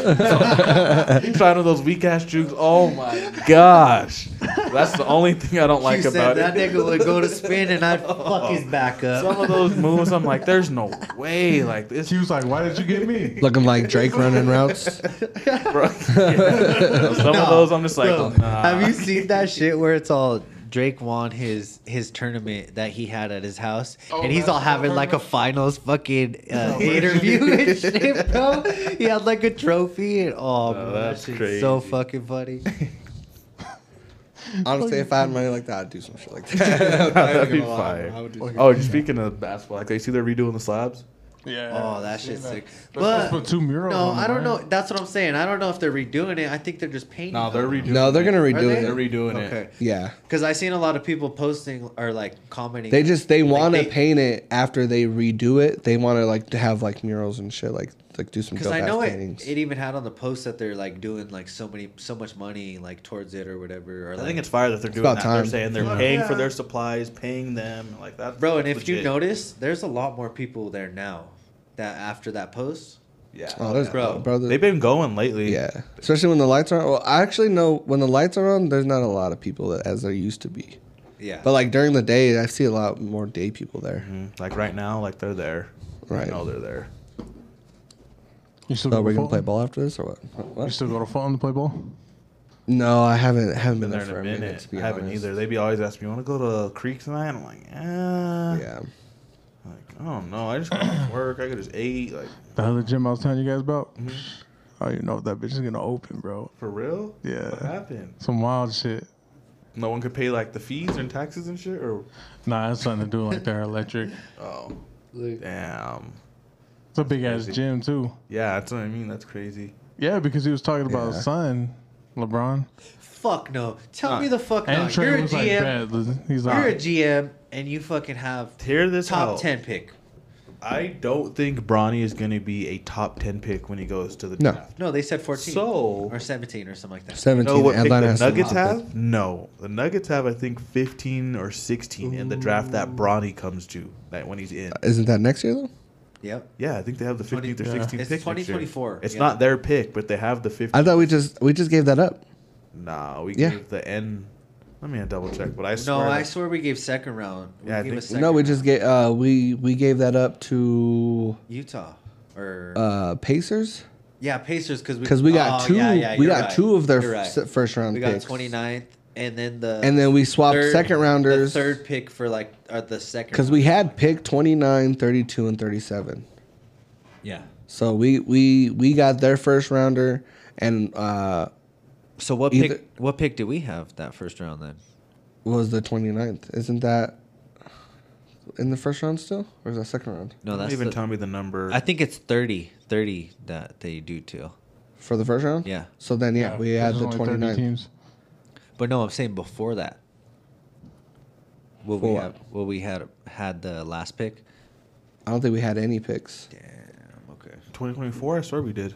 S6: he tried one of those weak ass jukes. Oh my gosh, that's the only thing I don't like
S4: you said
S6: about
S4: that
S6: it.
S4: nigga would go to spin, and I'd fuck his back
S6: Some
S4: up.
S6: of those moves, I'm like, there's no way. Like this,
S2: She was like, "Why did you get me?"
S3: Looking like Drake running routes.
S6: bro. Some
S4: No,
S6: of those, I'm just like,
S4: bro,
S6: nah.
S4: Have you seen that shit where it's all Drake won his his tournament that he had at his house, and he's all having like a finals fucking uh, interview and shit, bro? He had like a trophy and all. bro,
S6: Oh, that's
S4: that shit's so
S6: crazy.
S4: fucking funny.
S3: Honestly, if I had money like that, I'd do some shit like that.
S6: That'd be
S3: Gonna lie,
S6: fire.
S3: I would do some-
S6: Oh, just speaking of basketball, like, you see they're redoing the slabs?
S2: Yeah.
S4: Oh, that shit's sick.
S2: But let's
S4: But-
S2: put two murals.
S4: No,
S2: on
S4: I don't
S2: them,
S4: know.
S2: right?
S4: That's what I'm saying. I don't know if they're redoing it. I think they're just painting.
S6: No, they're
S4: them.
S6: redoing.
S3: no, they're gonna
S4: Are
S3: redo
S4: they?
S3: it.
S6: They're redoing it.
S4: Okay.
S3: Yeah,
S4: Because I seen a lot of people posting or like commenting.
S3: they just they want to
S4: they-
S3: paint it after they redo it. They want to like to have like murals and shit, like like do some
S4: because
S3: dope
S4: I
S3: ass
S4: know
S3: paintings.
S4: it. It even had on the post that they're like doing like so many so much money like towards it or whatever. Or
S6: I
S4: like,
S6: think it's fire that they're doing
S3: about
S6: that.
S3: time.
S6: They're saying they're paying for their supplies, paying them like that.
S4: bro. And if you
S6: legit.
S4: notice, there's a lot more people there now. That after that post,
S6: yeah,
S3: oh, there's
S4: Bro,
S3: bro, the-
S6: they've been going lately.
S3: yeah, especially when the lights are on. Well, I actually know when the lights are on, there's not a lot of people that, as there used to be.
S4: yeah.
S3: But like during the day, I see a lot more day people there.
S6: Mhm. like right now, like they're there.
S3: Right.
S6: I know they're there.
S2: You still
S3: So
S2: go
S3: Oh, we're
S2: to
S3: gonna play
S2: Fulton?
S3: ball after this or what?
S2: You
S3: what?
S2: still go to Fulton to play ball?
S3: No, I haven't haven't been
S6: Been
S3: there for
S6: there in a
S3: a minute.
S6: minute.
S3: to be
S6: I haven't
S3: honest.
S6: either. They be always asking me, "Want to go to Creek tonight?" I'm like, ah,
S3: Yeah.
S6: Like I don't know. I just got off work. I could just eat. Like
S2: The other gym I was telling you guys about.
S4: Mm-hmm.
S2: I don't even know if that bitch is gonna open, bro.
S6: for real?
S2: Yeah.
S6: What happened?
S2: Some wild shit.
S6: No one could pay like the fees and taxes and shit. Or
S2: Nah, that's something to do like their electric.
S6: oh,
S4: Like-
S6: damn.
S2: It's a big ass
S6: Crazy.
S2: gym too.
S6: Yeah, that's what I mean. That's crazy.
S2: Yeah, because he was talking about his
S3: Yeah.
S2: son LeBron.
S4: Fuck no. Tell me the fuck
S2: And
S4: no.
S2: Trey
S4: You're a
S2: was like,
S4: GM.
S2: bad. He's
S4: you're a
S2: like,
S4: GM and you fucking have
S6: Hear this
S4: top
S3: Oh.
S6: out.
S4: ten pick.
S6: I don't think Bronny is going to be a top 10 pick when he goes to the
S3: No.
S6: draft.
S4: No, they said fourteen.
S6: So-
S4: or seventeen or something like that.
S3: Seventeen.
S6: Know what pick
S3: Atlanta
S6: the
S3: has to
S6: Nuggets
S3: make the pick.
S6: have? No. The Nuggets have, I think, 15 or 16 in the draft that Bronny comes to like, when he's in.
S3: Isn't that next year though?
S4: Yep.
S6: Yeah, I think they have the 15th or 16th pick.
S4: It's
S6: next year.
S4: 2024,
S6: It's
S4: yeah.
S6: not their pick, but they have the 15th.
S3: I thought we just we just gave that up.
S6: Nah, we
S3: Yeah.
S6: gave the N. Let me double check, but I swear.
S4: No, I
S6: that-
S4: swear we gave second round. We
S6: Yeah, I
S4: gave
S6: think-
S4: a second
S3: no, we
S4: round.
S3: just gave uh we we gave that up to
S4: Utah or
S3: uh Pacers
S4: yeah Pacers because we
S3: because we got
S4: oh,
S3: two
S4: yeah, yeah,
S3: we
S4: you're
S3: got
S4: right.
S3: two of their
S4: You're right.
S3: s- first round
S4: We got
S3: picks.
S4: 29th and then the
S3: and then we swapped
S4: third-
S3: second rounders
S4: The third pick for like or the second
S3: because we had pick 29, 32 and 37.
S4: yeah.
S3: So we we we got their first rounder and uh
S4: So what
S3: Either-
S4: pick? What pick do we have that first round then?
S3: was the 29th. Isn't that in the first round still? Or is that second round?
S4: No,
S6: Don't
S4: that's
S6: even
S4: the-
S6: tell me the number.
S4: I think it's 30, 30 that they do too.
S3: For the first round?
S4: Yeah.
S3: So then yeah, we
S2: there's
S3: had the
S2: only 30
S3: 29th.
S2: teams.
S4: But no, I'm saying before that. What
S3: For
S4: we
S3: what?
S4: have, what we had had the last pick.
S3: I don't think we had any picks.
S4: Damn. Okay.
S6: 2024, I swear we did.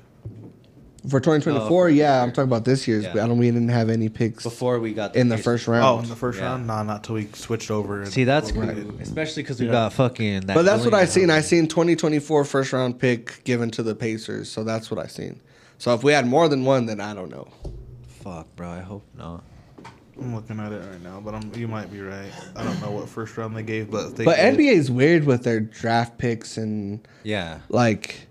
S3: For 2024,
S4: Oh, for
S3: yeah, I'm talking about this year's,
S4: Yeah.
S3: but I don't we didn't have any picks
S4: Before we got
S3: in the
S4: Pacers.
S3: first
S6: Oh,
S3: round.
S6: in the first
S4: Yeah.
S6: round? Nah, not till we switched over. and-
S4: See, that's
S6: Well,
S4: cool,
S6: we did.
S4: especially because we got fucking. That
S3: but that's what
S4: Dillingham.
S3: I seen. I seen 2024 first round pick given to the Pacers, so that's what I seen. So if we had more than one, then I don't know.
S4: Fuck, bro. I hope not.
S6: I'm looking at it right now, but I'm, you might be right. I don't know what first round they gave, but they
S3: But
S6: did.
S3: NBA's weird with their draft picks and
S4: Yeah.
S3: like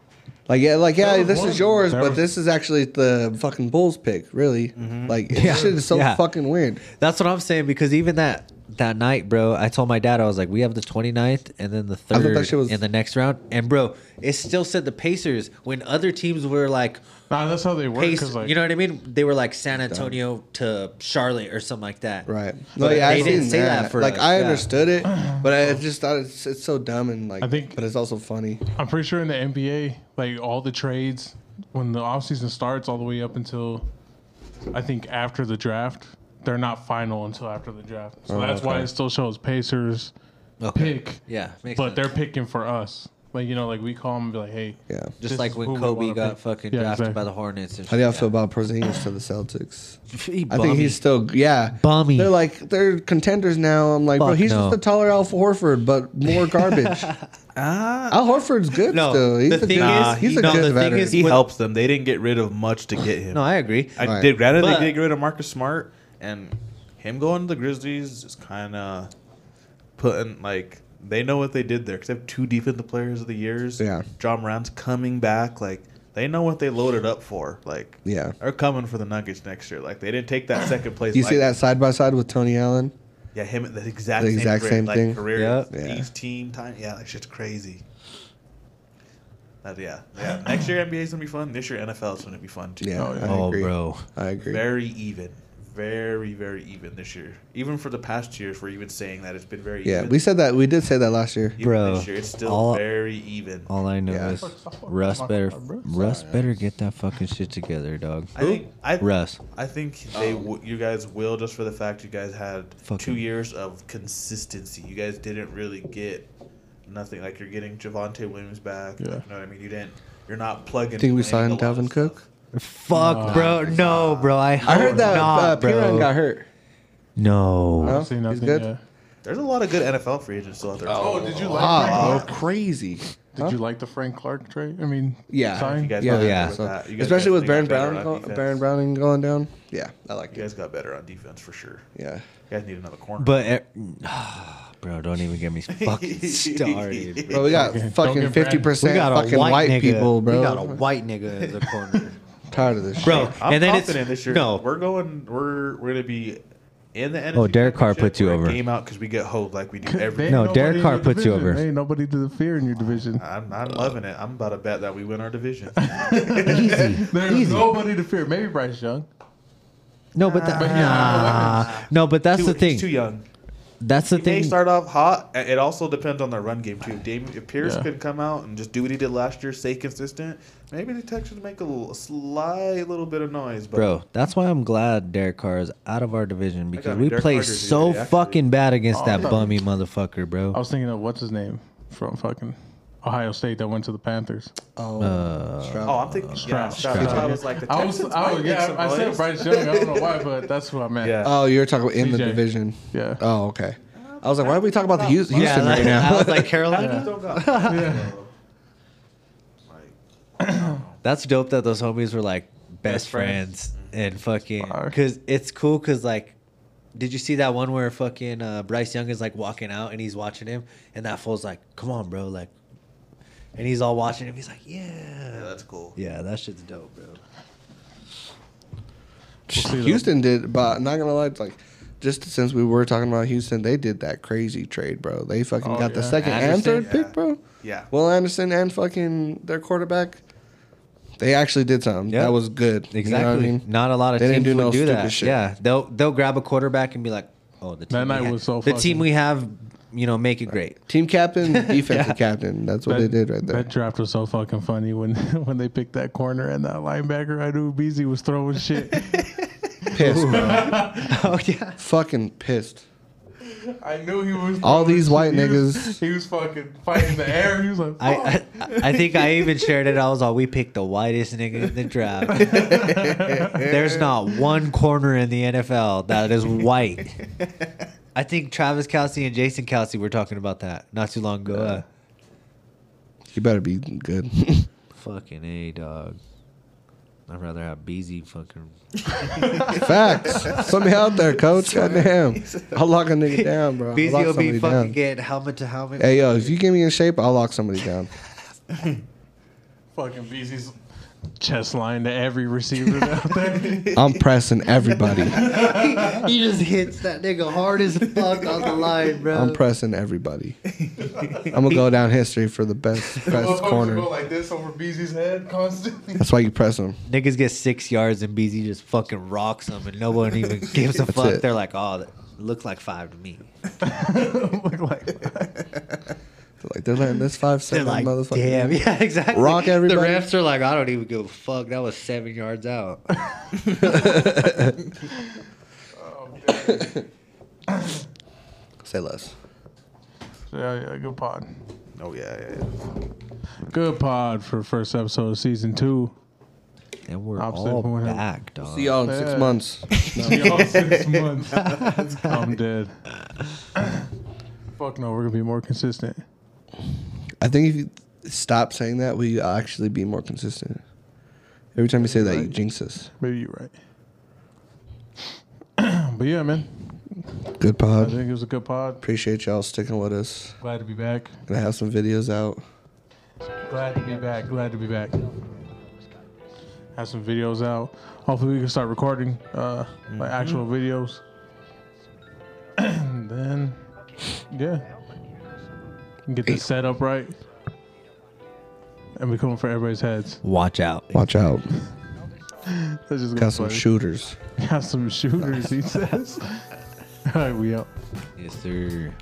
S3: like yeah like yeah
S2: was
S3: this
S2: one.
S3: is yours
S2: There
S3: but
S2: was-
S3: this is actually the fucking bulls pick really
S4: Mm-hmm.
S3: like
S4: Yeah.
S3: this shit is so
S4: Yeah.
S3: fucking weird
S4: That's what I'm saying because even that that night, bro, I told my dad I was like, "We have the 29th and then the
S3: thought
S4: third
S3: that shit was-
S4: in the next round." And bro, it still said the Pacers when other teams were like,
S2: Nah, that's how they work.
S4: Pace,
S2: Cause like,
S4: you know what I mean? They were like San Antonio to Charlotte or something like that.
S3: right no
S4: But
S3: yeah I
S4: they didn't
S3: seen
S4: say
S3: that,
S4: that, for
S3: like
S4: us.
S3: I
S4: Yeah.
S3: understood it but I just thought it's, it's so dumb and like
S2: Uh-huh. I think-
S3: but it's also funny
S2: I'm pretty sure in the NBA, like all the trades, when the offseason starts all the way up until I think after the draft, they're not final until after the draft. So that's why
S3: Oh, okay.
S2: it still shows Pacers
S4: Okay.
S2: pick.
S4: Yeah, makes
S2: but
S4: sense.
S2: they're picking for us. Like, you know, like we call them and be like, hey,
S3: yeah
S4: Just
S2: this
S4: like
S2: is
S4: when
S2: who we
S4: Kobe
S2: wanna
S4: got
S2: pick.
S4: fucking
S2: Yeah,
S4: drafted
S2: exactly.
S4: by the Hornets. And
S3: how do y'all feel about Porzingis to the Celtics I think he's still yeah
S4: Bummy.
S3: they're like they're contenders now I'm like bro
S4: Fuck
S3: he's
S4: no.
S3: just a taller Al Horford but more garbage
S6: Ah,
S3: Al Horford's good
S4: No,
S3: still he's
S4: the
S3: a
S4: thing
S3: good
S6: is-
S3: he's a
S6: no,
S3: good
S4: the thing
S3: veteran
S4: is-
S6: he
S4: What-
S6: helps them. They didn't get rid of much to get him.
S4: No, I agree.
S6: I
S3: Right.
S6: did. Granted,
S4: But-
S6: they did get rid of Marcus Smart, and him going to the Grizzlies is kind of putting like they know what they did there. Because they have two defensive players of the years.
S3: Yeah.
S6: John Moran's coming back. Like they know what they loaded up for. Like
S3: Yeah.
S6: they're coming for the Nuggets next year. Like they didn't take that second place.
S3: you see
S6: lightly.
S3: that side by side with Tony Allen
S6: Yeah, him at the exact
S3: The
S6: same,
S3: exact
S6: career,
S3: same
S6: like,
S3: thing.
S6: Career,
S4: Yeah.
S3: Yeah.
S6: Each team time. Yeah, that shit's crazy. That, yeah, yeah. Next year NBA is gonna be fun. This year NFL is gonna be fun too.
S3: Yeah,
S2: Oh, yeah.
S3: I
S4: Oh,
S3: agree.
S4: bro.
S3: I agree.
S6: Very even. Very, very even this year. Even for the past years, we're even saying that it's been very
S3: yeah,
S6: even.
S3: we said that. We did say that last year.
S6: Even
S4: Bro,
S6: This year, it's still
S4: all-
S6: very even.
S4: All I know
S3: Yeah.
S4: is Russ better. Russ better get that fucking shit together, dog.
S6: I think I,
S4: Russ.
S6: I think they
S3: Um,
S6: w- you guys will just for the fact you guys had
S4: Fucking-
S6: two years of consistency. You guys didn't really get nothing. Like you're getting Javante Williams back.
S2: Yeah.
S6: You know what I mean? You didn't. You're not plugging.
S3: Think we
S6: playing a
S3: signed
S6: lot of
S3: Dalvin
S6: stuff.
S3: Cook?
S4: Fuck, bro. No, bro. I,
S3: I heard that
S4: not,
S3: uh,
S4: bro.
S3: Piran got hurt.
S4: No.
S3: No,
S2: I've seen
S3: he's
S2: nothing
S3: good.
S2: yet.
S6: There's a lot of good NFL free agents still out there.
S2: Oh, did you like?
S3: Ah, crazy.
S2: Did you like the Frank Clark trade? I mean,
S3: Yeah.
S2: sign?
S6: You guys
S3: Yeah,
S6: got better
S4: yeah.
S6: with
S3: So,
S6: that. You guys
S3: especially with Baron Brown,
S6: definitely got better
S3: go,
S6: on defense.
S3: Baron Browning going down. Yeah, I like
S6: You
S3: it.
S6: guys got better on defense for sure.
S3: Yeah,
S6: You guys need another corner.
S4: But, eh, bro, don't even get me fucking started. bro.
S3: but we got fucking
S2: get Brad.
S3: fifty
S4: We
S3: percent
S4: got a
S3: fucking
S4: white,
S3: white,
S4: nigga.
S3: people, bro.
S4: We got a white nigga in the corner,
S3: Tired of this,
S4: bro.
S6: I'm
S4: and then it's
S6: confident this year.
S4: no.
S6: we're going. We're we're gonna be in the NFC.
S4: Oh, Derek Carr
S6: Championship.
S4: put you
S6: We're a
S4: over.
S6: Game out because we get hoed like we do
S2: There
S6: every.
S2: ain't
S4: No,
S2: nobody
S4: Derek
S2: in
S4: Carr
S2: your
S4: puts you
S2: division.
S4: over.
S2: There ain't nobody to the fear in your division.
S6: I'm, I'm loving it. I'm about to bet that we win our division.
S2: There's nobody to fear. Maybe Bryce Young.
S4: No, but that,
S2: But he don't have no
S4: Ah. no, but that's
S6: Too-
S4: the
S6: he's
S4: thing.
S6: too young.
S4: that's the
S7: he may
S4: thing.
S7: start off hot. A- It also depends on their run game too. Dame, if Pierce
S2: Yeah.
S7: could come out and just do what he did last year, stay consistent, maybe the Texans make a, little, a slight little bit of noise. But
S4: Bro, that's why I'm glad Derek Carr is out of our division because
S7: mean,
S4: we
S7: Derek
S4: play
S7: Carter's easy,
S4: so
S7: actually.
S4: fucking bad against
S2: Oh,
S4: that
S2: no.
S4: bummy motherfucker, bro.
S2: I was thinking of what's his name from fucking Ohio State that went to the Panthers.
S4: Uh,
S3: Oh,
S7: oh, I'm thinking yeah,
S2: Stroud.
S7: Stroud.
S2: Stroud.
S7: That's why I was like the
S2: I was,
S7: Texans.
S2: I
S7: might
S2: was,
S7: make
S2: yeah,
S7: some
S2: I said
S7: noise.
S2: Bryce Young. I don't know why, but that's who I meant.
S7: Yeah.
S3: oh, you were talking about in the
S2: CJ.
S3: division.
S2: yeah.
S3: Oh, okay. I was like, why are we talking about the Hous- Houston right now?
S4: I was like Carolina.
S7: Texans don't got-
S2: Yeah.
S4: That's dope that those homies were like best, friends. and fucking
S2: Fire.
S4: because it's cool because like. Did you see that one where fucking uh, Bryce Young is like walking out and he's watching him and that fool's like, "Come on, bro!" Like, and he's all watching him. He's like,
S7: Yeah,
S4: "Yeah,
S7: that's cool.
S4: yeah, that shit's dope, bro."
S2: though.
S3: Houston did, but I'm not gonna lie, it's like just since we were talking about Houston, they did that crazy trade, bro. They fucking
S2: Oh,
S3: got the
S2: yeah.
S3: second and
S4: Anderson?
S3: third pick, bro.
S7: Yeah.
S3: Will Anderson and fucking their quarterback. They actually did something.
S4: Yeah.
S3: That was good. You know
S4: Exactly.
S3: what I mean?
S4: Not a lot of
S3: They
S4: teams
S3: didn't
S4: do
S3: do no
S4: would do
S3: stupid
S4: that.
S3: shit.
S4: Yeah, they'll they'll grab a quarterback and be like, "Oh, the team we
S2: night
S4: ha-
S2: was so
S4: the team
S2: fucking-
S4: we have, you know, make it great."
S3: Team captain, defensive captain. That's what they did right there.
S2: That draft was so fucking funny when when they picked that corner and that linebacker. I knew Beasley was throwing shit.
S3: Pissed, bro.
S4: oh yeah,
S3: fucking pissed.
S2: I knew he was.
S3: All
S2: throwing
S3: these
S2: shit.
S3: white
S2: He was-
S3: niggas.
S2: He was fucking fighting the air. He was like,
S4: I,
S2: "Fuck."
S4: I I think I even shared it. I was all, "We picked the whitest nigga in the draft." There's not one corner in the NFL that is white. I think Travis Kelsey and Jason Kelsey were talking about that not too long ago. Uh,
S3: You better be good.
S4: fucking a dog. I'd rather have Beezy fucking
S3: Facts. Somebody out there, coach. Goddamn. I'll lock a nigga down, bro. I'll
S4: Beezy
S3: lock
S4: will be
S3: somebody
S4: fucking
S3: down.
S4: getting helmet to helmet.
S3: Hey, yo, if you get me in shape, I'll lock somebody down.
S2: fucking Beasley's chest line to every receiver out there.
S3: I'm pressing everybody.
S4: he just hits that nigga hard as fuck on the line, bro.
S3: I'm pressing everybody. I'm gonna go down history for the best best
S2: Motherfuckers would
S3: corner.
S2: go like this over Beasley's head constantly.
S3: That's why you press them.
S4: Niggas get six yards and BZ just fucking rocks them, and no one even gives a
S3: That's
S4: fuck.
S3: it.
S4: They're like, oh, that looks like five to me.
S2: Look like
S3: Like they're letting this five
S4: They're
S3: seven
S4: like,
S3: motherfucker.
S4: damn, yeah, exactly.
S3: Rock everybody.
S4: The refs are like, I don't even give a fuck. That was seven yards out.
S3: Say less.
S2: yeah, yeah, good pod.
S7: Oh yeah, yeah, yeah.
S2: Good pod for first episode of season two.
S4: And we're
S2: Opposite
S4: all
S2: of one.
S4: back, dog.
S3: See y'all in six
S2: Yeah.
S3: months.
S2: Y'all six months. I'm dead. Fuck no, we're gonna be more consistent.
S3: I think if you stop saying that, we actually be more consistent. Every time you say that, you jinx us.
S2: Maybe you're right. but yeah, man,
S3: Good
S2: I
S3: pod.
S2: think it was a good pod.
S3: Appreciate y'all sticking with us.
S2: Glad to be back.
S3: Gonna have some videos out.
S2: Glad to be back. Glad to be back. Have some videos out. Hopefully, we can start recording uh, like actual videos. and then, yeah, get this set up right, and we come for everybody's heads.
S4: Watch out.
S3: Watch out.
S2: That's just
S3: Got some shooters.
S2: Got some shooters. He says. All right, we out.
S4: Yes, sir.